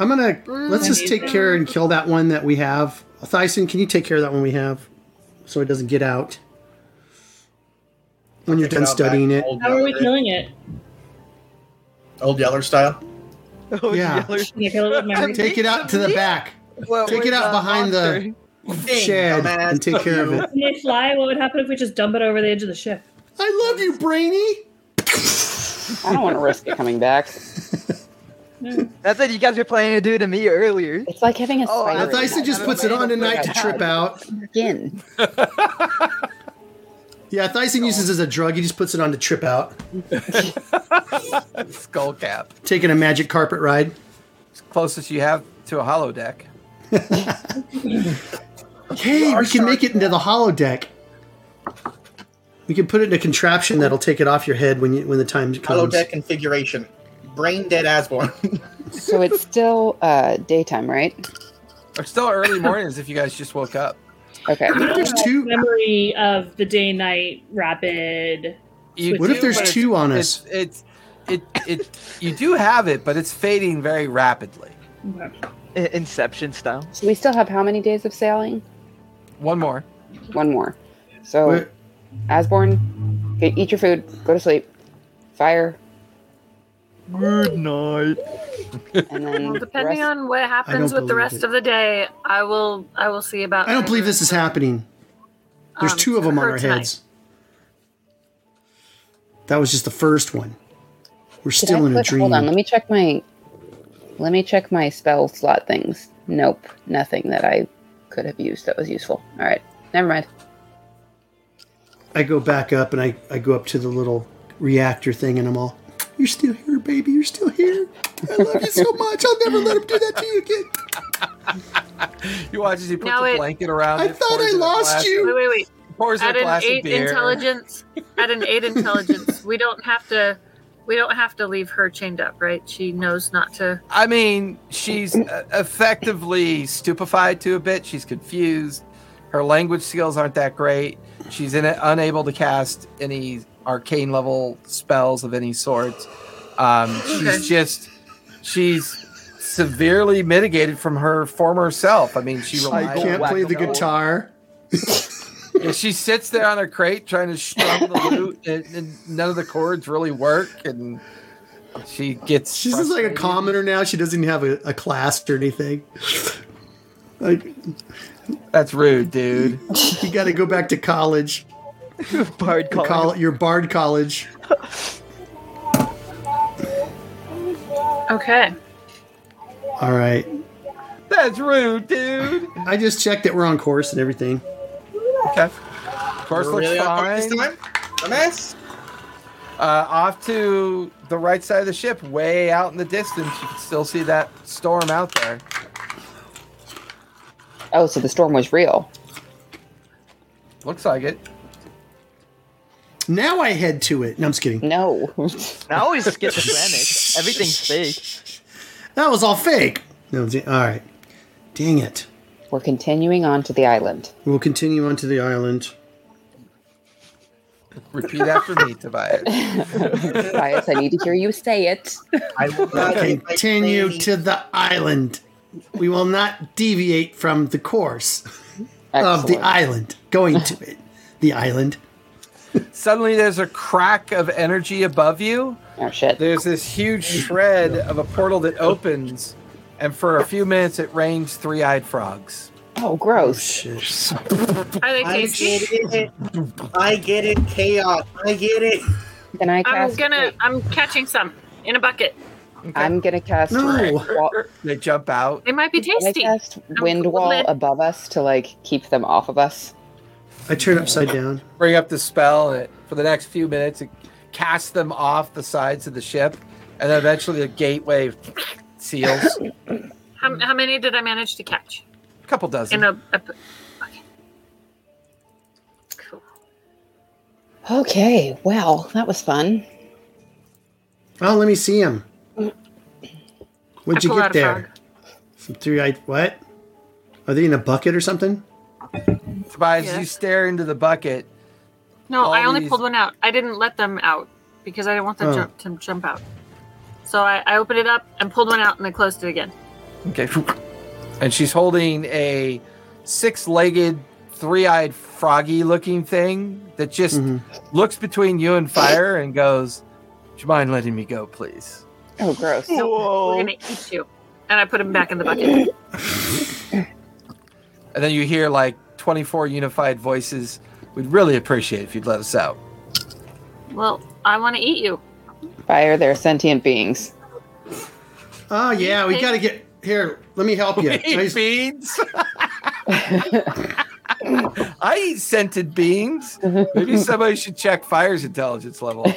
Speaker 3: I'm gonna let's just take care and kill that one that we have. Thyson, can you take care of that one we have, so it doesn't get out when you're
Speaker 9: Take
Speaker 3: done
Speaker 9: it out back,
Speaker 3: studying it?
Speaker 9: Old
Speaker 7: How are we
Speaker 9: Yeller-
Speaker 7: killing it?
Speaker 9: Old Yeller style.
Speaker 10: Oh,
Speaker 3: Yeah.
Speaker 10: yellow
Speaker 7: Can I kill it with my ring?
Speaker 3: Take it out to the back. Take it out behind the shed
Speaker 9: dumbass.
Speaker 3: and take care of it.
Speaker 7: Can they fly? What would happen if we just dump it over the edge of the ship?
Speaker 3: I love you, Brainy.
Speaker 5: I don't want to risk it coming back.
Speaker 10: That's what you guys were planning to do to me earlier.
Speaker 5: It's like having a
Speaker 10: Oh, I
Speaker 5: spider.
Speaker 3: Now
Speaker 5: in
Speaker 3: Thyson
Speaker 5: my-
Speaker 3: just puts it on tonight to trip out.
Speaker 5: again.
Speaker 3: Yeah, Thyson uses it as a drug. He just puts it on to trip out.
Speaker 1: skull cap.
Speaker 3: Taking a magic carpet ride.
Speaker 1: It's closest you have to a hollow deck.
Speaker 3: Hey, we can make it into the hollow deck. We can put it in a contraption that'll take it off your head when you when the time comes.
Speaker 9: Hollow deck configuration. Brain dead Asborn.
Speaker 5: So it's still uh, daytime, right?
Speaker 1: It's still early mornings if you guys just woke up.
Speaker 5: Okay.
Speaker 7: I don't
Speaker 3: There's
Speaker 7: have
Speaker 3: two-
Speaker 7: memory of the day night rapid.
Speaker 1: You
Speaker 3: What if
Speaker 1: do,
Speaker 3: there's
Speaker 1: but it's-
Speaker 3: two on us?
Speaker 1: It's it's it it you do have it, but it's fading very rapidly.
Speaker 7: Okay.
Speaker 10: I- Inception style.
Speaker 5: So we still have how many days of sailing?
Speaker 1: One more.
Speaker 5: One more. So
Speaker 3: Wait,
Speaker 5: Asborn, get, eat your food, go to sleep, fire,
Speaker 10: Good night.
Speaker 5: and then
Speaker 2: Well,
Speaker 5: the
Speaker 2: depending
Speaker 5: rest-
Speaker 2: on what happens with
Speaker 3: believe
Speaker 2: the rest
Speaker 3: it.
Speaker 2: of the day, I will I will see about
Speaker 3: I don't believe this is happening. There's
Speaker 2: um,
Speaker 3: two of them on
Speaker 2: for
Speaker 3: our
Speaker 2: tonight.
Speaker 3: heads. That was just the first one. We're
Speaker 5: Did
Speaker 3: still
Speaker 5: I
Speaker 3: in a
Speaker 5: click-
Speaker 3: dream.
Speaker 5: Hold on, let me check my let me check my spell slot things. Nope, nothing that I could have used that was useful. All right, never mind.
Speaker 3: I go back up and I, I go up to the little reactor thing and I'm all, You're still here, baby. You're still here. I love you so much. I'll never let him do that to you again.
Speaker 1: You watch as he puts
Speaker 2: Now
Speaker 1: a
Speaker 2: it-
Speaker 1: blanket around.
Speaker 3: I
Speaker 1: it,
Speaker 3: thought
Speaker 1: pours
Speaker 3: I
Speaker 1: in a
Speaker 3: lost
Speaker 1: glass-
Speaker 3: you.
Speaker 2: Wait, wait, wait.
Speaker 1: Pours in
Speaker 2: At
Speaker 1: a
Speaker 2: an
Speaker 1: glass of
Speaker 2: eight
Speaker 1: beer.
Speaker 2: intelligence, at an eight intelligence, we don't have to, we don't have to leave her chained up, right? She knows not to.
Speaker 1: I mean, she's uh, effectively stupefied to a bit. She's confused. Her language skills aren't that great. She's in unable to cast any arcane level spells of any sort. Um,
Speaker 2: Okay.
Speaker 1: she's just she's severely mitigated from her former self. I mean, she
Speaker 10: I
Speaker 1: relies
Speaker 10: go
Speaker 3: Can't play the
Speaker 10: whack-a-mole.
Speaker 3: guitar.
Speaker 1: yeah, she sits there on her crate trying to strum the lute, and, and none of the chords really work. And she gets
Speaker 3: She's just like a
Speaker 1: frustrated.
Speaker 3: commoner now. She doesn't even have a, a class or anything. like,
Speaker 1: That's rude, dude.
Speaker 3: you got to go back to college.
Speaker 10: Bard call.
Speaker 3: Your, col- your bard college.
Speaker 2: Okay.
Speaker 3: All right.
Speaker 1: That's rude, dude.
Speaker 3: I just checked that we're on course and everything.
Speaker 1: Okay. Course
Speaker 9: We're
Speaker 1: looks
Speaker 9: really on point
Speaker 1: fine.
Speaker 9: this time? Dumbass?
Speaker 1: Uh, off to the right side of the ship, way out in the distance. You can still see that storm out there.
Speaker 5: Oh, so the storm was real.
Speaker 1: Looks like it.
Speaker 3: Now I head to it. No, I'm just kidding.
Speaker 5: No,
Speaker 10: Now he's schizophrenic. Everything's fake.
Speaker 3: That was all fake. No, d- all right. Dang it.
Speaker 5: we're continuing on to the island.
Speaker 3: We'll continue on to the island.
Speaker 1: Repeat after me, Tobias.
Speaker 5: Tobias, I need to hear you say it.
Speaker 9: I will not leave my
Speaker 3: Continue
Speaker 9: plane.
Speaker 3: to the island. We will not deviate from the course of the
Speaker 5: Excellent.
Speaker 3: island. Going to it. The island.
Speaker 1: Suddenly, there's a crack of energy above you.
Speaker 5: oh shit!
Speaker 1: There's this huge shred of a portal that opens, and for a few minutes, it rains three eyed frogs.
Speaker 5: Oh, gross.
Speaker 3: Shit.
Speaker 2: Are they
Speaker 9: I
Speaker 2: tasty?
Speaker 9: get it. I get it. Chaos. I get it.
Speaker 5: Then I
Speaker 2: I'm
Speaker 5: cast.
Speaker 2: gonna. I'm catching some in a bucket.
Speaker 5: I'm gonna cast.
Speaker 3: No.
Speaker 5: Wa-
Speaker 1: They jump out.
Speaker 2: They might be
Speaker 5: Can I
Speaker 2: tasty.
Speaker 5: cast wind
Speaker 2: cool
Speaker 5: wall
Speaker 2: with it.
Speaker 5: above us to like keep them off of us?
Speaker 3: I turn upside down.
Speaker 1: bring up the spell and it, for the next few minutes it casts them off the sides of the ship and then eventually the gateway seals
Speaker 2: How, how many did I manage to catch?
Speaker 1: a couple dozen
Speaker 2: In a, a okay. Cool.
Speaker 5: Okay. Well, that was fun.
Speaker 3: Oh, let me see him.
Speaker 2: I
Speaker 3: What'd you
Speaker 2: pull out
Speaker 3: get
Speaker 2: a
Speaker 3: there? Some three-eyed what? Are they in a bucket or something?
Speaker 1: Tobias,
Speaker 2: Yeah.
Speaker 1: you stare into the bucket
Speaker 2: No,
Speaker 1: All
Speaker 2: I only
Speaker 1: these-
Speaker 2: pulled one out. I didn't let them out because I didn't want them
Speaker 3: Oh.
Speaker 2: jump, to jump out. So I, I opened it up and pulled one out and then closed it again.
Speaker 1: okay and she's holding a six-legged three-eyed froggy looking thing that just
Speaker 3: Mhm.
Speaker 1: looks between you and fire and goes do you mind letting me go please
Speaker 5: Oh, gross.
Speaker 2: We're
Speaker 10: Whoa.
Speaker 2: gonna eat you. And I put him back in the bucket.
Speaker 1: and then you hear like 24 unified voices we'd really appreciate it if you'd let us out
Speaker 2: well, I want to eat you.
Speaker 5: Fire their sentient beings.
Speaker 3: Oh yeah, we
Speaker 2: think-
Speaker 3: gotta get here. Let me help you.
Speaker 1: We eat
Speaker 3: I just-
Speaker 1: beans. I eat scented beans. Maybe somebody should check fire's intelligence level.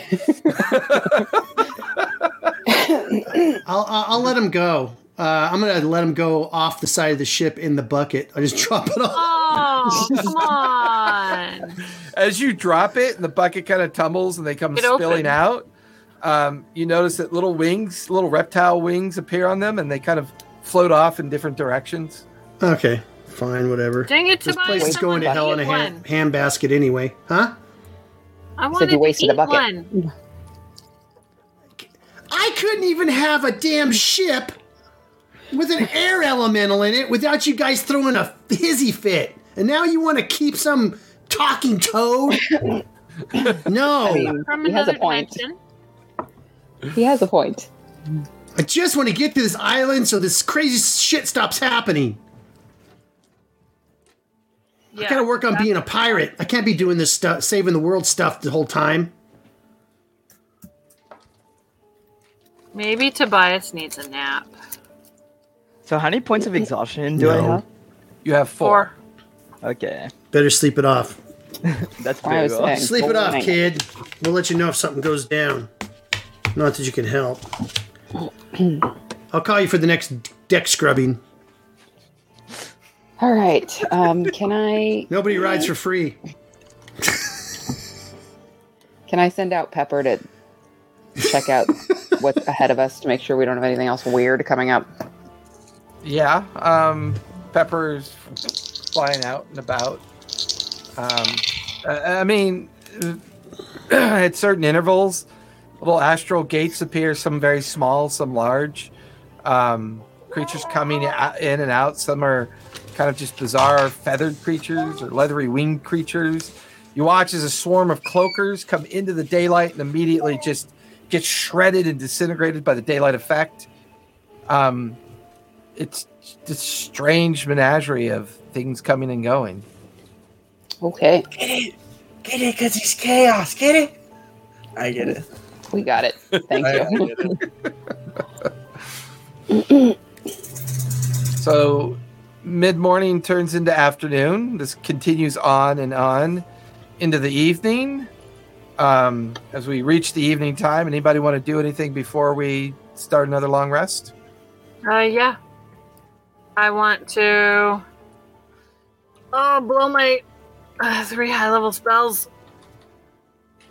Speaker 3: I'll, I'll I'll let him go. Uh, I'm gonna let him go off the side of the ship in the bucket. I just drop it off.
Speaker 2: Oh, come on.
Speaker 1: As you drop it and the bucket kind of tumbles and they come
Speaker 2: It
Speaker 1: spilling
Speaker 2: opened.
Speaker 1: out, um, you notice that little wings, little reptile wings appear on them and they kind of float off in different directions.
Speaker 3: Okay, fine, whatever.
Speaker 2: Dang it,
Speaker 3: This
Speaker 2: Tobias.
Speaker 3: place is
Speaker 2: I
Speaker 3: going to
Speaker 2: wanna
Speaker 3: hell in
Speaker 2: eat
Speaker 3: a
Speaker 2: one.
Speaker 3: hand, hand basket anyway, huh?
Speaker 2: I
Speaker 5: Said
Speaker 2: wanted
Speaker 5: you wasted
Speaker 2: to
Speaker 5: a
Speaker 2: eat
Speaker 5: bucket.
Speaker 2: one.
Speaker 3: I couldn't even have a damn ship with an air elemental in it without you guys throwing a hizzy fit. And now you want to keep some talking toad? no,
Speaker 2: From
Speaker 5: He has a
Speaker 2: another
Speaker 5: point.
Speaker 2: dimension.
Speaker 5: He has a point.
Speaker 3: I just want to get to this island so this crazy shit stops happening.
Speaker 2: Yeah.
Speaker 3: I gotta work on being a pirate. I can't be doing this stuff, saving the world stuff the whole time.
Speaker 2: Maybe Tobias needs a nap.
Speaker 10: So how many points of exhaustion do I
Speaker 3: No.
Speaker 10: have?
Speaker 1: You have four.
Speaker 2: Or
Speaker 10: Okay,
Speaker 3: Better sleep it off.
Speaker 10: that's
Speaker 5: I
Speaker 10: very
Speaker 5: was
Speaker 10: well.
Speaker 5: saying.
Speaker 3: Sleep it off,
Speaker 5: Night.
Speaker 3: kid. We'll let you know if something goes down. Not that you can help. I'll call you for the next deck scrubbing.
Speaker 5: All right. Um, can I
Speaker 3: Nobody rides for free.
Speaker 5: can I send out Pepper to check out what's ahead of us to make sure we don't have anything else weird coming up?
Speaker 1: Yeah. Um, peppers flying out and about. Um, I, I mean, at certain intervals, little astral gates appear, some very small, some large. Um, creatures coming a- in and out. Some are kind of just bizarre feathered creatures or leathery winged creatures. You watch as a swarm of cloakers come into the daylight and immediately just get shredded and disintegrated by the daylight effect. Um, it's this strange menagerie of things coming and going.
Speaker 5: Okay,
Speaker 9: Get it. Get it because he's chaos. Get it. I get it.
Speaker 5: we got it. Thank
Speaker 9: I, I
Speaker 5: you.
Speaker 9: get it.
Speaker 1: So mid morning turns into afternoon. This continues on and on into the evening. Um, as we reach the evening time, anybody want to do anything before we start another long rest?
Speaker 2: Uh, yeah. I want to. Oh, blow my uh, three high level spells.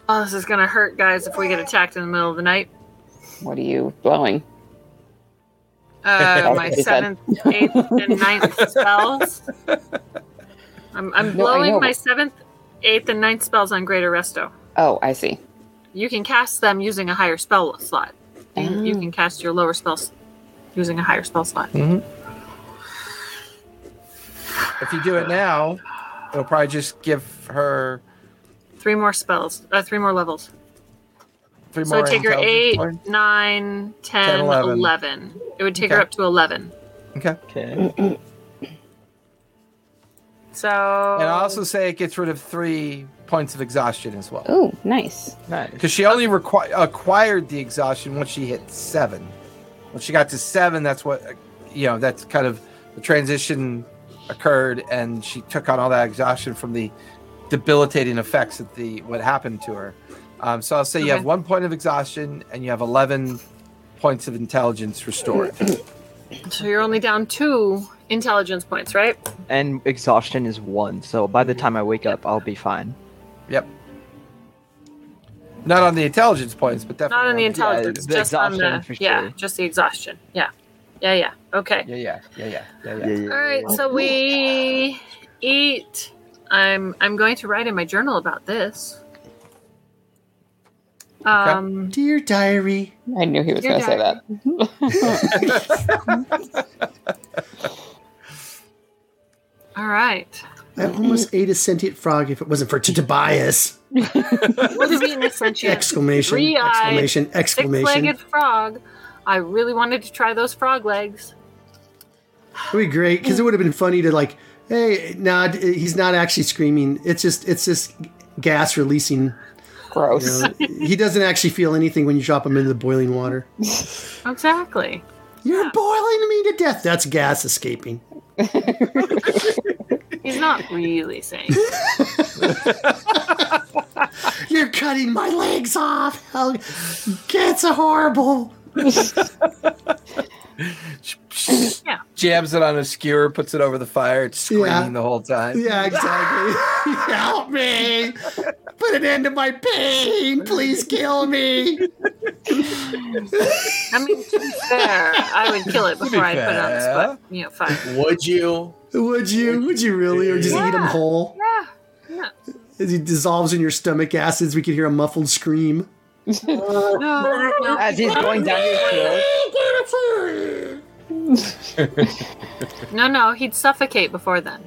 Speaker 2: Oh, this is gonna hurt, guys, if we get attacked in the middle of the night.
Speaker 5: What are you blowing?
Speaker 2: Uh, my
Speaker 5: what he said.
Speaker 2: seventh, eighth, and ninth spells. I'm, I'm
Speaker 5: No, I
Speaker 2: blowing
Speaker 5: know.
Speaker 2: my seventh, eighth, and ninth spells on Greater Resto.
Speaker 5: Oh, I see.
Speaker 2: You can cast them using a higher spell slot. You, you
Speaker 5: Oh.
Speaker 2: can cast your lower spells using a higher spell slot.
Speaker 1: If you do it now, it'll probably just give her
Speaker 2: Three more spells, uh, three more levels.
Speaker 1: three
Speaker 2: So
Speaker 1: more.
Speaker 2: it'd take her
Speaker 1: intelligence
Speaker 2: 8,
Speaker 1: points.
Speaker 2: nine, 10,
Speaker 1: 11.
Speaker 2: 11. It would take her
Speaker 1: Okay.
Speaker 2: up to 11.
Speaker 1: Okay.
Speaker 10: Okay.
Speaker 2: So
Speaker 1: And
Speaker 2: Oh.
Speaker 1: I also say it gets rid of three points of exhaustion as well.
Speaker 5: Ooh, nice.
Speaker 1: Because she only requi- acquired the exhaustion once she hit seven. When she got to seven, that's what, uh, you know, that's kind of the transition occurred, and she took on all that exhaustion from the debilitating effects of the what happened to her. Um, so I'll say you have
Speaker 2: Okay.
Speaker 1: one point of exhaustion, and you have eleven points of intelligence restored.
Speaker 2: so you're only down two intelligence points, right?
Speaker 10: And exhaustion is one, so by the time I wake up, I'll be fine.
Speaker 1: yep. Not on the intelligence points, but definitely
Speaker 2: Not on the
Speaker 1: on
Speaker 2: intelligence,
Speaker 10: the
Speaker 2: just on the
Speaker 10: exhaustion, for
Speaker 2: yeah,
Speaker 10: sure.
Speaker 2: just the exhaustion. Yeah, yeah, yeah. Okay.
Speaker 1: Yeah, yeah, yeah, yeah, yeah, yeah.
Speaker 2: All right. So we eat. I'm I'm going to write in my journal about this. Um.
Speaker 3: Dear diary.
Speaker 5: I knew he was
Speaker 2: Your
Speaker 5: going to say
Speaker 2: diary.
Speaker 5: that.
Speaker 2: All right.
Speaker 3: I almost ate a sentient frog if it wasn't for Tobias!
Speaker 2: Would have eaten a sentient
Speaker 3: Exclamation!
Speaker 2: Three-eyed,
Speaker 3: Exclamation! Exclamation!
Speaker 2: six-legged frog. I really wanted to try those frog legs.
Speaker 3: It would be great because it would have been funny to like, hey, nah, d- he's not actually screaming. It's just, it's just gas releasing. you
Speaker 5: Gross.
Speaker 3: know. he doesn't actually feel anything when you drop him into the boiling water.
Speaker 2: Exactly.
Speaker 3: You're boiling me to death. That's gas escaping.
Speaker 2: He's not really saying.
Speaker 3: You're cutting my legs off. Oh, Cats are horrible.
Speaker 1: Jams it on a skewer, puts it over the fire. It's screaming
Speaker 3: Yeah.
Speaker 1: the whole time.
Speaker 3: Yeah, exactly. Help me. Put an end to my pain. Please kill me.
Speaker 2: I mean, to be fair, I would kill it
Speaker 1: To be
Speaker 2: before I put it on the
Speaker 1: fair.
Speaker 2: spot. You know, fine.
Speaker 9: Would you?
Speaker 3: Would you? Would you really? Or just eat him
Speaker 2: Yeah.
Speaker 3: whole?
Speaker 2: Yeah.
Speaker 3: As he dissolves in your stomach acids, we could hear a muffled scream.
Speaker 2: No, no.
Speaker 6: As he's going down your throat.
Speaker 2: no, no. He'd suffocate before then.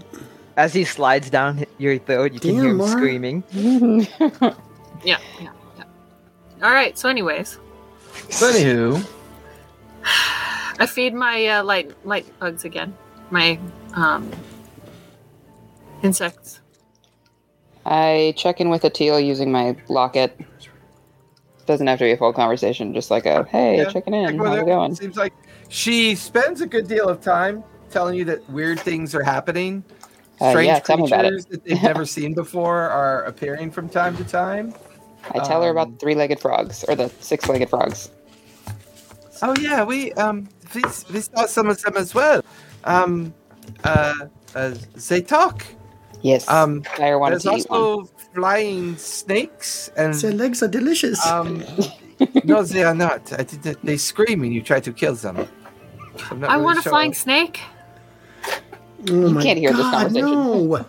Speaker 10: As he slides down hi- your throat, you can
Speaker 3: Damn,
Speaker 10: hear him
Speaker 3: Mara.
Speaker 10: screaming.
Speaker 2: Yeah. Yeah. yeah. All right. So, anyways,
Speaker 1: So anywho,
Speaker 2: I feed my uh, light light bugs again. My um, insects.
Speaker 5: I check in with Atil using my locket. Doesn't have to be a full conversation, just like a hey,
Speaker 1: Yeah,
Speaker 5: checking
Speaker 1: Like,
Speaker 5: in. How's
Speaker 1: whether-
Speaker 5: it going?
Speaker 1: Seems like she spends a good deal of time telling you that weird things are happening.
Speaker 5: Uh,
Speaker 1: Strange
Speaker 5: yeah, tell me
Speaker 1: creatures
Speaker 5: about it.
Speaker 1: that they've never seen before are appearing from time to time.
Speaker 5: I tell her about
Speaker 1: Um,
Speaker 5: the three legged frogs or the six legged frogs.
Speaker 1: Oh yeah, we um we, we saw some of them as well. Um, uh, uh they talk.
Speaker 5: Yes.
Speaker 1: Um,
Speaker 5: I wanted
Speaker 1: there's
Speaker 5: to eat one.
Speaker 1: also flying snakes
Speaker 5: Mm.
Speaker 1: and
Speaker 3: Their legs are delicious.
Speaker 5: Uh,
Speaker 1: um. no, they are not. I did. They scream when you try to kill them. I'm not
Speaker 2: I
Speaker 1: really
Speaker 2: want a
Speaker 1: sure.
Speaker 2: flying snake.
Speaker 3: oh
Speaker 5: you
Speaker 3: my
Speaker 5: can't hear this
Speaker 3: God, No.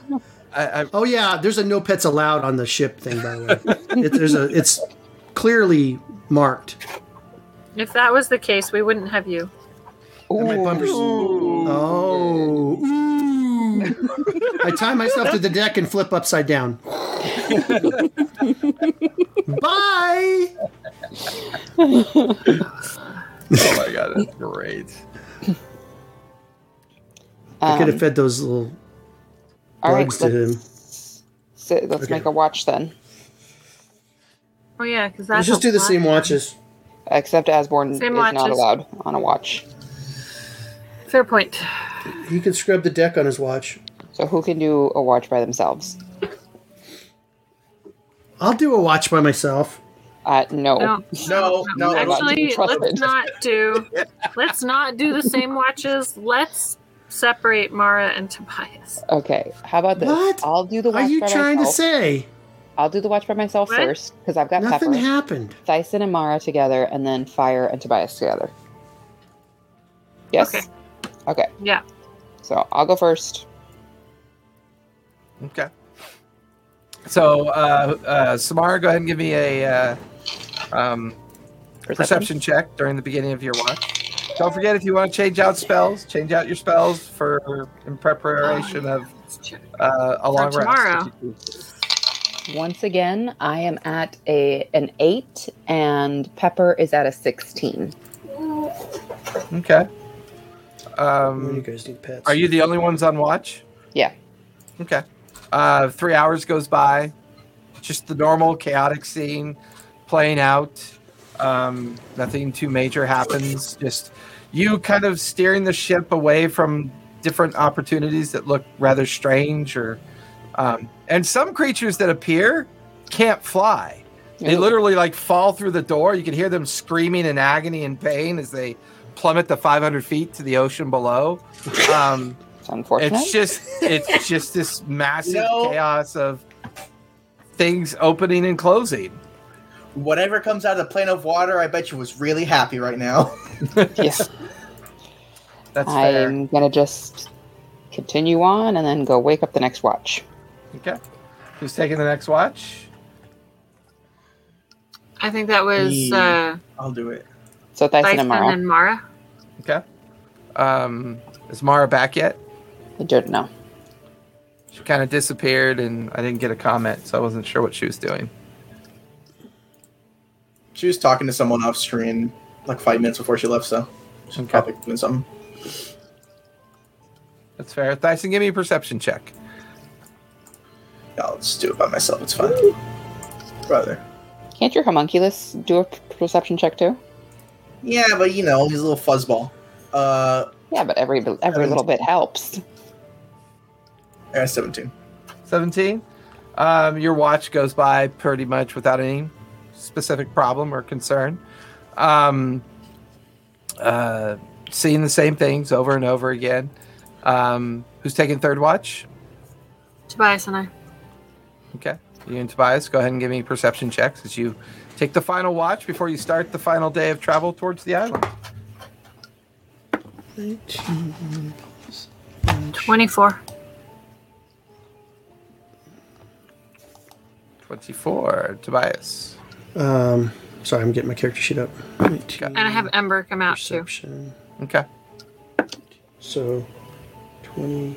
Speaker 1: I, I,
Speaker 3: Oh yeah, there's a no pets allowed on the ship thing. By the way, it, there's a. It's clearly marked.
Speaker 2: If that was the case, we wouldn't have you.
Speaker 1: and my bumper's-
Speaker 3: Oh. Ooh. I tie myself to the deck and flip upside down. Bye.
Speaker 1: Oh my god, that's great.
Speaker 3: I could have
Speaker 5: Um,
Speaker 3: fed those little
Speaker 5: all right,
Speaker 3: bugs
Speaker 5: let's,
Speaker 3: to him.
Speaker 5: so let's
Speaker 3: Okay.
Speaker 5: make a watch then.
Speaker 2: Oh yeah, because
Speaker 3: Let's
Speaker 2: that's
Speaker 3: just
Speaker 2: a
Speaker 3: do the
Speaker 2: lot.
Speaker 3: same watches.
Speaker 5: Except Asborn
Speaker 2: Same
Speaker 5: is not
Speaker 2: watches.
Speaker 5: allowed on a watch.
Speaker 2: Fair point.
Speaker 3: He can scrub the deck on his watch.
Speaker 5: So who can do a watch by themselves?
Speaker 3: I'll do a watch by myself.
Speaker 5: Uh, no.
Speaker 2: No.
Speaker 9: No, no.
Speaker 2: Actually,
Speaker 5: you trust
Speaker 2: let's
Speaker 5: it?
Speaker 2: not do let's not do the same watches. Let's separate Mara and Tobias.
Speaker 5: Okay. How about this?
Speaker 3: What
Speaker 5: I'll do the
Speaker 3: are
Speaker 5: watch.
Speaker 3: you
Speaker 5: by
Speaker 3: trying
Speaker 5: myself.
Speaker 3: to say?
Speaker 5: I'll do the watch by myself
Speaker 2: What?
Speaker 5: first because I've got
Speaker 3: Nothing
Speaker 5: pepper,
Speaker 3: happened.
Speaker 5: Thyson and Mara together, and then Fire and Tobias together. Yes.
Speaker 2: Okay.
Speaker 5: Okay.
Speaker 2: Yeah.
Speaker 5: So I'll go first.
Speaker 1: Okay. So, uh, uh, Samara, go ahead and give me a uh, um, perception check during the beginning of your watch. Don't forget if you want to change out spells, change out your spells for in preparation of
Speaker 2: Let's check.
Speaker 1: uh, a long
Speaker 2: tomorrow.
Speaker 1: rest. if you choose.
Speaker 5: Once again, I am at a an eight, and Pepper is at a sixteen.
Speaker 1: Okay.
Speaker 3: Oh, you
Speaker 1: Um,
Speaker 3: guys need pets.
Speaker 1: Mm. are you the only ones on watch?
Speaker 5: Yeah.
Speaker 1: Okay. Uh, three hours goes by. Just the normal chaotic scene playing out. Um, nothing too major happens. Just you kind of steering the ship away from different opportunities that look rather strange or. Um, and some creatures that appear can't fly. They
Speaker 5: Ooh.
Speaker 1: literally like fall through the door. You can hear them screaming in agony and pain as they plummet the 500 feet to the ocean below. Um,
Speaker 6: It's unfortunate.
Speaker 1: It's just it's just this massive
Speaker 9: No.
Speaker 1: chaos of things opening and closing.
Speaker 9: Whatever comes out of the plane of water, I bet you was really happy right now.
Speaker 6: yeah.
Speaker 1: That's fair.
Speaker 6: I'm gonna just continue on and then go wake up the next watch.
Speaker 1: Okay. Who's taking the next watch?
Speaker 2: I think that was uh,
Speaker 9: I'll do it.
Speaker 6: So Thyson
Speaker 2: Dyson
Speaker 6: and Mara,
Speaker 2: and Mara.
Speaker 1: Okay. Um, is Mara back yet?
Speaker 6: I don't know.
Speaker 1: She kind of disappeared, and I didn't get a comment, so I wasn't sure what she was doing.
Speaker 9: She was talking to someone off screen like five minutes before she left, so she's
Speaker 1: Okay.
Speaker 9: probably doing something.
Speaker 1: That's fair. Thyson, give me a perception check.
Speaker 9: Yeah, I'll just do it by myself. It's fine. Brother.
Speaker 6: Can't your homunculus do a p- perception check too?
Speaker 9: Yeah, but you know, he's a little fuzzball. Uh,
Speaker 6: Yeah, but every every little bit helps.
Speaker 9: yeah, 17.
Speaker 1: 17. Um, your watch goes by pretty much without any specific problem or concern. Um, uh, seeing the same things over and over again. Um, who's taking third watch?
Speaker 2: Tobias and I.
Speaker 1: Okay. You and Tobias, go ahead and give me perception checks as you take the final watch before you start the final day of travel towards the island.
Speaker 2: 24.
Speaker 1: 24. Tobias.
Speaker 3: Um, sorry, I'm getting my character sheet up. 19
Speaker 2: And I have Ember come out too.
Speaker 3: perception.
Speaker 1: Okay.
Speaker 3: So 20,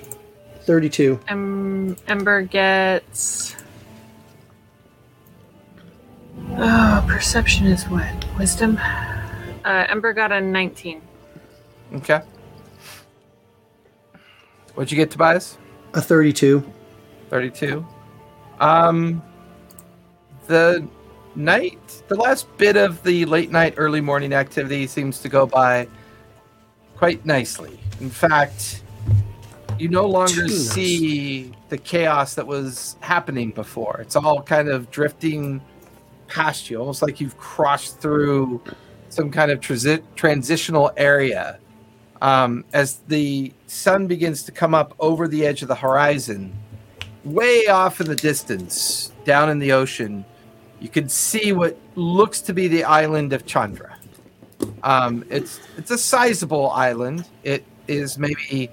Speaker 3: 32.
Speaker 2: Em- Ember gets. Oh, perception is what? Wisdom? Uh, Ember got a 19.
Speaker 1: Okay. What'd you get, Tobias?
Speaker 3: A 32.
Speaker 1: 32. Um, the night, the last bit of the late night, early morning activity seems to go by quite nicely. In fact, you no longer
Speaker 3: Too nice.
Speaker 1: see the chaos that was happening before. It's all kind of drifting past you, almost like you've crossed through some kind of transi- transitional area. Um, as the sun begins to come up over the edge of the horizon, way off in the distance, down in the ocean, you can see what looks to be the island of Chandra. Um, it's it's a sizable island. It is maybe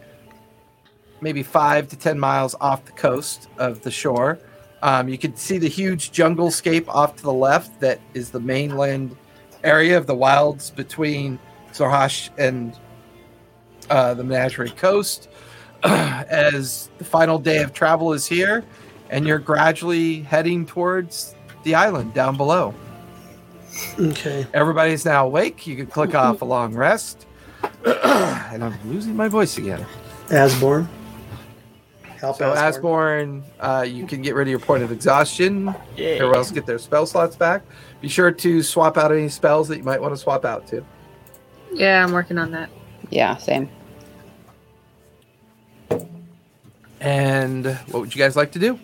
Speaker 1: maybe five to ten miles off the coast of the shore. Um, you can see the huge jungle scape off to the left that is the mainland area of the wilds between Zorhash and uh, the Menagerie Coast. as the final day of travel is here, and you're gradually heading towards the island down below.
Speaker 3: Okay.
Speaker 1: Everybody's now awake. You can click off a long rest. and I'm losing my voice again.
Speaker 3: Asborn. Help
Speaker 1: So, Asborn, uh, you can get rid of your point of exhaustion. Everyone else get their spell slots back. Be sure to swap out any spells that you might want to swap out to.
Speaker 2: Yeah, I'm working on that.
Speaker 6: Yeah, same.
Speaker 1: And what would you guys like to do?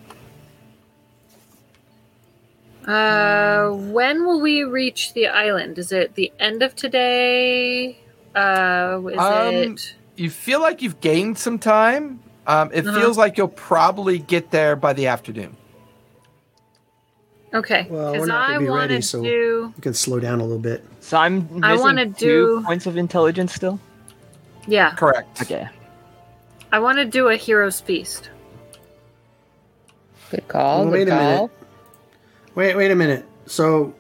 Speaker 2: Uh,
Speaker 3: Um,
Speaker 2: when will we reach the island? Is it the end of today? Uh, is
Speaker 1: Um,
Speaker 2: it?
Speaker 1: You feel like you've gained some time. Um, it
Speaker 2: Uh-huh.
Speaker 1: feels like you'll probably get there by the afternoon.
Speaker 2: Okay.
Speaker 3: Well, we're
Speaker 2: 'cause
Speaker 3: not
Speaker 2: I
Speaker 3: gonna be
Speaker 2: wanna
Speaker 3: ready, so-
Speaker 2: do.
Speaker 3: We can slow down a little bit.
Speaker 10: So I'm missing
Speaker 2: I wanna
Speaker 10: two
Speaker 2: do-
Speaker 10: points of intelligence still.
Speaker 2: Yeah,
Speaker 1: Correct.
Speaker 10: Okay.
Speaker 2: I want to do a hero's feast.
Speaker 5: Good call.
Speaker 3: Well,
Speaker 5: good
Speaker 3: wait a
Speaker 5: call.
Speaker 3: minute. Wait, wait a minute. So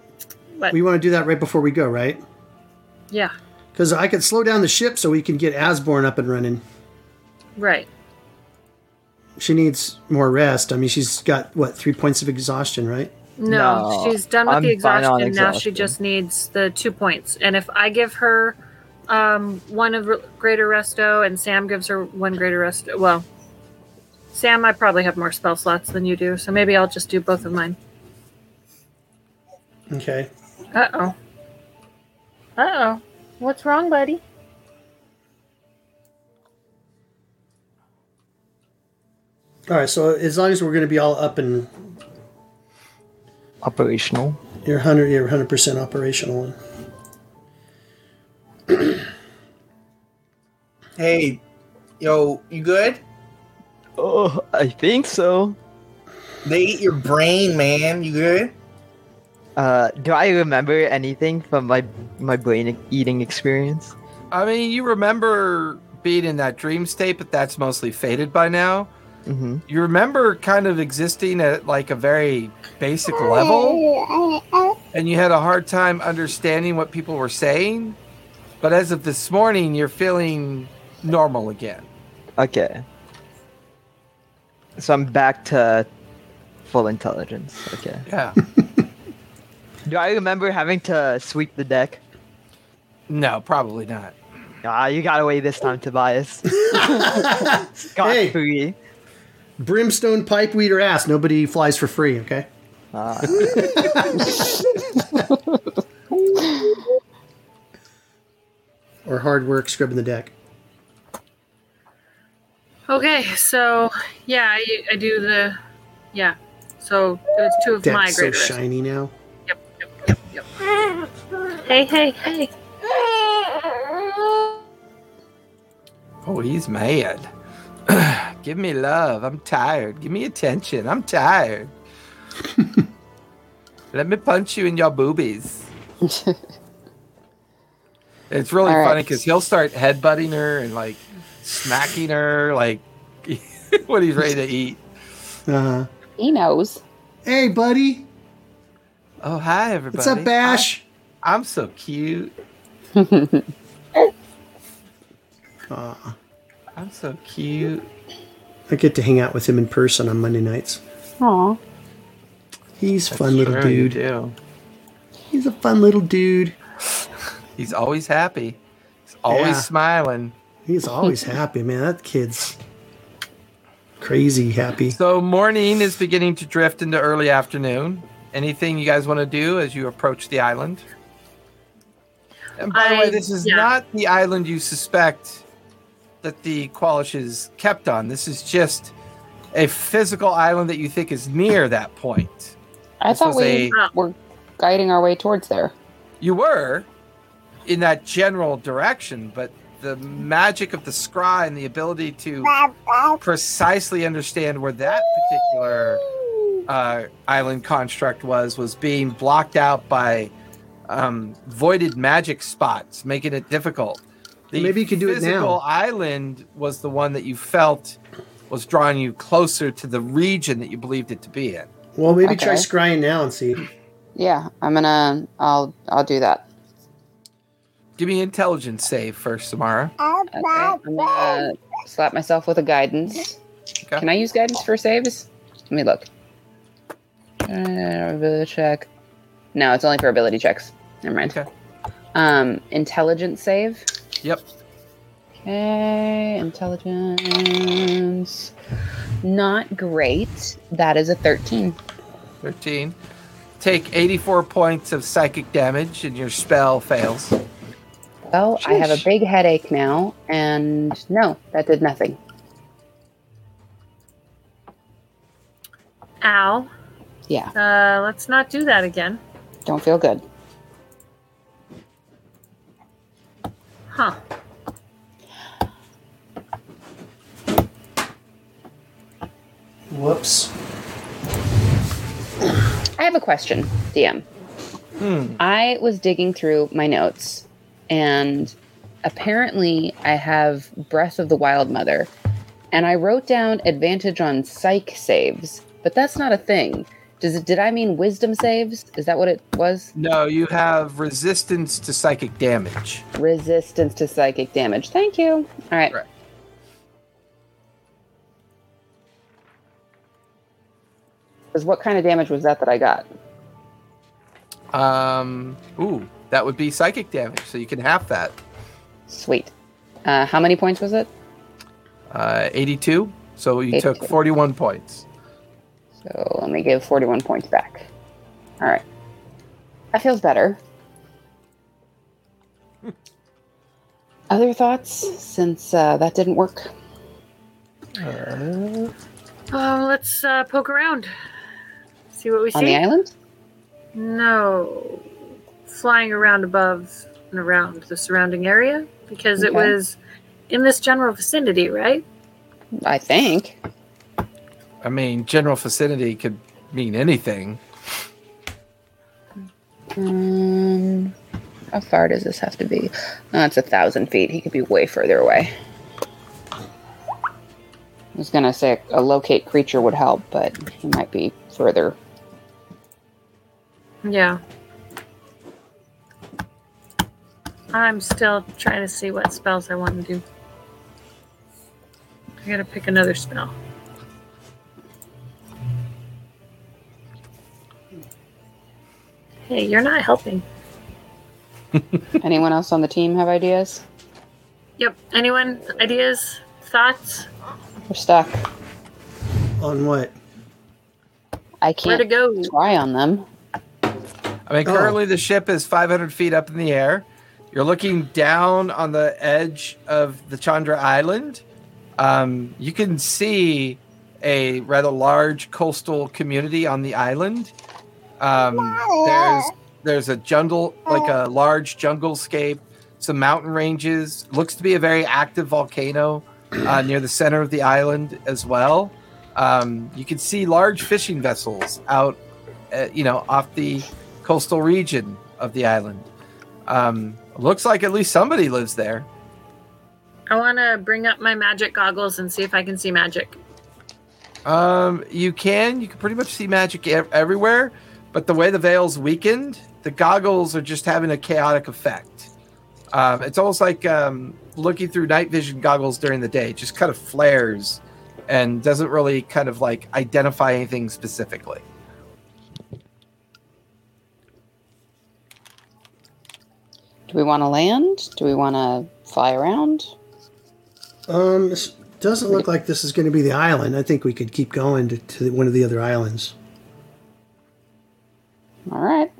Speaker 2: What?
Speaker 3: we want to do that right before we go, right?
Speaker 2: Yeah,
Speaker 3: Because I could slow down the ship so we can get Asborn up and running.
Speaker 2: right.
Speaker 3: She needs more rest. I mean, she's got what three points of exhaustion, right?
Speaker 2: No,
Speaker 10: No,
Speaker 2: she's done with
Speaker 10: I'm
Speaker 2: the
Speaker 10: fine on
Speaker 2: exhaustion. Now she
Speaker 10: exhaustion.
Speaker 2: just needs the two points. And if I give her um, one of r- greater resto and Sam gives her one greater resto, well, Sam, I probably have more spell slots than you do, so maybe I'll just do both of mine.
Speaker 3: Okay.
Speaker 2: Uh oh. Uh oh. What's wrong, buddy?
Speaker 3: All right. So as long as we're going to be all up and
Speaker 10: Operational.
Speaker 3: you're hundred, you're hundred percent operational.
Speaker 9: Hey, yo, you good?
Speaker 10: Oh, I think so.
Speaker 9: They eat your brain, man. You good?
Speaker 10: Uh, do I remember anything from my my brain e-, eating experience?
Speaker 1: I mean, you remember being in that dream state, but that's mostly faded by now.
Speaker 10: Mm-hmm.
Speaker 1: You remember kind of existing at like a very basic level, and you had a hard time understanding what people were saying. But as of this morning, you're feeling normal again.
Speaker 10: Okay. So I'm back to full intelligence. Okay.
Speaker 1: Yeah.
Speaker 10: Do I remember having to sweep the deck?
Speaker 1: No, probably not.
Speaker 10: Ah, you got away this time, Tobias. Scot
Speaker 3: Hey.
Speaker 10: free.
Speaker 3: Brimstone pipe weed or ass. Nobody flies for free. Okay.
Speaker 10: Ah.
Speaker 3: Or hard work scrubbing the deck.
Speaker 2: Okay, so yeah, I, I do the yeah. So it's two of my
Speaker 3: Deck's so
Speaker 2: greater.
Speaker 3: shiny now.
Speaker 2: hey, hey, hey!
Speaker 1: Oh, he's mad. Give me love. I'm tired. Give me attention. I'm tired. Let me punch you in your boobies. it's really
Speaker 5: All right.
Speaker 1: funny because he'll start headbutting her and like smacking her, like when he's ready to eat.
Speaker 3: Uh huh.
Speaker 5: He knows.
Speaker 3: Hey, buddy.
Speaker 1: Oh, hi, everybody.
Speaker 3: What's up, Bash?
Speaker 1: I- I'm so cute.
Speaker 3: Aw,
Speaker 1: I'm so cute.
Speaker 3: Uh, I get to hang out with him in person on Monday nights.
Speaker 5: Aw.
Speaker 3: He's a fun little
Speaker 1: Sure you
Speaker 3: dude.
Speaker 1: do.
Speaker 3: He's a fun little dude.
Speaker 1: He's always happy. He's always
Speaker 3: Yeah.
Speaker 1: smiling.
Speaker 3: He's always happy, man. That kid's crazy happy.
Speaker 1: So morning is beginning to drift into early afternoon. Anything you guys want to do as you approach the island? And by the
Speaker 2: I-
Speaker 1: way, this is
Speaker 2: yeah.
Speaker 1: not the island you suspect that the Qualish is kept on. This is just a physical island that you think is near that point.
Speaker 5: I
Speaker 1: This
Speaker 5: thought
Speaker 1: was
Speaker 5: we
Speaker 2: a-
Speaker 5: were guiding our way towards there.
Speaker 1: You were in that general direction, but the magic of the scry and the ability to precisely understand where that particular uh, island construct was was being blocked out by um, voided magic spots, making it difficult.
Speaker 3: Maybe you could do it now.
Speaker 1: physical island was the one that you felt was drawing you closer to the region that you believed it to be in.
Speaker 3: Well, maybe try
Speaker 5: Okay.
Speaker 3: scrying now and see.
Speaker 5: Yeah, I'm gonna. I'll. I'll do that.
Speaker 1: Give me intelligence save first, Samara.
Speaker 5: Okay. I'm gonna slap myself with a guidance.
Speaker 1: Okay.
Speaker 5: Can I use guidance for saves? Let me look. Uh, ability check. No, it's only for ability checks. Never mind.
Speaker 1: Okay.
Speaker 5: Um, intelligence save.
Speaker 1: Yep.
Speaker 5: Okay, intelligence. Not great. That is a 13.
Speaker 1: 13. Take 84 points of psychic damage and your spell fails.
Speaker 5: Well, I have a big headache now, and no, that did nothing.
Speaker 2: Ow.
Speaker 5: Yeah.
Speaker 2: Uh, let's not do that again,
Speaker 5: Don't feel good.
Speaker 2: huh?
Speaker 3: Whoops.
Speaker 5: I have a question, DM.
Speaker 1: Hmm.
Speaker 5: I was digging through my notes, and apparently I have Breath of the Wild Mother, and I wrote down advantage on psych saves, but that's not a thing. Does it, did I mean wisdom saves? Is that what it was?
Speaker 1: No, you have resistance to psychic damage.
Speaker 5: Resistance to psychic damage. Thank you. All right.
Speaker 1: Right.
Speaker 5: Because what kind of damage was that that I got?
Speaker 1: Um, ooh, that would be psychic damage, so you can half that.
Speaker 5: Sweet. Uh, how many points was it?
Speaker 1: Uh, 82. So you took 41 points.
Speaker 5: So let me give 41 points back. All right. That feels better. Other thoughts since uh, that didn't work?
Speaker 2: Oh, let's uh, poke around. See what we
Speaker 5: On
Speaker 2: see.
Speaker 5: the island?
Speaker 2: No. Flying around above and around the surrounding area because it
Speaker 5: Okay.
Speaker 2: was in this general vicinity, right?
Speaker 5: I think.
Speaker 1: I mean, general vicinity could mean anything.
Speaker 5: Um, how far does this have to be? Oh, it's a thousand feet. He could be way further away. I was gonna say a locate creature would help, but he might be further.
Speaker 2: Yeah. I'm still trying to see what spells I want to do. I gotta pick another spell. Hey, you're not helping.
Speaker 5: Anyone else on the team have ideas?
Speaker 2: Yep. Anyone? Ideas? Thoughts?
Speaker 5: We're stuck.
Speaker 3: On what?
Speaker 5: I
Speaker 2: Where to
Speaker 5: can't
Speaker 2: go?
Speaker 5: try on them.
Speaker 1: I mean,
Speaker 3: Oh.
Speaker 1: currently the ship is 500 feet up in the air. You're looking down on the edge of the Chandra Island. Um, you can see a rather large coastal community on the island. Um, there's there's a jungle, like a large jungle scape, some mountain ranges. Looks to be a very active volcano uh, near the center of the island as well. Um, you can see large fishing vessels out, uh, you know, off the coastal region of the island. Um, looks like at least somebody lives there.
Speaker 2: I want to bring up my magic goggles and see if I can see magic.
Speaker 1: Um, you can you can pretty much see magic ev- everywhere, but the way the veil's weakened, the goggles are just having a chaotic effect. Um, it's almost like um, looking through night vision goggles during the day, just kind of flares and doesn't really kind of like identify anything specifically.
Speaker 5: Do we want to land? Do we want to fly around?
Speaker 3: Um, this doesn't look like this is going to be the island. I think we could keep going to, to one of the other islands.
Speaker 5: All right.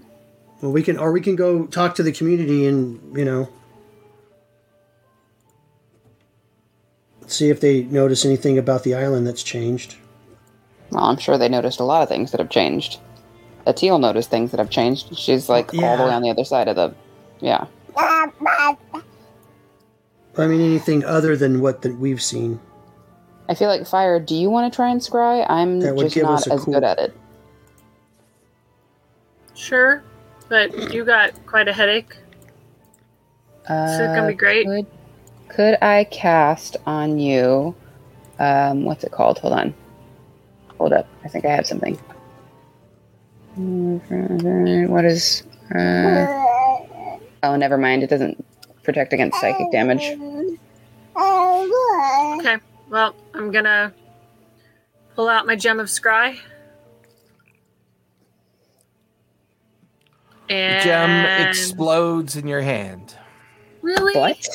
Speaker 3: Well, we can, or we can go talk to the community and you know see if they notice anything about the island that's changed.
Speaker 5: Well, I'm sure they noticed a lot of things that have changed. Atiel noticed things that have changed. She's like all the
Speaker 3: Yeah.
Speaker 5: way on the other side of the. Yeah.
Speaker 3: I mean, anything other than what that we've seen.
Speaker 5: I feel like fire. Do you want to try and scry? I'm
Speaker 3: That would
Speaker 5: just
Speaker 3: give us
Speaker 5: not
Speaker 3: a
Speaker 5: as
Speaker 3: cool-
Speaker 5: good at it.
Speaker 2: Sure, but you got quite a headache. This is gonna
Speaker 5: Uh,
Speaker 2: be great.
Speaker 5: Could, could I cast on you? Um, what's it called? Hold on. Hold up. I think I have something. What is? Uh, oh, never mind. It doesn't protect against psychic damage.
Speaker 2: Okay, well, I'm gonna pull out my gem of scry.
Speaker 1: The
Speaker 2: And
Speaker 1: gem explodes in your hand.
Speaker 2: Really?
Speaker 5: What?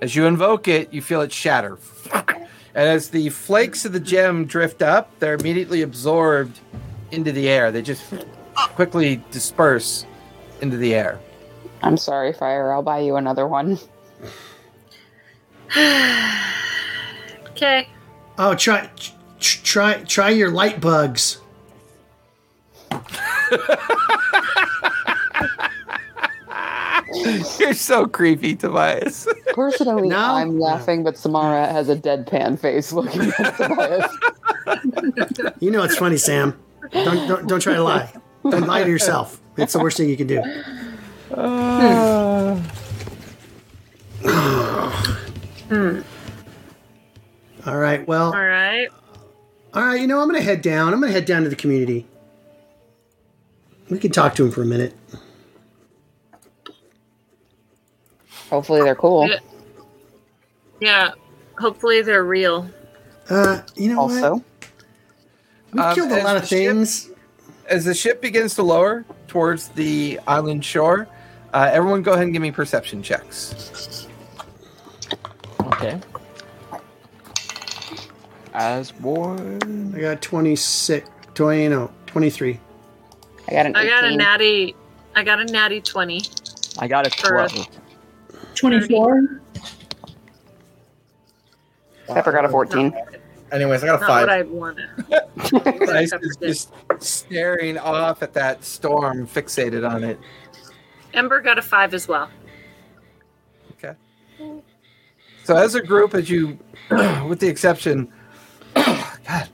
Speaker 1: As you invoke it, you feel it shatter. And as the flakes of the gem drift up, they're immediately absorbed into the air. They just quickly disperse into the air.
Speaker 5: I'm sorry, fire. I'll buy you another one.
Speaker 2: Okay.
Speaker 3: Oh, try, tr- try, try your light bugs.
Speaker 1: You're so creepy, Tobias.
Speaker 5: Personally,
Speaker 3: No?
Speaker 5: I'm laughing, but Samara has a deadpan face looking at Tobias.
Speaker 3: You know it's funny, Sam. Don't, don't don't try to lie. Don't lie to yourself. It's the worst thing you can do. All right. Well.
Speaker 2: All right.
Speaker 3: All right. You know I'm gonna head down. I'm gonna head down to the community. We can talk to him for a minute.
Speaker 5: Hopefully, they're cool.
Speaker 2: Yeah. Hopefully they're real.
Speaker 3: Uh, you know what?
Speaker 5: Also,
Speaker 3: We've
Speaker 1: Um,
Speaker 3: killed a
Speaker 1: as
Speaker 3: lot
Speaker 1: the
Speaker 3: of
Speaker 1: ship-
Speaker 3: things.
Speaker 1: As the ship begins to lower towards the island shore, uh, everyone go ahead and give me perception checks.
Speaker 8: Okay.
Speaker 6: As born.
Speaker 3: I got 26. 20, no, 23.
Speaker 5: I got an
Speaker 2: I got a
Speaker 5: 18.
Speaker 2: natty. I got a natty twenty.
Speaker 8: I got a
Speaker 2: Sure.
Speaker 8: 12.
Speaker 7: 24.
Speaker 6: Pepper got a 14.
Speaker 9: Anyways, I got a
Speaker 2: Not
Speaker 9: five.
Speaker 2: what I wanted.
Speaker 1: Bryce is just staring off at that storm, fixated on it.
Speaker 2: Ember got a five as well.
Speaker 1: So as a group, as you, with the exception, God,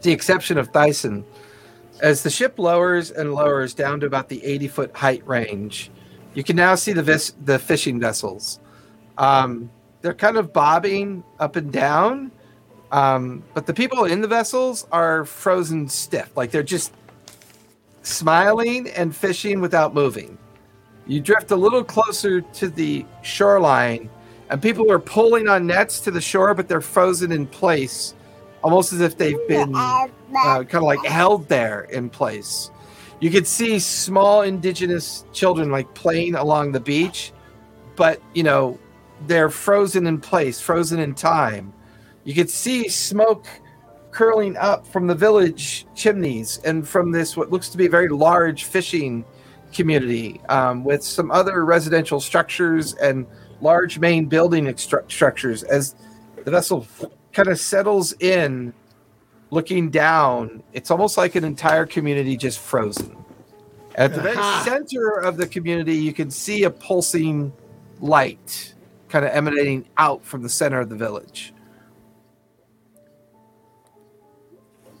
Speaker 1: the exception of Dyson, as the ship lowers and lowers down to about the 80 foot height range, you can now see the vis- the fishing vessels. Um, they're kind of bobbing up and down, um, but the people in the vessels are frozen stiff, like they're just smiling and fishing without moving. You drift a little closer to the shoreline and people are pulling on nets to the shore, but they're frozen in place, almost as if they've been uh, kind of like held there in place. You could see small indigenous children like playing along the beach, but you know they're frozen in place, frozen in time. You could see smoke curling up from the village chimneys and from this what looks to be a very large fishing community um, with some other residential structures and large main building extru- structures as the vessel kind of settles in looking down it's almost like an entire community just frozen at the very
Speaker 3: Aha.
Speaker 1: center of the community you can see a pulsing light kind of emanating out from the center of the village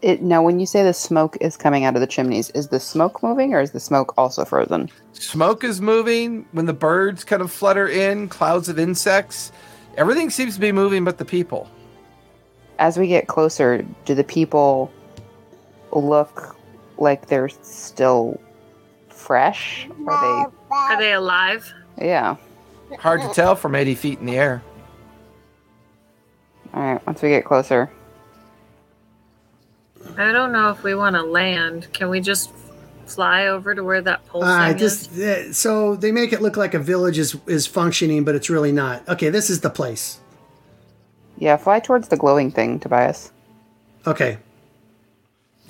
Speaker 6: It, now, when you say the smoke is coming out of the chimneys, is the smoke moving or is the smoke also frozen?
Speaker 1: smoke is moving when the birds kind of flutter in clouds of insects everything seems to be moving but the people
Speaker 6: As we get closer, do the people look like they're still fresh? Are
Speaker 2: Are they alive?
Speaker 6: they? Yeah.
Speaker 1: hard to tell from 80 feet in the air
Speaker 6: All right. Once we get closer,
Speaker 2: I don't know if we want to land. Can we just fly over to where that pole
Speaker 3: Uh,
Speaker 2: thing
Speaker 3: this,
Speaker 2: is?
Speaker 3: th- so they make it look like a village is, is functioning, but it's really not. Okay, this is the place.
Speaker 6: yeah, fly towards the glowing thing, Tobias.
Speaker 3: Okay.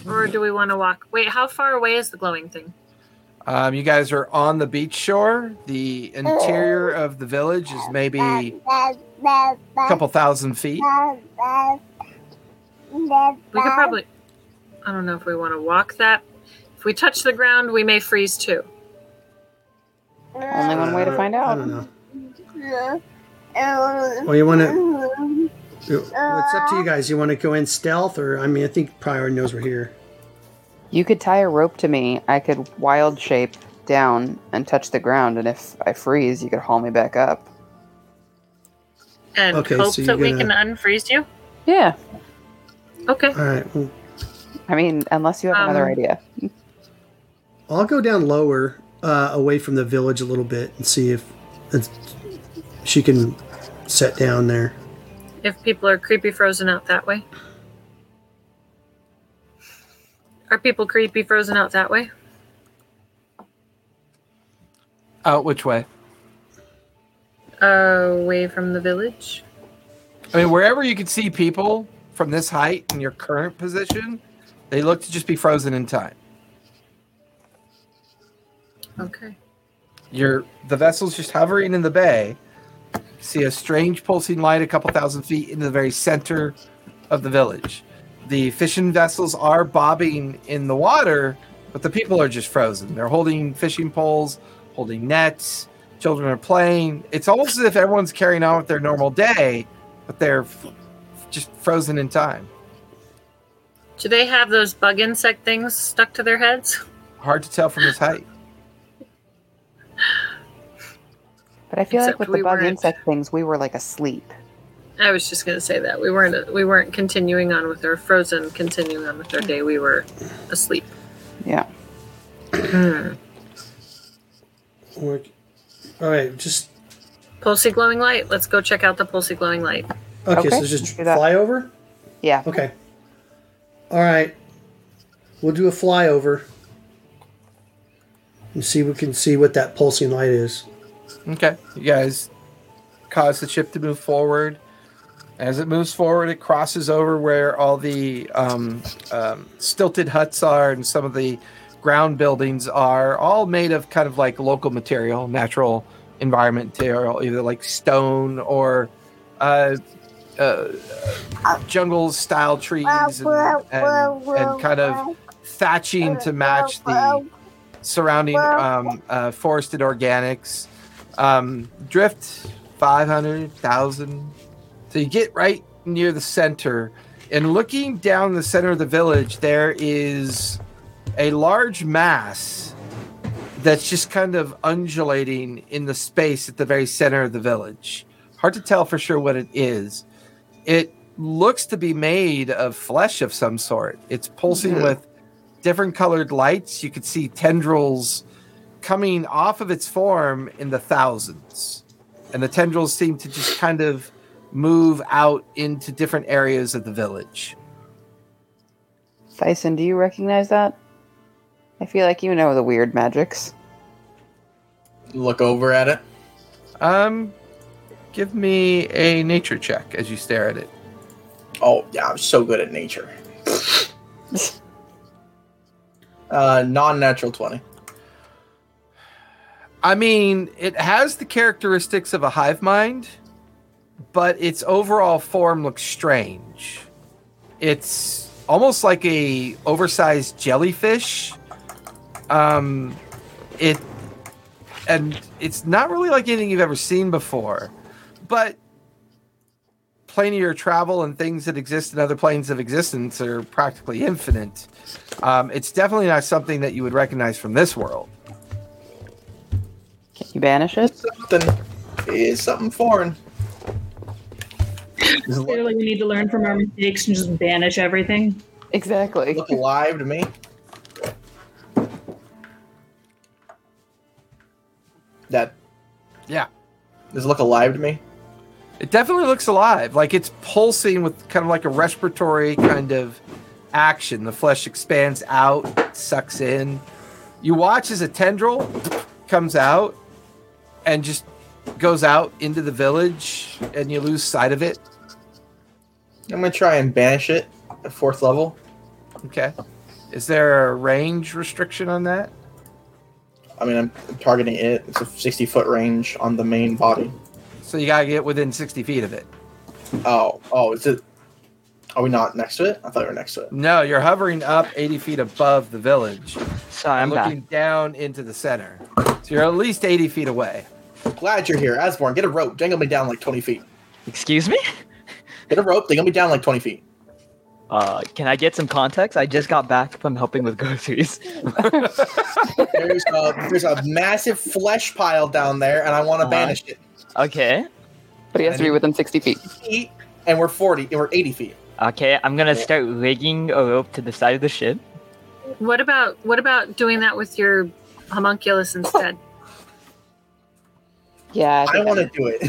Speaker 2: Or do we want to walk? Wait, how far away is the glowing thing?
Speaker 1: Um, you guys are on the beach shore. The interior of the village is maybe a couple thousand feet.
Speaker 2: We could probably. I don't know if we want to walk that. If we touch the ground, we may freeze too.
Speaker 6: Only one way to find
Speaker 3: Uh, I
Speaker 6: out.
Speaker 3: don't know. Well, you want to. It's up to you guys. You want to go in stealth, or I mean, I think Prior knows we're here.
Speaker 6: You could tie a rope to me. I could wild shape down and touch the ground, and if I freeze, you could haul me back up.
Speaker 2: And
Speaker 3: Okay,
Speaker 2: hope
Speaker 3: so you're
Speaker 2: that we can
Speaker 3: gonna-
Speaker 2: unfreeze you.
Speaker 6: Yeah.
Speaker 2: Okay.
Speaker 3: All right. Well,
Speaker 6: I mean, unless you have another
Speaker 2: Um,
Speaker 6: idea.
Speaker 3: I'll go down lower, uh, away from the village a little bit, and see if if she can set down there.
Speaker 2: If people are creepy frozen out that way. Are people creepy frozen out that way?
Speaker 1: Out Oh, which way?
Speaker 2: Away from the village?
Speaker 1: I mean, wherever you could see people from this height in your current position, they look to just be frozen in time.
Speaker 2: Okay.
Speaker 1: You're the vessel's just hovering in the bay. See a strange pulsing light a couple thousand feet into the very center of the village. The fishing vessels are bobbing in the water, but the people are just frozen. They're holding fishing poles, holding nets. Children are playing. It's almost as if everyone's carrying on with their normal day, but they're f- just frozen in time.
Speaker 2: Do they have those bug insect things stuck to their heads?
Speaker 1: Hard to tell from this height.
Speaker 6: But I feel like
Speaker 2: except
Speaker 6: with
Speaker 2: we
Speaker 6: the bug
Speaker 2: weren't.
Speaker 6: insect things, we were like asleep.
Speaker 2: I was just gonna say that we weren't we weren't continuing on with our frozen, continuing on with our day. We were asleep.
Speaker 6: Yeah.
Speaker 3: Work. All right. Just
Speaker 2: Pulsy glowing light. Let's go check out the pulsy glowing light.
Speaker 3: okay.
Speaker 6: Okay,
Speaker 3: so just
Speaker 6: let's do that.
Speaker 3: fly over.
Speaker 6: Yeah.
Speaker 3: Okay. All right. We'll do a flyover and see we can see what that pulsing light is.
Speaker 1: Okay. You guys cause the ship to move forward. As it moves forward, it crosses over where all the um, um, stilted huts are and some of the ground buildings are, all made of kind of like local material, natural environment material, either like stone or uh, uh, jungle style trees and, and, and kind of thatching to match the surrounding um, uh, forested organics. Um, drift 500,000. So you get right near the center. And looking down the center of the village, there is a large mass that's just kind of undulating in the space at the very center of the village. Hard to tell for sure what it is. It looks to be made of flesh of some sort. It's pulsing with different colored lights. You could see tendrils coming off of its form in the thousands. And the tendrils seem to just kind of move out into different areas of the village.
Speaker 6: Thyson, do you recognize that? I feel like you know the weird magics.
Speaker 9: Look over at it.
Speaker 1: Um, give me a nature check as you stare at it.
Speaker 9: Oh yeah, I'm so good at nature. uh, non-natural twenty.
Speaker 1: I mean, it has the characteristics of a hive mind, but its overall form looks strange. It's almost like a oversized jellyfish. Um, it and it's not really like anything you've ever seen before, but plane of your travel and things that exist in other planes of existence are practically infinite. Um, it's definitely not something that you would recognize from this world.
Speaker 6: Can you banish it?
Speaker 9: Something is something foreign. Does it look,
Speaker 7: Clearly, we need to learn from our mistakes and just banish everything.
Speaker 6: Exactly.
Speaker 9: look alive to me? That
Speaker 1: Yeah.
Speaker 9: does it look alive to me?
Speaker 1: It definitely looks alive. Like it's pulsing with kind of like a respiratory kind of action. The flesh expands out, sucks in. You watch as a tendril comes out and just goes out into the village and you lose sight of it.
Speaker 9: I'm gonna try and banish it at fourth level.
Speaker 1: Okay. Is there a range restriction on that?
Speaker 9: I mean, I'm targeting it. It's a 60 foot range on the main body.
Speaker 1: So you gotta get within 60 feet of it.
Speaker 9: Oh, oh, is it? Are we not next to it? I thought we were next to it.
Speaker 1: No, you're hovering up 80 feet above the village.
Speaker 8: Sorry, I'm
Speaker 1: looking
Speaker 8: back.
Speaker 1: down into the center. So you're at least 80 feet away.
Speaker 9: Glad you're here, Asborn. Get a rope. Dangle me down like 20 feet.
Speaker 8: Excuse me?
Speaker 9: Get a rope. Dangle me down like 20 feet.
Speaker 8: Uh, can I get some context? I just got back from helping with groceries.
Speaker 9: There's a, there's a massive flesh pile down there, and I want to
Speaker 8: Uh-huh.
Speaker 9: banish it.
Speaker 8: Okay.
Speaker 6: But he has to be within 60 feet.
Speaker 9: Feet, and we're 40, and we're 80 feet.
Speaker 8: Okay, I'm gonna start rigging a rope to the side of the ship.
Speaker 2: What about what about doing that with your homunculus instead?
Speaker 6: Yeah,
Speaker 9: I want to do it.
Speaker 6: to.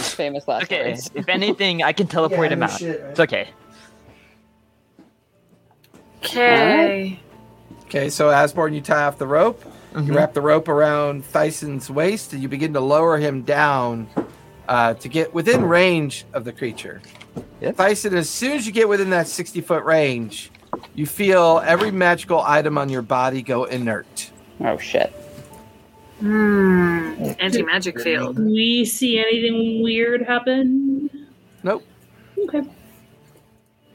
Speaker 6: Famous last
Speaker 8: Okay,
Speaker 6: words.
Speaker 8: if anything, I can teleport
Speaker 3: Yeah,
Speaker 8: him
Speaker 3: no
Speaker 8: out.
Speaker 3: shit, right?
Speaker 8: It's okay.
Speaker 2: Okay.
Speaker 1: Okay, so Asborn, you tie off the rope. You
Speaker 8: Mhm.
Speaker 1: wrap the rope around Thyson's waist, and you begin to lower him down uh, to get within range of the creature.
Speaker 8: Yep.
Speaker 1: Thyson, as soon as you get within that 60 foot range, you feel every magical item on your body go inert.
Speaker 6: Oh, shit.
Speaker 2: Hmm. Anti magic field.
Speaker 7: Do we see anything weird happen?
Speaker 1: Nope.
Speaker 7: Okay.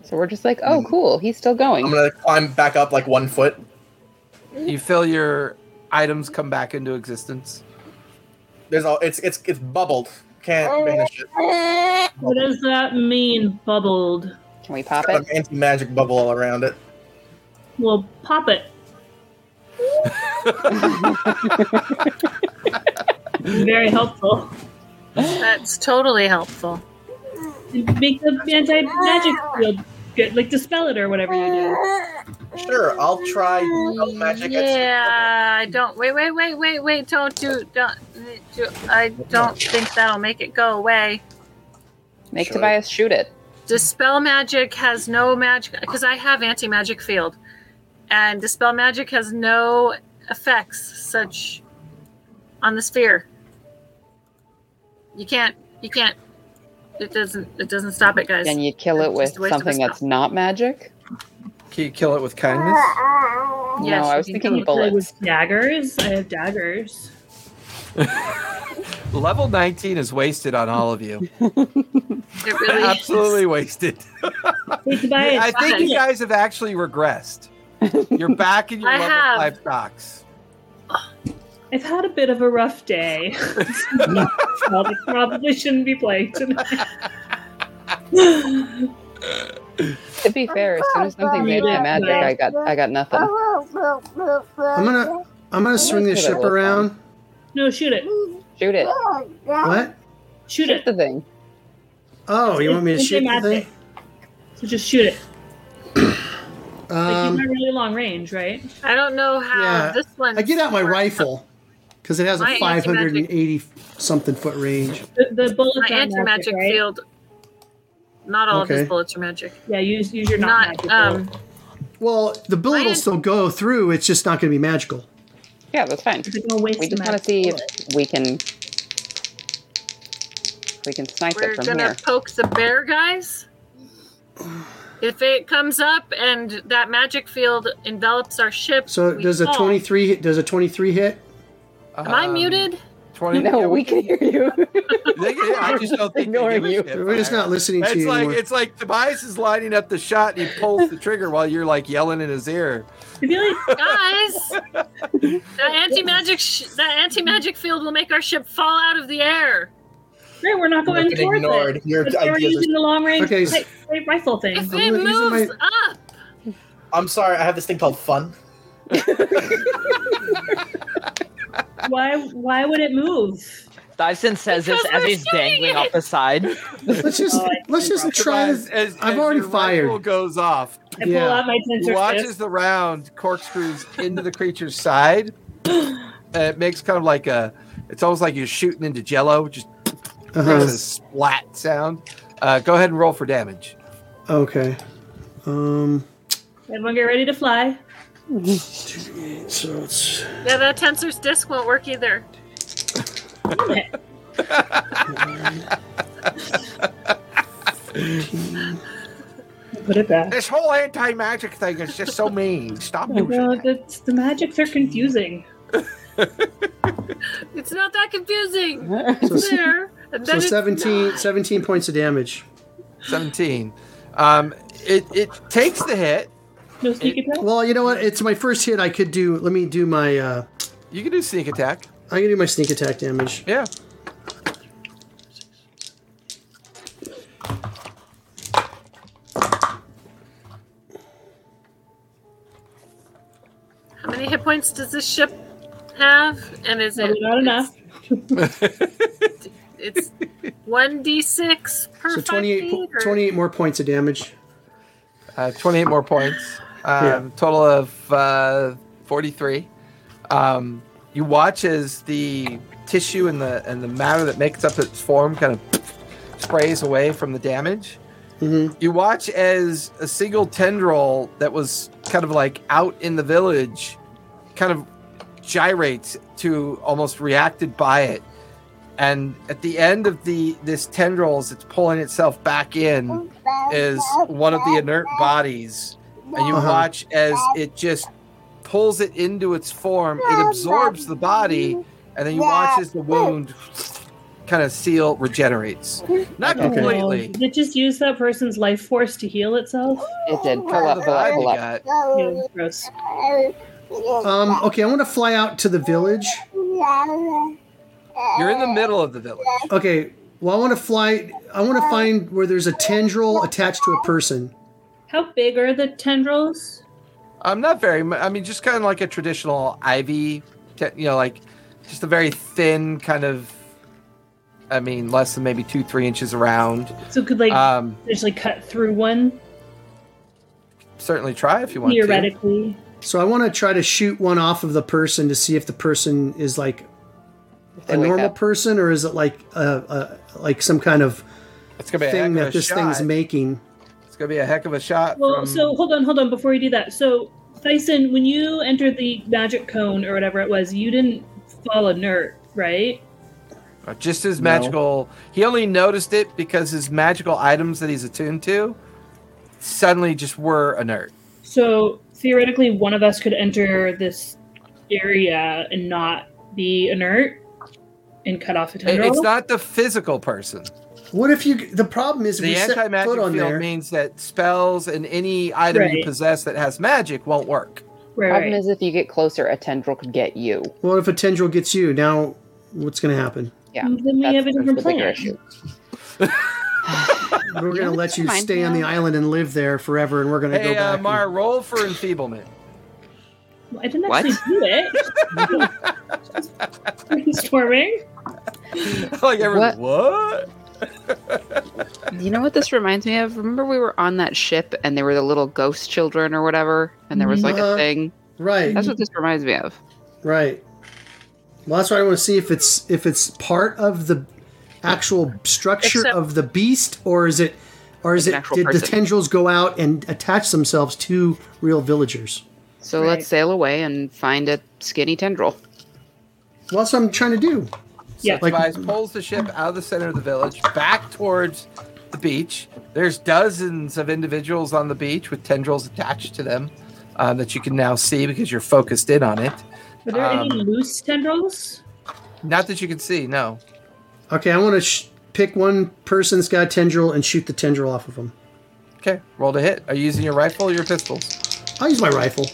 Speaker 6: So we're just like, oh, cool. He's still
Speaker 9: I'm
Speaker 6: going.
Speaker 9: going to climb back up like one foot.
Speaker 1: You feel your items come back into existence.
Speaker 9: There's all it's it's it's bubbled. Can't banish it.
Speaker 7: What does that mean, bubbled?
Speaker 6: Can we pop
Speaker 9: Got
Speaker 6: it?
Speaker 9: an anti magic bubble all around it.
Speaker 7: Well, pop it. Very helpful.
Speaker 2: That's totally helpful.
Speaker 7: Make the anti magic field good, like dispel it or whatever you do.
Speaker 9: Sure, I'll try spell Oh, magic. at-
Speaker 2: Yeah, I don't. Wait, wait, wait, wait, wait. Don't do. Don't. do- I don't think that'll make it go away.
Speaker 6: Make
Speaker 9: Sure.
Speaker 6: Tobias shoot it.
Speaker 2: Dispel magic has no magic because I have anti magic field, and dispel magic has no effects such on the sphere. You can't. You can't. It doesn't. It doesn't stop it, guys.
Speaker 5: Then you kill it
Speaker 2: It's
Speaker 5: with
Speaker 2: just a waste of a
Speaker 5: something that's
Speaker 2: spell.
Speaker 5: not magic.
Speaker 1: Can you kill it with kindness?
Speaker 5: no,
Speaker 2: Yes,
Speaker 5: I
Speaker 2: you
Speaker 5: was
Speaker 2: can
Speaker 5: thinking
Speaker 2: kill
Speaker 7: Play
Speaker 5: bullets.
Speaker 7: with daggers. I have daggers.
Speaker 1: Level 19 is wasted on all of you.
Speaker 2: It really
Speaker 1: Absolutely wasted.
Speaker 7: It's by
Speaker 1: I think you
Speaker 2: fine.
Speaker 1: guys have actually regressed. You're back in your
Speaker 2: I
Speaker 1: level
Speaker 2: have.
Speaker 1: five stocks.
Speaker 7: I've had a bit of a rough day. Probably- probably shouldn't be playing tonight.
Speaker 5: To be fair, as soon as something made my magic, I got I got nothing.
Speaker 2: Oh.
Speaker 3: I'm gonna I'm gonna swing this ship around.
Speaker 7: no, shoot it.
Speaker 5: Shoot it.
Speaker 3: What?
Speaker 7: Shoot
Speaker 5: Shoot
Speaker 7: it.
Speaker 5: the thing.
Speaker 3: Oh, you want me to
Speaker 7: It's
Speaker 3: shoot the
Speaker 7: magic.
Speaker 3: thing?
Speaker 7: So just shoot it. Like you
Speaker 3: Um,
Speaker 7: have really long range, right?
Speaker 2: I don't know how
Speaker 3: Yeah,
Speaker 2: this one.
Speaker 3: I get out my rifle because it has
Speaker 2: My
Speaker 3: a 580
Speaker 2: anti-magic-
Speaker 3: something foot range.
Speaker 7: The, the bullets
Speaker 2: My
Speaker 7: are
Speaker 2: anti magic
Speaker 7: right?
Speaker 2: field. Not all of
Speaker 3: Okay.
Speaker 2: his bullets are magic.
Speaker 7: Yeah, use use your not,
Speaker 2: Not
Speaker 7: magic
Speaker 2: um.
Speaker 7: bullet.
Speaker 3: Well, the bullet
Speaker 2: My-
Speaker 3: will still go through. It's just not going to be magical.
Speaker 5: Yeah, that's fine.
Speaker 7: It's gonna waste
Speaker 5: We
Speaker 7: the
Speaker 5: just want to
Speaker 7: magic
Speaker 5: see if
Speaker 7: bullet.
Speaker 5: we can we can snipe
Speaker 2: We're
Speaker 5: it from
Speaker 2: gonna
Speaker 5: here.
Speaker 2: poke the bear, guys. If it comes up and that magic field envelops our ship,
Speaker 3: So
Speaker 2: we
Speaker 3: does a
Speaker 2: fall.
Speaker 3: 23 hit? Does a 23 hit?
Speaker 2: Am I
Speaker 1: Um,
Speaker 2: muted?
Speaker 1: 20, yeah,
Speaker 5: No, we can hear you.
Speaker 1: they- yeah, I just don't think
Speaker 5: Ignoring
Speaker 1: they
Speaker 5: you.
Speaker 1: give a shit.
Speaker 3: We're just not listening to
Speaker 1: It's
Speaker 3: you
Speaker 1: like
Speaker 3: anymore.
Speaker 1: it's like Tobias is lining up the shot and he pulls the trigger while you're like yelling in his ear.
Speaker 7: I feel like
Speaker 2: guys, that anti magic sh- that anti magic field will make our ship fall out of the air.
Speaker 7: great, we're not going
Speaker 9: You're getting
Speaker 7: towards
Speaker 9: ignored.
Speaker 7: it.
Speaker 9: Your
Speaker 7: But they're
Speaker 9: ideas are-
Speaker 7: using the long range
Speaker 3: Okay, s-
Speaker 7: light- light rifle thing.
Speaker 2: If
Speaker 3: I'm
Speaker 2: it
Speaker 3: gonna use
Speaker 2: moves up,
Speaker 9: I'm sorry, I have this thing called fun.
Speaker 7: Why why would it move?
Speaker 8: Dyson says this
Speaker 2: Because
Speaker 8: as
Speaker 2: we're
Speaker 8: he's
Speaker 2: shooting
Speaker 8: dangling
Speaker 2: it.
Speaker 8: off the side.
Speaker 3: Let's just
Speaker 7: Oh, I
Speaker 3: let's
Speaker 7: see.
Speaker 3: just try.
Speaker 1: Tobias,
Speaker 3: This.
Speaker 1: as,
Speaker 3: I've already
Speaker 1: your rifle
Speaker 3: fired.
Speaker 1: Goes off.
Speaker 7: I pull
Speaker 3: Yeah.
Speaker 7: out my
Speaker 1: He
Speaker 7: tensor
Speaker 1: watches
Speaker 7: fist.
Speaker 1: the round, corkscrews into the creature's side, and it makes kind of like a. It's almost like you're shooting into Jello, just makes a
Speaker 3: Uh-huh.
Speaker 1: splat sound. Uh, go ahead and roll for damage.
Speaker 3: Okay. Um.
Speaker 7: Everyone get ready to fly.
Speaker 3: So it's
Speaker 2: yeah, that tensor's disc won't work either.
Speaker 7: Damn it. Put it back.
Speaker 1: This whole anti-magic thing is just so mean. Stop
Speaker 7: No,
Speaker 1: using it.
Speaker 7: that's, the magics are confusing.
Speaker 2: It's not that confusing. It's
Speaker 3: so,
Speaker 2: there. And
Speaker 3: so
Speaker 2: then it's
Speaker 3: 17 17 points of damage.
Speaker 1: Seventeen. Um, it it takes the hit.
Speaker 7: No sneak attack.
Speaker 3: Well, you know what? It's my first hit. I could do. Let me do my. uh
Speaker 1: You can do sneak attack.
Speaker 3: I can do my sneak attack damage.
Speaker 1: Yeah.
Speaker 2: How many hit points does this ship have? And is it
Speaker 7: Probably not enough.
Speaker 2: It's one d six per
Speaker 3: So
Speaker 2: five
Speaker 3: 28, po-
Speaker 2: feet, or-
Speaker 3: 28 more points of damage.
Speaker 1: Uh, 28 more points. Um, Total of uh, 43. Um, you watch as the tissue and the and the matter that makes up its form kind of sprays away from the damage.
Speaker 3: Mhm.
Speaker 1: You watch as a single tendril that was kind of like out in the village kind of gyrates to almost reacted by it. And at the end of the this tendril as it's pulling itself back in is one of the inert bodies, and you
Speaker 3: Uh-huh.
Speaker 1: watch as it just pulls it into its form. It absorbs the body, and then you watch as the wound kind of seal regenerates. Not
Speaker 5: Okay.
Speaker 1: completely.
Speaker 7: Um, did it just use that person's life force to heal itself?
Speaker 5: It did. Pull up,
Speaker 1: The
Speaker 5: pull up,
Speaker 1: vibe
Speaker 5: pull
Speaker 1: you
Speaker 5: up.
Speaker 1: got.
Speaker 7: Yeah, gross.
Speaker 3: Um. Okay, I want to fly out to the village.
Speaker 1: You're in the middle of the village.
Speaker 3: Okay. Well, I want to fly. I want to find where there's a tendril attached to a person.
Speaker 7: How big are the tendrils?
Speaker 1: I'm not very. mu- I mean, just kind of like a traditional ivy, te- you know, like just a very thin kind of. I mean, less than maybe two, three inches around.
Speaker 7: So it could like
Speaker 1: Um,
Speaker 7: potentially cut through one
Speaker 1: certainly try if you want to.
Speaker 7: theoretically.
Speaker 3: So I want to try to shoot one off of the person to see if the person is like
Speaker 5: They
Speaker 3: a
Speaker 5: wake
Speaker 3: normal
Speaker 5: up.
Speaker 3: person or is it like a, a like some kind of
Speaker 1: It's gonna be a heck
Speaker 3: thing
Speaker 1: of a
Speaker 3: that this
Speaker 1: shot.
Speaker 3: thing's making?
Speaker 1: It's gonna be a heck of a shot.
Speaker 7: Well,
Speaker 1: from-
Speaker 7: so hold on, hold on. Before you do that, so Dyson, when you entered the magic cone or whatever it was, you didn't fall inert, right?
Speaker 1: Uh, Just his
Speaker 9: No.
Speaker 1: magical. He only noticed it because his magical items that he's attuned to suddenly just were inert.
Speaker 7: So theoretically, one of us could enter this area and not be inert and cut off a
Speaker 1: It-
Speaker 7: tendril.
Speaker 1: it's not the physical person.
Speaker 3: What if you? The problem is, if
Speaker 1: the
Speaker 3: you
Speaker 1: anti
Speaker 3: set
Speaker 1: magic
Speaker 3: foot
Speaker 1: field
Speaker 3: on there.
Speaker 1: means that spells and any item you
Speaker 7: Right.
Speaker 1: possess that has magic won't work.
Speaker 7: right,
Speaker 5: Problem
Speaker 7: right.
Speaker 5: is, if you get closer, a tendril could get you.
Speaker 3: What if a tendril gets you? Now, what's going to happen?
Speaker 5: Yeah,
Speaker 7: Then we
Speaker 5: that's-
Speaker 7: have a
Speaker 5: that's
Speaker 7: different
Speaker 5: the bigger
Speaker 7: plan.
Speaker 5: issue.
Speaker 3: We're going to
Speaker 5: that's
Speaker 3: let you
Speaker 5: fine.
Speaker 3: stay on the island and live there forever, and we're going to go
Speaker 1: Hey,
Speaker 3: back.
Speaker 1: uh,
Speaker 3: and-
Speaker 1: Mar, roll for enfeeblement.
Speaker 7: I didn't
Speaker 6: What?
Speaker 7: actually do it. Brainstorming.
Speaker 1: like everyone,
Speaker 5: What?
Speaker 1: what?
Speaker 5: You know what this reminds me of? Remember we were on that ship and there were the little ghost children or whatever, and there was like
Speaker 2: Mm-hmm.
Speaker 3: Uh-huh.
Speaker 5: a thing.
Speaker 3: right,
Speaker 5: That's what this reminds me of.
Speaker 3: right. Well, that's why I want to see if it's if it's part of the actual structure
Speaker 2: Except-
Speaker 3: of the beast, or is it, or is
Speaker 5: It's an
Speaker 3: it?
Speaker 5: actual
Speaker 3: Did the
Speaker 5: person.
Speaker 3: tendrils go out and attach themselves to real villagers?
Speaker 5: So
Speaker 7: Right.
Speaker 5: let's sail away and find a skinny tendril.
Speaker 3: Well, that's what I'm trying to do.
Speaker 7: Yeah.
Speaker 3: Like-
Speaker 1: Device pulls the ship out of the center of the village back towards the beach. There's dozens of individuals on the beach with tendrils attached to them uh, that you can now see because you're focused in on it.
Speaker 7: Were there any
Speaker 1: Um,
Speaker 7: loose tendrils?
Speaker 1: Not that you can see, no.
Speaker 3: Okay, I want to sh- pick one person that's got a tendril and shoot the tendril off of them.
Speaker 1: Okay, roll to hit. Are you using your rifle or your pistols?
Speaker 3: I'll use my rifle.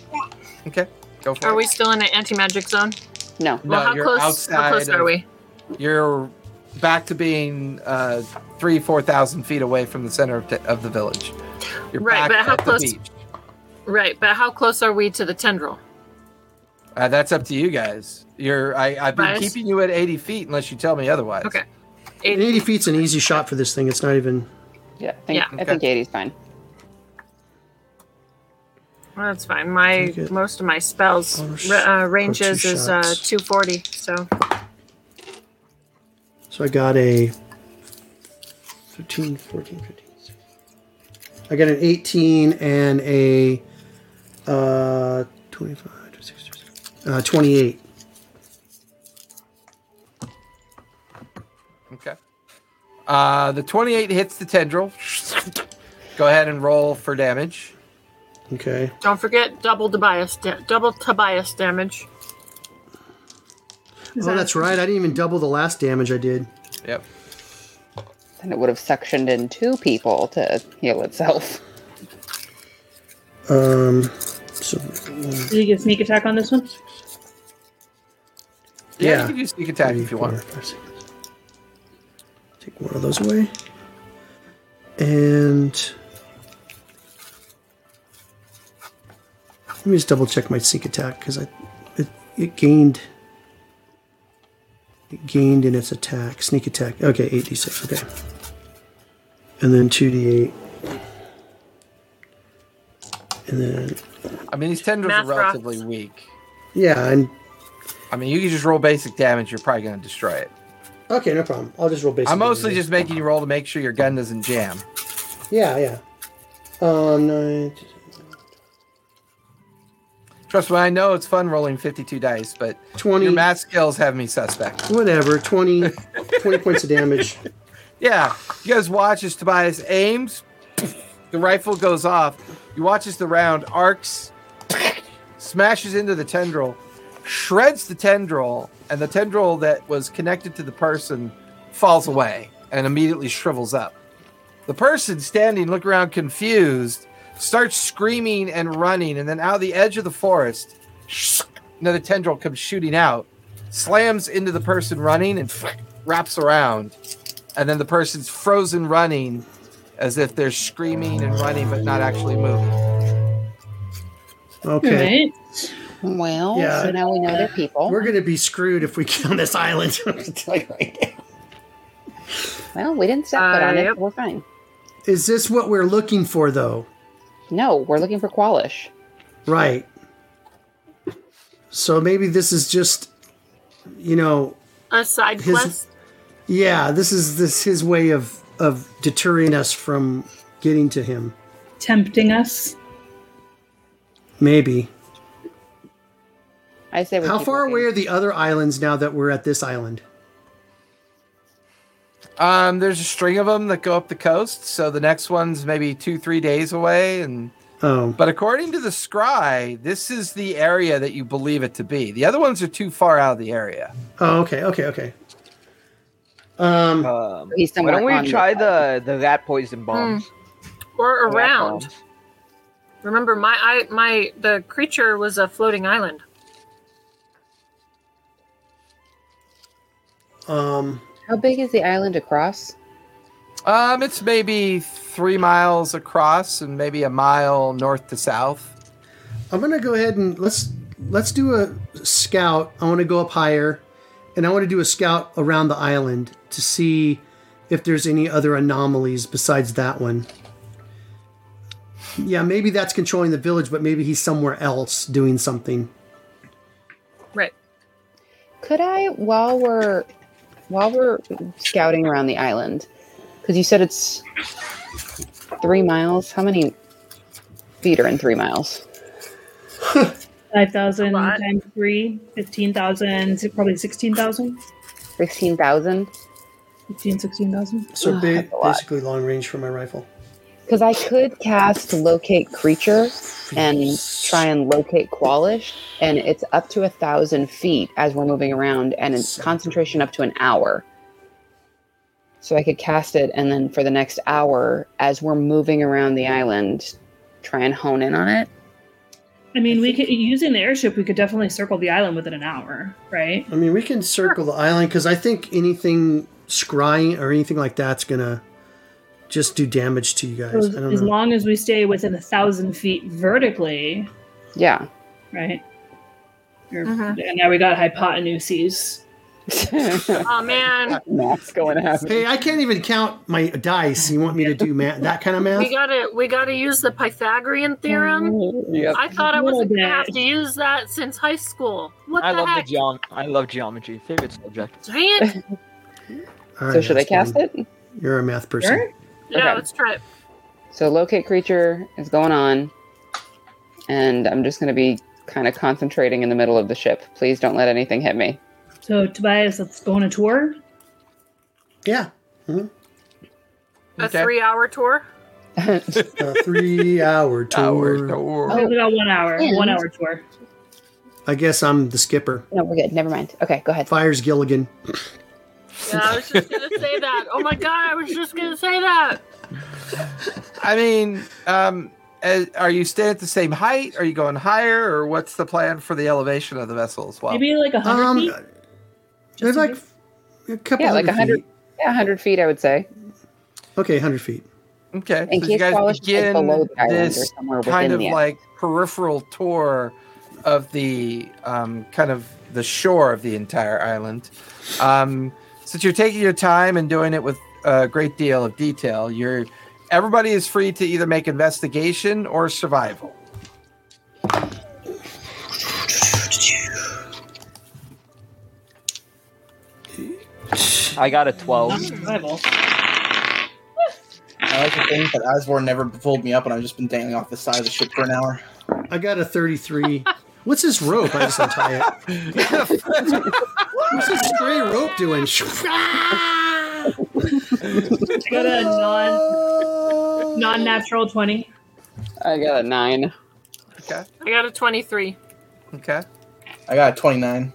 Speaker 1: Okay, go for
Speaker 2: Are
Speaker 1: it.
Speaker 2: we still in an anti-magic zone?
Speaker 5: No.
Speaker 1: no,
Speaker 2: well, how
Speaker 1: you're
Speaker 2: close?
Speaker 1: outside.
Speaker 2: how close are
Speaker 1: of-
Speaker 2: we?
Speaker 1: You're back to being uh, three, four thousand feet away from the center of, t- of the village. You're
Speaker 2: Right,
Speaker 1: back
Speaker 2: but how
Speaker 1: at the
Speaker 2: close-
Speaker 1: beach.
Speaker 2: Right, but how close are we to the tendril?
Speaker 1: Uh, that's up to you guys. You're I, I've been
Speaker 2: Nice.
Speaker 1: keeping you at 80 feet unless you tell me otherwise.
Speaker 2: Okay.
Speaker 3: And 80 feet's an easy shot for this thing. It's not even.
Speaker 5: Yeah, I think,
Speaker 2: Yeah.
Speaker 5: I think 80's fine.
Speaker 2: Well, that's fine. My
Speaker 3: Take it.
Speaker 2: most of my spells
Speaker 3: Or sh-
Speaker 2: ra- uh, ranges
Speaker 3: two
Speaker 2: is uh,
Speaker 3: shots.
Speaker 2: 240. So
Speaker 3: So I got a 13, 14, 15. 16. I got an 18 and a uh, 25, 26, 27, uh, 28.
Speaker 1: Okay. Uh, the 28 hits the tendril. Go ahead and roll for damage.
Speaker 3: Okay.
Speaker 2: don't forget double Tobias, da- double Tobias damage.
Speaker 3: Oh, that's right. I didn't even double the last damage I did.
Speaker 1: Yep.
Speaker 5: And it would have suctioned in two people to heal itself.
Speaker 3: Um, so,
Speaker 7: Did you get sneak attack on this one?
Speaker 1: Yeah,
Speaker 3: Yeah.
Speaker 1: you can do sneak attack
Speaker 3: three,
Speaker 1: if you
Speaker 3: four,
Speaker 1: want.
Speaker 3: five, six. Take one of those away. And let me just double check my sneak attack because I it, it gained it gained in its attack sneak attack. Okay, eight d six. Okay, and then two d eight, and then
Speaker 1: I mean, these tendrils
Speaker 2: Math
Speaker 1: are relatively
Speaker 2: rocks.
Speaker 1: weak.
Speaker 3: yeah, and
Speaker 1: I mean, you can just roll basic damage. You're probably going to destroy it.
Speaker 3: okay, no problem. I'll just roll basic.
Speaker 1: I'm mostly
Speaker 3: damage.
Speaker 1: just making you roll to make sure your gun doesn't jam.
Speaker 3: yeah, yeah. Um, nine,
Speaker 1: Trust me, I know it's fun rolling 52 dice, but
Speaker 3: 20
Speaker 1: your math skills have me suspect.
Speaker 3: whatever 20 20 points of damage
Speaker 1: Yeah, you guys watch as Tobias aims, the rifle goes off. You watch as the round arcs, smashes into the tendril, shreds the tendril, and the tendril that was connected to the person falls away and immediately shrivels up. The person standing, look around confused, starts screaming and running, and then out of the edge of the forest, another tendril comes shooting out, slams into the person running, and wraps around and then the person's frozen running as if they're screaming and running but not actually moving.
Speaker 3: okay
Speaker 7: Alright.
Speaker 5: Well,
Speaker 3: Yeah.
Speaker 5: so now we know they're people.
Speaker 3: we're gonna be screwed if we get on this island I'm gonna tell you right now.
Speaker 5: well, we didn't set foot on
Speaker 2: Uh,
Speaker 5: it.
Speaker 2: yep.
Speaker 5: so We're fine.
Speaker 3: is this what we're looking for though
Speaker 5: No, we're looking for Qualish.
Speaker 3: right so maybe this is just you know
Speaker 2: A side
Speaker 3: His-
Speaker 2: quest.
Speaker 3: yeah this is this his way of of deterring us from getting to him
Speaker 7: Tempting us.
Speaker 3: maybe
Speaker 5: I say we
Speaker 3: how
Speaker 5: keep
Speaker 3: far
Speaker 5: looking.
Speaker 3: away are the other islands now that we're at this island
Speaker 1: Um, there's a string of them that go up the coast, so the next one's maybe two, three days away. And
Speaker 3: Oh,
Speaker 1: but according to the scry, this is the area that you believe it to be. The other ones are too far out of the area.
Speaker 3: oh, okay, okay, okay. Um,
Speaker 10: Um,
Speaker 5: He's
Speaker 10: why
Speaker 5: somewhere
Speaker 10: don't
Speaker 5: on
Speaker 10: we
Speaker 5: the
Speaker 10: try the the rat poison bombs?
Speaker 2: Or
Speaker 10: Rat
Speaker 2: Hmm, around.
Speaker 10: bombs.
Speaker 2: Remember, my I, my the creature was a floating island.
Speaker 3: um,
Speaker 5: How big is the island across?
Speaker 1: Um, it's maybe three miles across and maybe a mile north to south.
Speaker 3: I'm gonna go ahead and let's let's do a scout. I want to go up higher, and I want to do a scout around the island to see if there's any other anomalies besides that one. Yeah, maybe that's controlling the village, but maybe he's somewhere else doing something.
Speaker 2: Right.
Speaker 5: Could I, while we're while we're scouting around the island, because you said it's three miles. How many feet are in three miles?
Speaker 7: 5,000
Speaker 2: A lot.
Speaker 7: times 3, 15,000, si- probably 16,000.
Speaker 5: Sixteen thousand.
Speaker 7: 15, 16,000.
Speaker 3: So
Speaker 5: Ah,
Speaker 3: ba-
Speaker 5: that's a lot.
Speaker 3: basically, long range for my rifle.
Speaker 5: Because I could cast locate creature and try and locate qualish, and it's up to a thousand feet as we're moving around, and it's concentration up to an hour. So I could cast it, and then for the next hour, as we're moving around the island, try and hone in on it.
Speaker 7: I mean, we could, using the airship, we could definitely circle the island within an hour, right?
Speaker 3: I mean, we can circle the island because I think anything scrying or anything like that's gonna just do damage to you
Speaker 7: So
Speaker 3: guys.
Speaker 7: as,
Speaker 3: I don't
Speaker 7: as
Speaker 3: know.
Speaker 7: long as we stay within a thousand feet vertically,
Speaker 5: Yeah.
Speaker 7: right? Or-
Speaker 2: Mhm.
Speaker 7: And now we got hypotenuses.
Speaker 2: Oh man,
Speaker 5: Math's going to happen.
Speaker 3: Hey, I can't even count my dice. You want me to do math, that kind of math?
Speaker 2: we gotta we gotta use the Pythagorean theorem.
Speaker 5: Mm-hmm.
Speaker 2: I thought I wasn't
Speaker 7: Little
Speaker 2: gonna have
Speaker 7: bit.
Speaker 2: to use that since high school. What
Speaker 8: I
Speaker 2: the
Speaker 8: love
Speaker 2: heck?
Speaker 8: the geom- I love geometry. Favorite subject.
Speaker 2: Dang it!
Speaker 3: All
Speaker 5: so
Speaker 3: right,
Speaker 5: should I
Speaker 3: that's
Speaker 5: cast
Speaker 3: fine.
Speaker 5: it?
Speaker 3: You're a math person.
Speaker 7: Sure.
Speaker 2: Yeah,
Speaker 5: Okay.
Speaker 2: let's try it.
Speaker 5: So locate creature is going on, and I'm just going to be kind of concentrating in the middle of the ship. Please don't let anything hit me.
Speaker 7: So, Tobias, let's go on a tour.
Speaker 3: Yeah,
Speaker 2: A
Speaker 1: Okay.
Speaker 2: three-hour tour.
Speaker 3: a three-hour tour.
Speaker 1: Hour tour.
Speaker 5: Oh.
Speaker 7: We got one hour,
Speaker 5: And-
Speaker 7: one hour tour.
Speaker 3: I guess I'm the skipper.
Speaker 5: No, we're good. Never mind. Okay, go ahead.
Speaker 3: Fires Gilligan.
Speaker 2: Yeah, I was just gonna say that. Oh my god, I was just gonna say that.
Speaker 1: I mean, um, eh, are you staying at the same height? Are you going higher, or what's the plan for the elevation of the vessel as well?
Speaker 7: Maybe like a hundred
Speaker 3: Um,
Speaker 7: feet.
Speaker 3: there's
Speaker 7: Just
Speaker 3: like a couple
Speaker 5: Yeah, like
Speaker 3: hundred
Speaker 5: 100
Speaker 3: feet.
Speaker 5: Yeah, 100 feet, I would say.
Speaker 3: Okay, hundred feet.
Speaker 1: Okay,
Speaker 5: In
Speaker 1: so you
Speaker 5: case
Speaker 1: guys
Speaker 5: Polish is
Speaker 1: begin
Speaker 5: below the island or
Speaker 1: this
Speaker 5: somewhere within
Speaker 1: kind of
Speaker 5: the
Speaker 1: like
Speaker 5: island.
Speaker 1: peripheral tour of the um, kind of the shore of the entire island. Um, since you're taking your time and doing it with a great deal of detail, you're everybody is free to either make investigation or survival.
Speaker 8: I got a twelve.
Speaker 7: survival.
Speaker 9: I like to think that Asvor never pulled me up, and I've just been dangling off the side of the ship for an hour.
Speaker 3: I got a thirty-three. What's this rope? I just untie it. What's this stray rope doing?
Speaker 7: I got a non non natural twenty.
Speaker 5: I got a nine.
Speaker 1: okay,
Speaker 2: I got a twenty-three.
Speaker 1: okay,
Speaker 9: I got a 29.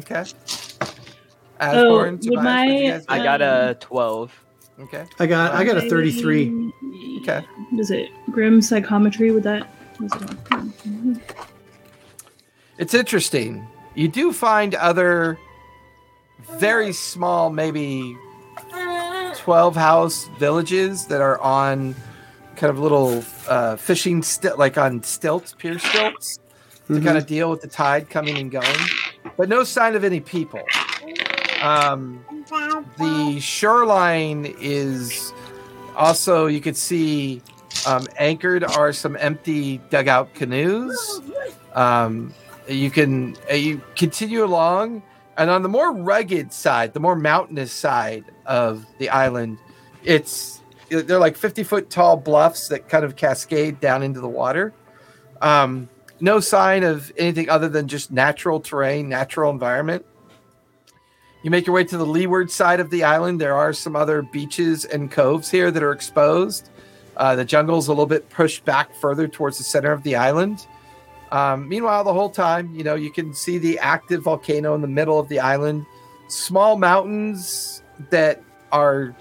Speaker 1: okay.
Speaker 7: Oh,
Speaker 1: Asborn,
Speaker 7: would my- uh,
Speaker 8: I got
Speaker 2: Um.
Speaker 8: a twelve.
Speaker 1: okay.
Speaker 3: I got I got a thirty-three.
Speaker 1: Okay.
Speaker 7: What is it? Grim psychometry with that? What's it on?
Speaker 1: It's interesting. You do find other very small, maybe 12 house villages that are on kind of little uh, fishing, sti- like on stilts, pier stilts, to kind of deal with the tide coming and going, but no sign of any people. Um, the shoreline is also, you could see um, anchored are some empty dugout canoes. Um, you can uh, you continue along, and on the more rugged side, the more mountainous side of the island, it's they're like 50 foot tall bluffs that kind of cascade down into the water. Um, no sign of anything other than just natural terrain, natural environment. You make your way to the leeward side of the island. There are some other beaches and coves here that are exposed. Uh, the jungle's a little bit pushed back further towards the center of the island. Um, meanwhile, the whole time, you know, you can see the active volcano in the middle of the island. Small mountains that are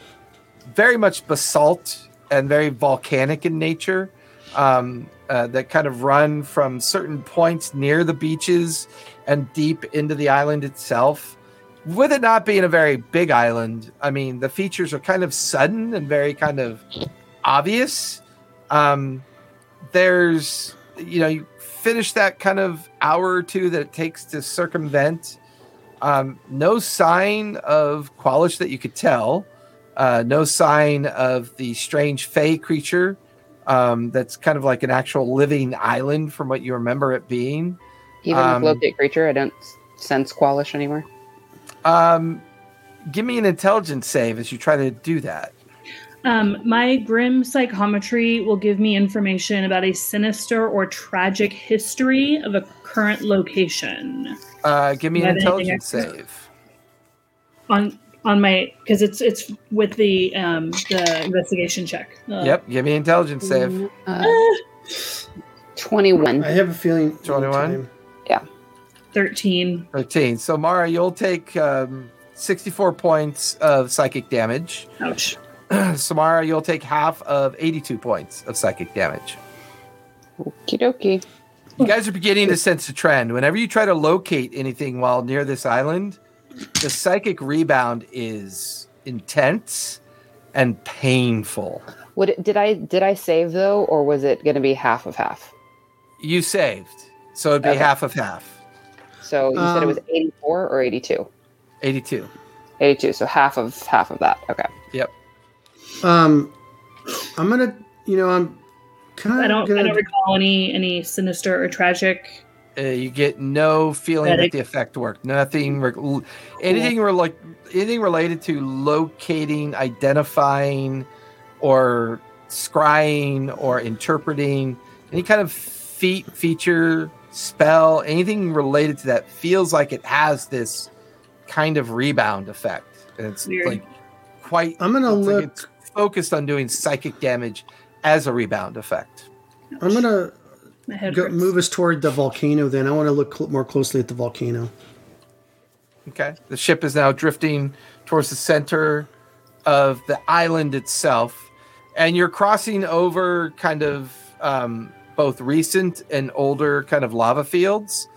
Speaker 1: very much basalt and very volcanic in nature um, uh, that kind of run from certain points near the beaches and deep into the island itself. With it not being a very big island, I mean, the features are kind of sudden and very kind of obvious. Um, there's, you know, you finish that kind of hour or two that it takes to circumvent. Um, no sign of Qualish that you could tell. Uh, no sign of the strange fey creature um, that's kind of like an actual living island from what you remember it being.
Speaker 5: Even
Speaker 1: Um,
Speaker 5: with locate creature, I don't s- sense Qualish anywhere.
Speaker 1: Um, give me an intelligence save as you try to do that.
Speaker 7: Um, my grim psychometry will give me information about a sinister or tragic history of a current location
Speaker 1: Uh, give me
Speaker 7: Yeah,
Speaker 1: an
Speaker 7: anything
Speaker 1: intelligence
Speaker 7: extra?
Speaker 1: save.
Speaker 7: on on my because it's it's with the um the investigation check. Uh,
Speaker 1: Yep, give me an intelligence save.
Speaker 5: Uh,
Speaker 7: ah,
Speaker 5: 21.
Speaker 3: I have a feeling.
Speaker 1: 21?
Speaker 3: Time.
Speaker 7: Thirteen.
Speaker 1: 13. So, Mara, you'll take um, 64 points of psychic damage.
Speaker 7: Ouch.
Speaker 1: Samara, you'll take half of 82 points of psychic damage.
Speaker 5: Okie dokie.
Speaker 1: You guys are beginning to sense a trend. Whenever you try to locate anything while near this island, the psychic rebound is intense and painful.
Speaker 5: Would it, did I did I save though, or was it going to be half of half?
Speaker 1: You saved, so it'd be
Speaker 5: Okay.
Speaker 1: half of half.
Speaker 5: So you said it was
Speaker 3: Um,
Speaker 5: 84 or 82?
Speaker 1: 82.
Speaker 5: 82. So half of half of that. Okay.
Speaker 1: Yep.
Speaker 3: Um, I'm gonna, you know, I'm kind of
Speaker 7: I don't
Speaker 3: gonna.
Speaker 7: I don't recall any any sinister or tragic.
Speaker 1: Uh, you get no feeling that
Speaker 7: Medic.
Speaker 1: the effect worked. Nothing, re- anything re- like anything related to locating, identifying, or scrying or interpreting any kind of feat feature spell, anything related to that feels like it has this kind of rebound effect, and it's
Speaker 7: Weird.
Speaker 1: like quite.
Speaker 3: I'm gonna
Speaker 1: it's like
Speaker 3: look.
Speaker 1: it's focused on doing psychic damage as a rebound effect.
Speaker 3: I'm gonna
Speaker 7: My head
Speaker 3: go,
Speaker 7: hurts.
Speaker 3: move us toward the volcano. Then I want to look cl- more closely at the volcano.
Speaker 1: Okay. The ship is now drifting towards the center of the island itself. And you're crossing over kind of um, both recent and older kind of lava fields,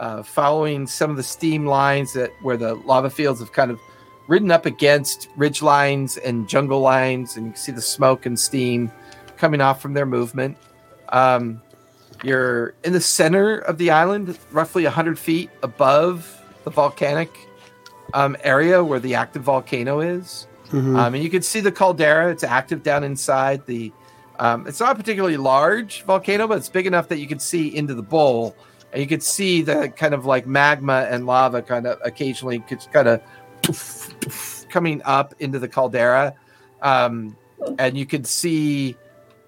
Speaker 1: uh, following some of the steam lines that where the lava fields have kind of ridden up against ridge lines and jungle lines. And you can see the smoke and steam coming off from their movement. Um, you're in the center of the island, roughly 100 feet above the volcanic um, area where the active volcano is.
Speaker 3: Mhm.
Speaker 1: Um, and you can see the caldera. It's active down inside. The um, It's not a particularly large volcano, but it's big enough that you can see into the bowl. And you could see the kind of like magma and lava kind of occasionally could kind of coming up into the caldera. Um, and you could see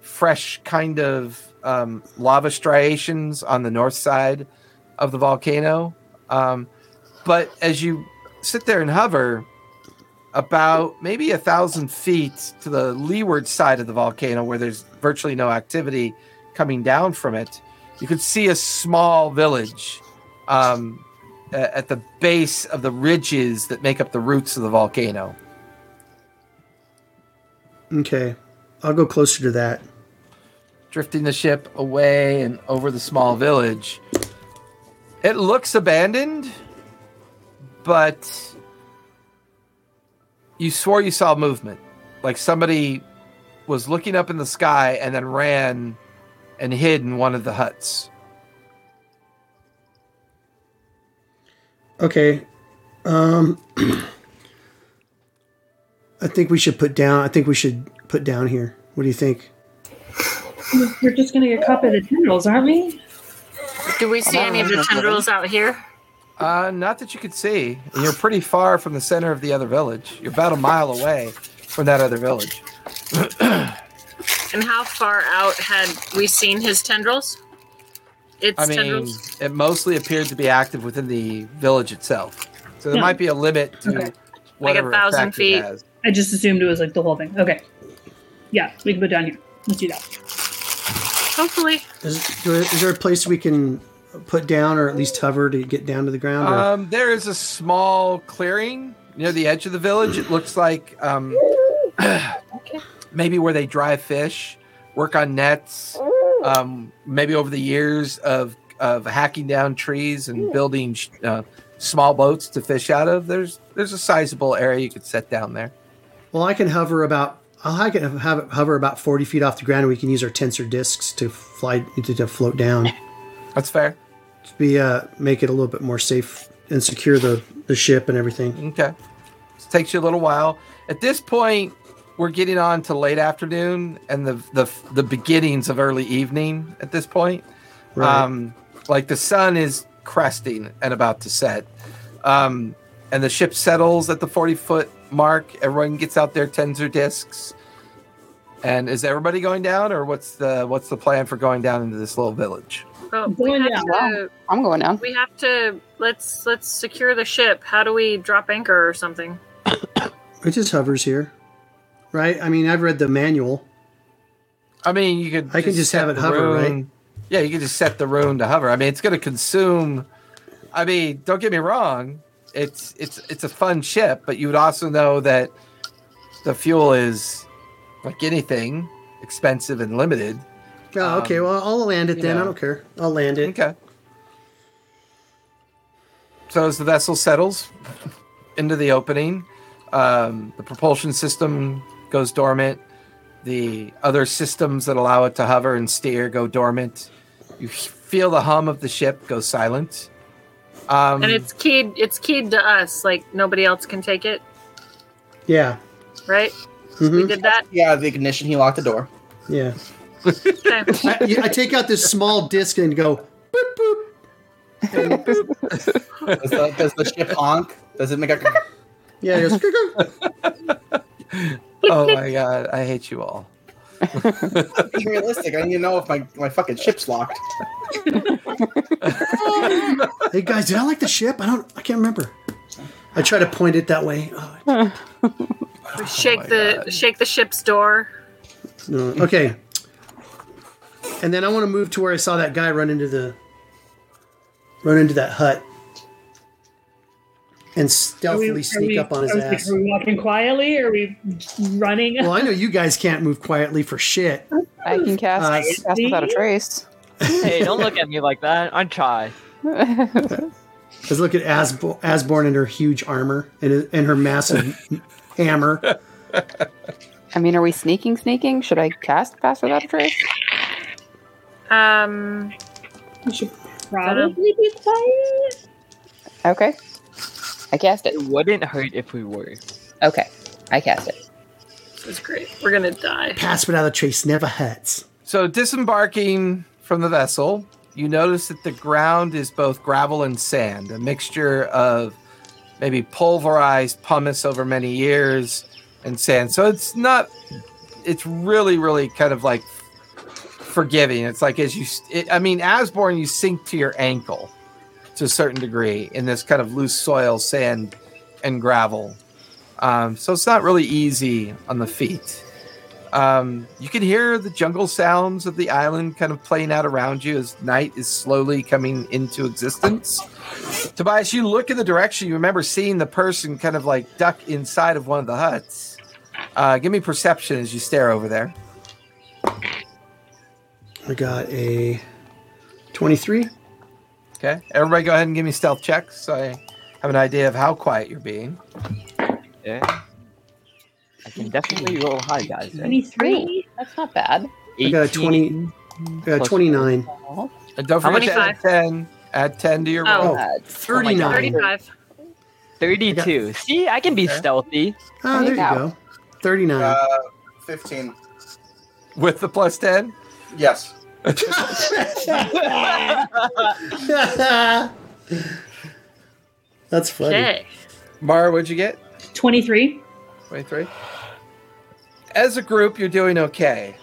Speaker 1: fresh kind of um, lava striations on the north side of the volcano. Um, but as you sit there and hover, about maybe a thousand feet to the leeward side of the volcano, where there's virtually no activity coming down from it, you can see a small village um, a- at the base of the ridges that make up the roots of the volcano.
Speaker 3: Okay, I'll go closer to that.
Speaker 1: drifting the ship away and over the small village. It looks abandoned, but you swore you saw movement. Like somebody was looking up in the sky and then ran and hid in one of the huts.
Speaker 3: Okay. Um, I think we should put down. I think we should put down here. What do you think?
Speaker 7: We're just gonna get caught by the tendrils, aren't we?
Speaker 2: Do we see any of the tendrils out here?
Speaker 1: Uh, not that you could see. And you're pretty far from the center of the other village. You're about a mile away from that other village.
Speaker 2: And how far out had we seen his tendrils? Its
Speaker 1: I mean,
Speaker 2: tendrils.
Speaker 1: it mostly appeared to be active within the village itself. So there
Speaker 7: Yeah.
Speaker 1: might be a limit to
Speaker 7: Okay.
Speaker 1: whatever
Speaker 2: thousand
Speaker 1: effect it
Speaker 2: feet.
Speaker 1: has.
Speaker 7: I just assumed it was like the whole thing. Okay. Yeah, we can put it down here. Let's do that.
Speaker 2: Hopefully.
Speaker 3: Is, there- is there a place we can put down or at least hover to get down to the ground? Or,
Speaker 1: Um, there is a small clearing near the edge of the village. It looks like um, maybe where they dry fish, work on nets. Um, maybe over the years of of hacking down trees and building sh- uh, small boats to fish out of, there's there's a sizable area you could set down there.
Speaker 3: well, I can hover about. I can have it hover about forty feet off the ground, and we can use our tensor discs to fly to, to float down.
Speaker 1: That's fair.
Speaker 3: To be uh, make it a little bit more safe and secure the the ship and everything.
Speaker 1: Okay. It takes you a little while. At this point, we're getting on to late afternoon and the the, the beginnings of early evening at this point.
Speaker 3: Right.
Speaker 1: Um, like the sun is cresting and about to set. Um, and the ship settles at the 40 foot mark. Everyone gets out their tensor discs. And is everybody going down or what's the what's the plan for going down into this little village?
Speaker 2: But we
Speaker 7: Going
Speaker 2: have
Speaker 7: down.
Speaker 2: to
Speaker 5: I'm going down.
Speaker 2: we have to let's let's secure the ship. How do we drop anchor or something?
Speaker 3: It just hovers here, right? I mean, I've read the manual.
Speaker 1: I mean, you could.
Speaker 3: I can just
Speaker 1: set
Speaker 3: have it
Speaker 1: the
Speaker 3: hover, right?
Speaker 1: rune- Yeah, you can just set the rune to hover. I mean, it's going to consume. I mean, don't get me wrong. It's it's it's a fun ship, but you would also know that the fuel is like anything expensive and limited.
Speaker 3: Oh, okay.
Speaker 1: Um,
Speaker 3: Well, I'll land it
Speaker 1: you
Speaker 3: then. I
Speaker 1: know.
Speaker 3: don't care. I'll land it.
Speaker 1: Okay. So as the vessel settles into the opening, um, the propulsion system goes dormant. The other systems that allow it to hover and steer go dormant. You h- feel the hum of the ship go silent. Um,
Speaker 2: And it's keyed it's keyed to us, like nobody else can take it,
Speaker 3: Yeah.
Speaker 2: right?
Speaker 3: hmm
Speaker 2: We did that.
Speaker 9: Yeah, the ignition. He locked the door.
Speaker 3: Yeah.
Speaker 2: Okay.
Speaker 3: I, you- I take out this small disc and go.
Speaker 9: Does the, does the ship honk? Does it make a?
Speaker 3: Yeah. It goes,
Speaker 1: oh my god, I hate you all.
Speaker 9: Be realistic. I need to know if my, my fucking ship's locked.
Speaker 3: hey guys, did I like the ship? I don't. I can't remember. I try to point it that way. Oh,
Speaker 2: We shake
Speaker 1: Oh my
Speaker 2: the
Speaker 1: God.
Speaker 2: shake the ship's door.
Speaker 3: no. Okay. And then I want to move to where I saw that guy run into the. Run into that hut. And
Speaker 7: Are we-
Speaker 3: stealthily
Speaker 7: are
Speaker 3: sneak
Speaker 7: we-
Speaker 3: up on his
Speaker 7: I was like,
Speaker 3: ass.
Speaker 7: Are we walking quietly? Or are we running?
Speaker 3: Well, I know you guys can't mave quietly for shit.
Speaker 6: I can cast,
Speaker 3: Uh,
Speaker 6: cast without a trace.
Speaker 8: hey, don't look at me like that. I'm shy.
Speaker 3: Let's look at Asbo- Asborn in her huge armor and, and her massive hammer.
Speaker 6: I mean, are we sneaking, sneaking? Should I cast pass without a trace?
Speaker 2: Um
Speaker 7: we should probably be quiet.
Speaker 5: Okay. I cast it.
Speaker 8: It wouldn't hurt if we were.
Speaker 5: Okay. I cast it.
Speaker 2: this is great. We're gonna die.
Speaker 3: Pass without a trace never hurts.
Speaker 1: So, disembarking from the vessel, you notice that the ground is both gravel and sand, a mixture of maybe pulverized pumice over many years and sand. So, it's not, it's really, really kind of like forgiving. It's like as you, it, I mean, Asborn, you sink to your ankle to a certain degree in this kind of loose soil, sand, and gravel. Um, so, it's not really easy on the feet. Um, you can hear the jungle sounds of the island kind of playing out around you as night is slowly coming into existence. Tobias, you look in the direction. You remember seeing the person kind of like duck inside of one of the huts. Uh, give me perception as you stare over there.
Speaker 3: I got a 23.
Speaker 1: Okay. Everybody go ahead and give me stealth checks so I have an idea of how quiet you're being.
Speaker 8: Yeah. I can definitely roll high, guys. right?
Speaker 7: Twenty-three.
Speaker 5: That's not bad.
Speaker 3: I got a 20. I got a
Speaker 8: Plus
Speaker 3: 29.
Speaker 1: And don't
Speaker 8: How
Speaker 1: forget to
Speaker 8: many
Speaker 1: add 10. Add 10 to your
Speaker 2: Oh.
Speaker 1: roll.
Speaker 3: Oh,
Speaker 5: God.
Speaker 3: 39. Oh,
Speaker 2: Thirty-five.
Speaker 8: 32. See, I can be
Speaker 1: Okay.
Speaker 8: stealthy.
Speaker 3: Ah, there you go. 39.
Speaker 9: Uh, Fifteen.
Speaker 1: With the plus 10?
Speaker 9: Yes.
Speaker 3: That's funny.
Speaker 2: Okay.
Speaker 1: Mara, what'd you get?
Speaker 7: 23.
Speaker 1: 23. As a group, you're doing okay.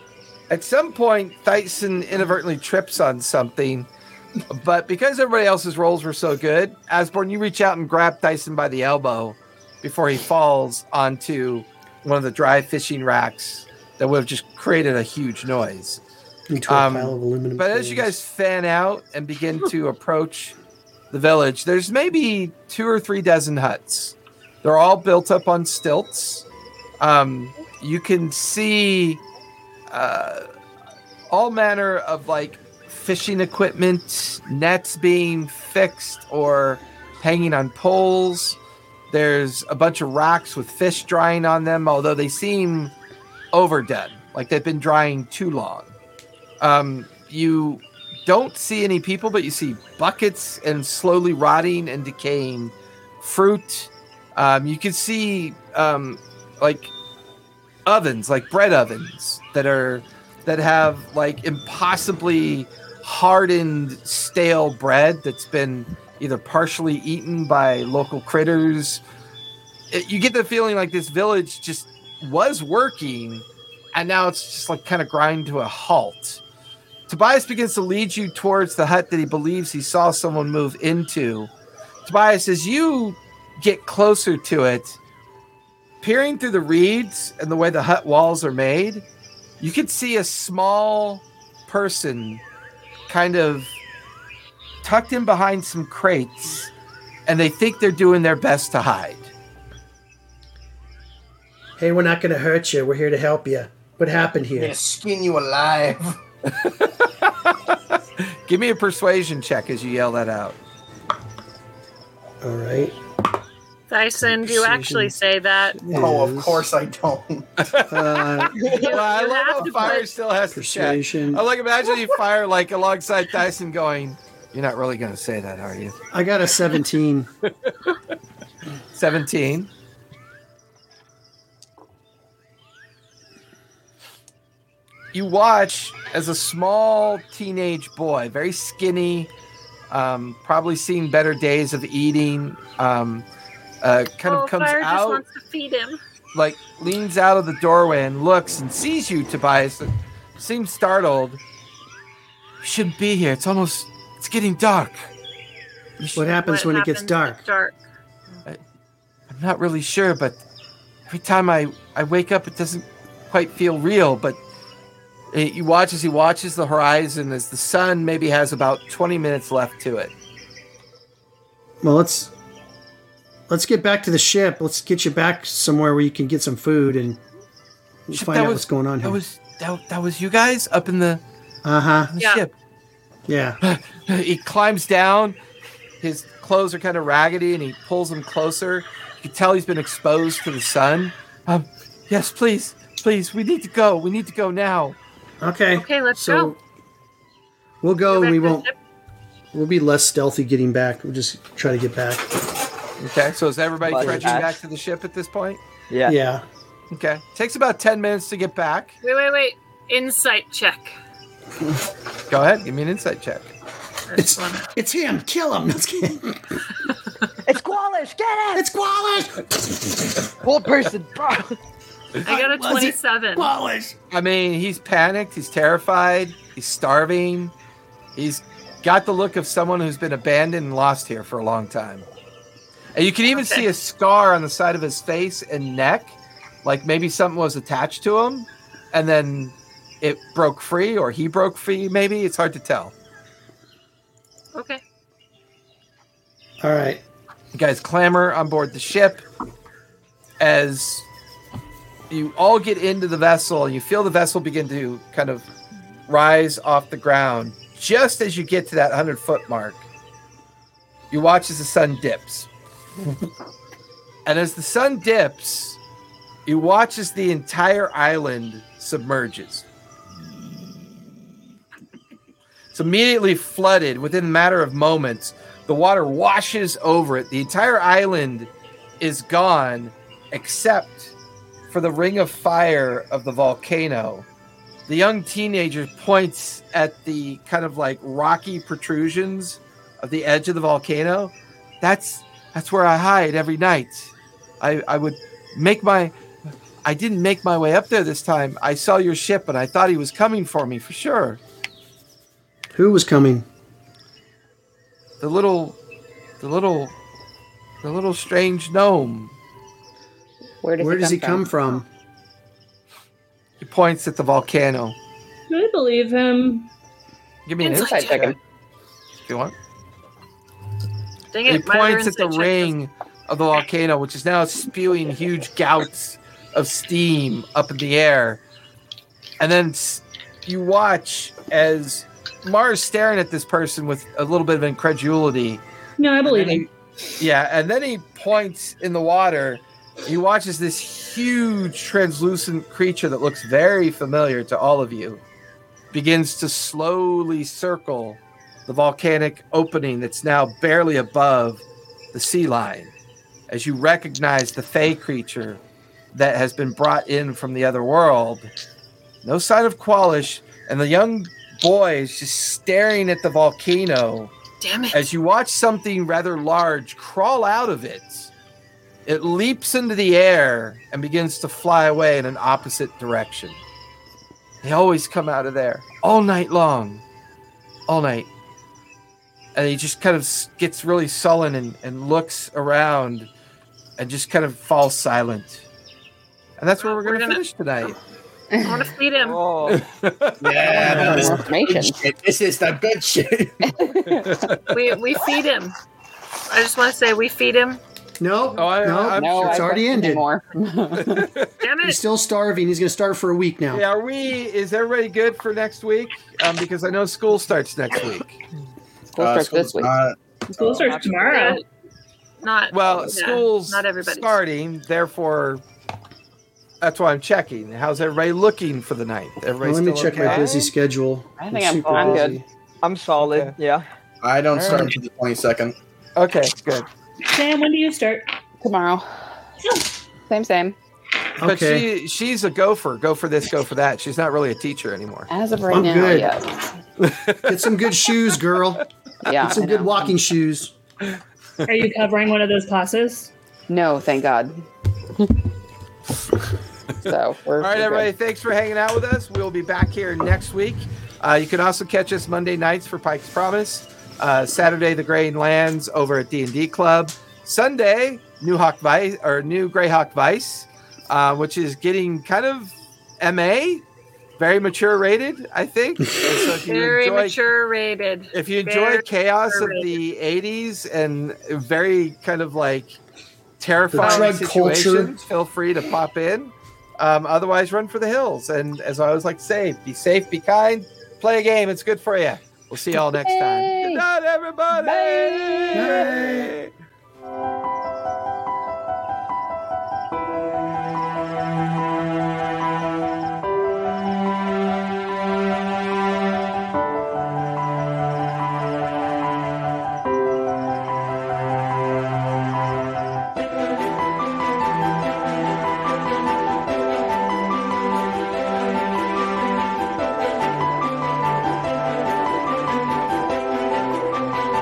Speaker 1: At some point, Thyson inadvertently trips on something but because everybody else's rolls were so good, Asborn, you reach out and grab Tyson by the elbow before he falls onto one of the dry fishing racks that would have just created a huge noise.
Speaker 3: Into a
Speaker 1: Um,
Speaker 3: pile of aluminum.
Speaker 1: But as you
Speaker 3: foils.
Speaker 1: guys fan out and begin to approach the village, there's maybe two or three dozen huts. They're all built up on stilts. Um, you can see uh, all manner of like fishing equipment, nets being fixed or hanging on poles. There's a bunch of racks with fish drying on them, although they seem overdone, like they've been drying too long. Um, you don't see any people, but you see buckets and slowly rotting and decaying fruit. Um, you can see um, like ovens, like bread ovens that are that have like impossibly hardened stale bread that's been either partially eaten by local critters. It- you get the feeling like this village just was working, and now it's just like kind of grind to a halt. Tobias begins to lead you towards the hut that he believes he saw someone move into. Tobias, as you get closer to it, peering through the reeds and the way the hut walls are made, you can see a small person kind of tucked in behind some crates, and they think they're doing their best to hide.
Speaker 3: hey, we're not going to hurt you. We're here to help you. What happened here?
Speaker 9: Gonna skin you alive.
Speaker 1: Give me a persuasion check as you yell that out.
Speaker 3: All right.
Speaker 2: Dyson, do you actually say that?
Speaker 9: Oh, of
Speaker 3: Is,
Speaker 9: course I don't.
Speaker 3: Uh,
Speaker 1: Well, I
Speaker 2: you have
Speaker 1: love how
Speaker 2: to
Speaker 1: Fire
Speaker 2: put-
Speaker 1: still has to check.
Speaker 3: persuasion.
Speaker 1: I like imagine you fire like alongside Dyson going, You're not really gonna say that, are you?
Speaker 3: I got a 17.
Speaker 1: Seventeen. You watch as a small teenage boy, very skinny, um, probably seen better days of eating, um, uh, kind
Speaker 2: Oh,
Speaker 1: of comes
Speaker 2: fire just
Speaker 1: out
Speaker 2: wants to feed him.
Speaker 1: like leans out of the doorway and looks and sees you, Tobias. and Seems startled. You shouldn't be here. It's almost it's getting dark. You sh-
Speaker 3: What happens
Speaker 2: What
Speaker 3: when it gets
Speaker 2: happens
Speaker 3: dark?
Speaker 2: It's dark.
Speaker 1: I'm not really sure, but every time I I wake up, it doesn't quite feel real. But eh, you watch as he watches the horizon as the sun maybe has about 20 minutes left to it.
Speaker 3: Well, let's let's get back to the ship. Let's get you back somewhere where you can get some food and we'll
Speaker 1: Ship,
Speaker 3: find
Speaker 1: that
Speaker 3: out
Speaker 1: was-
Speaker 3: what's going on
Speaker 1: That
Speaker 3: here.
Speaker 1: was that, that was you guys up in the,
Speaker 3: Uh huh.
Speaker 1: in the
Speaker 2: Yeah.
Speaker 1: ship.
Speaker 3: Yeah.
Speaker 1: he climbs down. His clothes are kind of raggedy, and he pulls them closer. You can tell he's been exposed to the sun. Um, yes, please, please, we need to go. We need to go now.
Speaker 3: Okay.
Speaker 2: Okay, let's
Speaker 3: so
Speaker 2: go.
Speaker 3: We'll go.
Speaker 2: Go back
Speaker 3: We
Speaker 2: to the
Speaker 3: won't.
Speaker 2: ship.
Speaker 3: We'll be less stealthy getting back. We'll just try to get back.
Speaker 1: Okay, so is everybody
Speaker 10: Buzz
Speaker 1: trudging
Speaker 10: back.
Speaker 1: back to the ship at this point?
Speaker 10: Yeah.
Speaker 3: Yeah.
Speaker 1: Okay, takes about ten minutes to get back.
Speaker 2: Wait, wait, wait. Insight check.
Speaker 1: Go ahead, give me an insight check.
Speaker 3: It's it's him. Kill him. Let's get.
Speaker 10: It's Qualish. Get it.
Speaker 3: It's Qualish.
Speaker 10: Whole person.
Speaker 2: I got a
Speaker 3: Was it-
Speaker 2: 27.
Speaker 3: Qualish.
Speaker 1: I mean, he's panicked. He's terrified. He's starving. He's got the look of someone who's been abandoned and lost here for a long time. And you can even see a scar on the side of his face and neck, like maybe something was attached to him, and then it broke free, or he broke free. Maybe it's hard to tell.
Speaker 2: Okay.
Speaker 3: All right.
Speaker 1: You guys clamber on board the ship as you all get into the vessel. You feel the vessel begin to kind of rise off the ground. Just as you get to that 100 foot mark, you watch as the sun dips. and as the sun dips, you watch as the entire island submerges. It's immediately flooded within a matter of moments. The water washes over it. The entire island is gone except for the ring of fire of the volcano. The young teenager points at the kind of like rocky protrusions of the edge of the volcano. That's that's where I hide every night. I, I would make my I didn't make my way up there this time. I saw your ship and I thought he was coming for me for sure.
Speaker 3: Who was coming?
Speaker 1: the little, the little, the little strange gnome.
Speaker 5: Where does,
Speaker 3: Where
Speaker 5: he,
Speaker 3: does he
Speaker 5: come
Speaker 3: come from?
Speaker 1: He points at the volcano.
Speaker 7: I believe him.
Speaker 1: Give me an
Speaker 2: Inside
Speaker 1: insight
Speaker 5: check
Speaker 1: check
Speaker 5: him.
Speaker 1: if you want.
Speaker 2: Dang
Speaker 1: He
Speaker 2: it! my other
Speaker 1: points at the
Speaker 2: insight check
Speaker 1: ring of the volcano, which is now spewing huge gouts of steam up in the air. And then s- you watch as Mars staring at this person with a little bit of incredulity.
Speaker 7: No, I believe him.
Speaker 1: And then he- yeah, and then he points in the water. He watches this huge translucent creature that looks very familiar to all of you begins to slowly circle the volcanic opening that's now barely above the sea line as you recognize the fey creature that has been brought in from the other world. No sign of Qualish, and the young boy is just staring at the volcano
Speaker 2: him. Damn it!
Speaker 1: as you watch something rather large crawl out of it, it leaps into the air and begins to fly away in an opposite direction. They always come out of there all night long, all night. And he just kind of s- gets really sullen and, and looks around and just kind of falls silent. And that's where we're
Speaker 2: We're
Speaker 1: going to
Speaker 2: gonna-
Speaker 1: finish tonight.
Speaker 2: I want to feed him.
Speaker 8: Oh,
Speaker 9: Yeah, this, is the
Speaker 5: Information.
Speaker 9: good shit. This is the good shit.
Speaker 2: We we feed him. I just want to say we feed him.
Speaker 3: Nope.
Speaker 1: Oh, I-
Speaker 3: nope.
Speaker 1: I'm
Speaker 5: no,
Speaker 1: sure
Speaker 3: it's
Speaker 5: I
Speaker 3: already
Speaker 5: don't
Speaker 3: ended. Uh,
Speaker 5: anymore.
Speaker 2: Damn
Speaker 3: He's
Speaker 2: it!
Speaker 3: still starving. He's going to starve for a week now.
Speaker 1: Yeah, are we, is everybody good for next week? Um, because I know school starts next week.
Speaker 5: School starts this week.
Speaker 9: not-
Speaker 7: School starts tomorrow.
Speaker 2: Not
Speaker 1: Well,
Speaker 2: yeah,
Speaker 1: school's
Speaker 2: not everybody's.
Speaker 1: starting, therefore, that's why I'm checking. How's everybody looking for the ninth?
Speaker 3: Well,
Speaker 1: Everybody
Speaker 3: let me
Speaker 1: still
Speaker 3: check my
Speaker 1: okay?
Speaker 3: busy schedule.
Speaker 6: I think
Speaker 3: It's
Speaker 6: I'm-
Speaker 3: super
Speaker 6: I'm good.
Speaker 3: busy.
Speaker 10: I'm solid.
Speaker 1: Okay.
Speaker 10: Yeah.
Speaker 9: I don't start until the twenty second.
Speaker 1: Okay, good.
Speaker 7: Sam, when do you start?
Speaker 5: Tomorrow. Same, same.
Speaker 1: But
Speaker 3: Okay.
Speaker 1: she she's a gopher. Go for this, go for that. She's not really a teacher anymore.
Speaker 5: As of right
Speaker 3: I'm
Speaker 5: now,
Speaker 3: good.
Speaker 5: yeah.
Speaker 3: Get some good shoes, girl.
Speaker 5: Yeah.
Speaker 3: Get some
Speaker 5: I
Speaker 3: good
Speaker 5: know.
Speaker 3: walking shoes.
Speaker 7: Are you covering one of those classes?
Speaker 5: No, thank God. so we're
Speaker 1: All right,
Speaker 5: we're good.
Speaker 1: everybody, thanks for hanging out with us. We'll be back here next week. Uh, you can also catch us Monday nights for Pike's Promise, uh, Saturday the Grain Lands over at D and D Club, Sunday New Hawk Vice or New Greyhawk Vice, uh, which is getting kind of MA, very mature rated, I think. And so if you
Speaker 2: Very
Speaker 1: enjoy-
Speaker 2: mature rated.
Speaker 1: If you enjoy
Speaker 2: Very
Speaker 1: chaos of
Speaker 2: rated.
Speaker 1: the '80s and very kind of like
Speaker 3: The
Speaker 1: terrifying
Speaker 3: drug
Speaker 1: situations, feel free to pop in. Um, otherwise, run for the hills. And as I always like to say, be safe, be kind, play a game. It's good for you. We'll see y'all next time. Good night, everybody.
Speaker 5: Bye.
Speaker 1: Yay.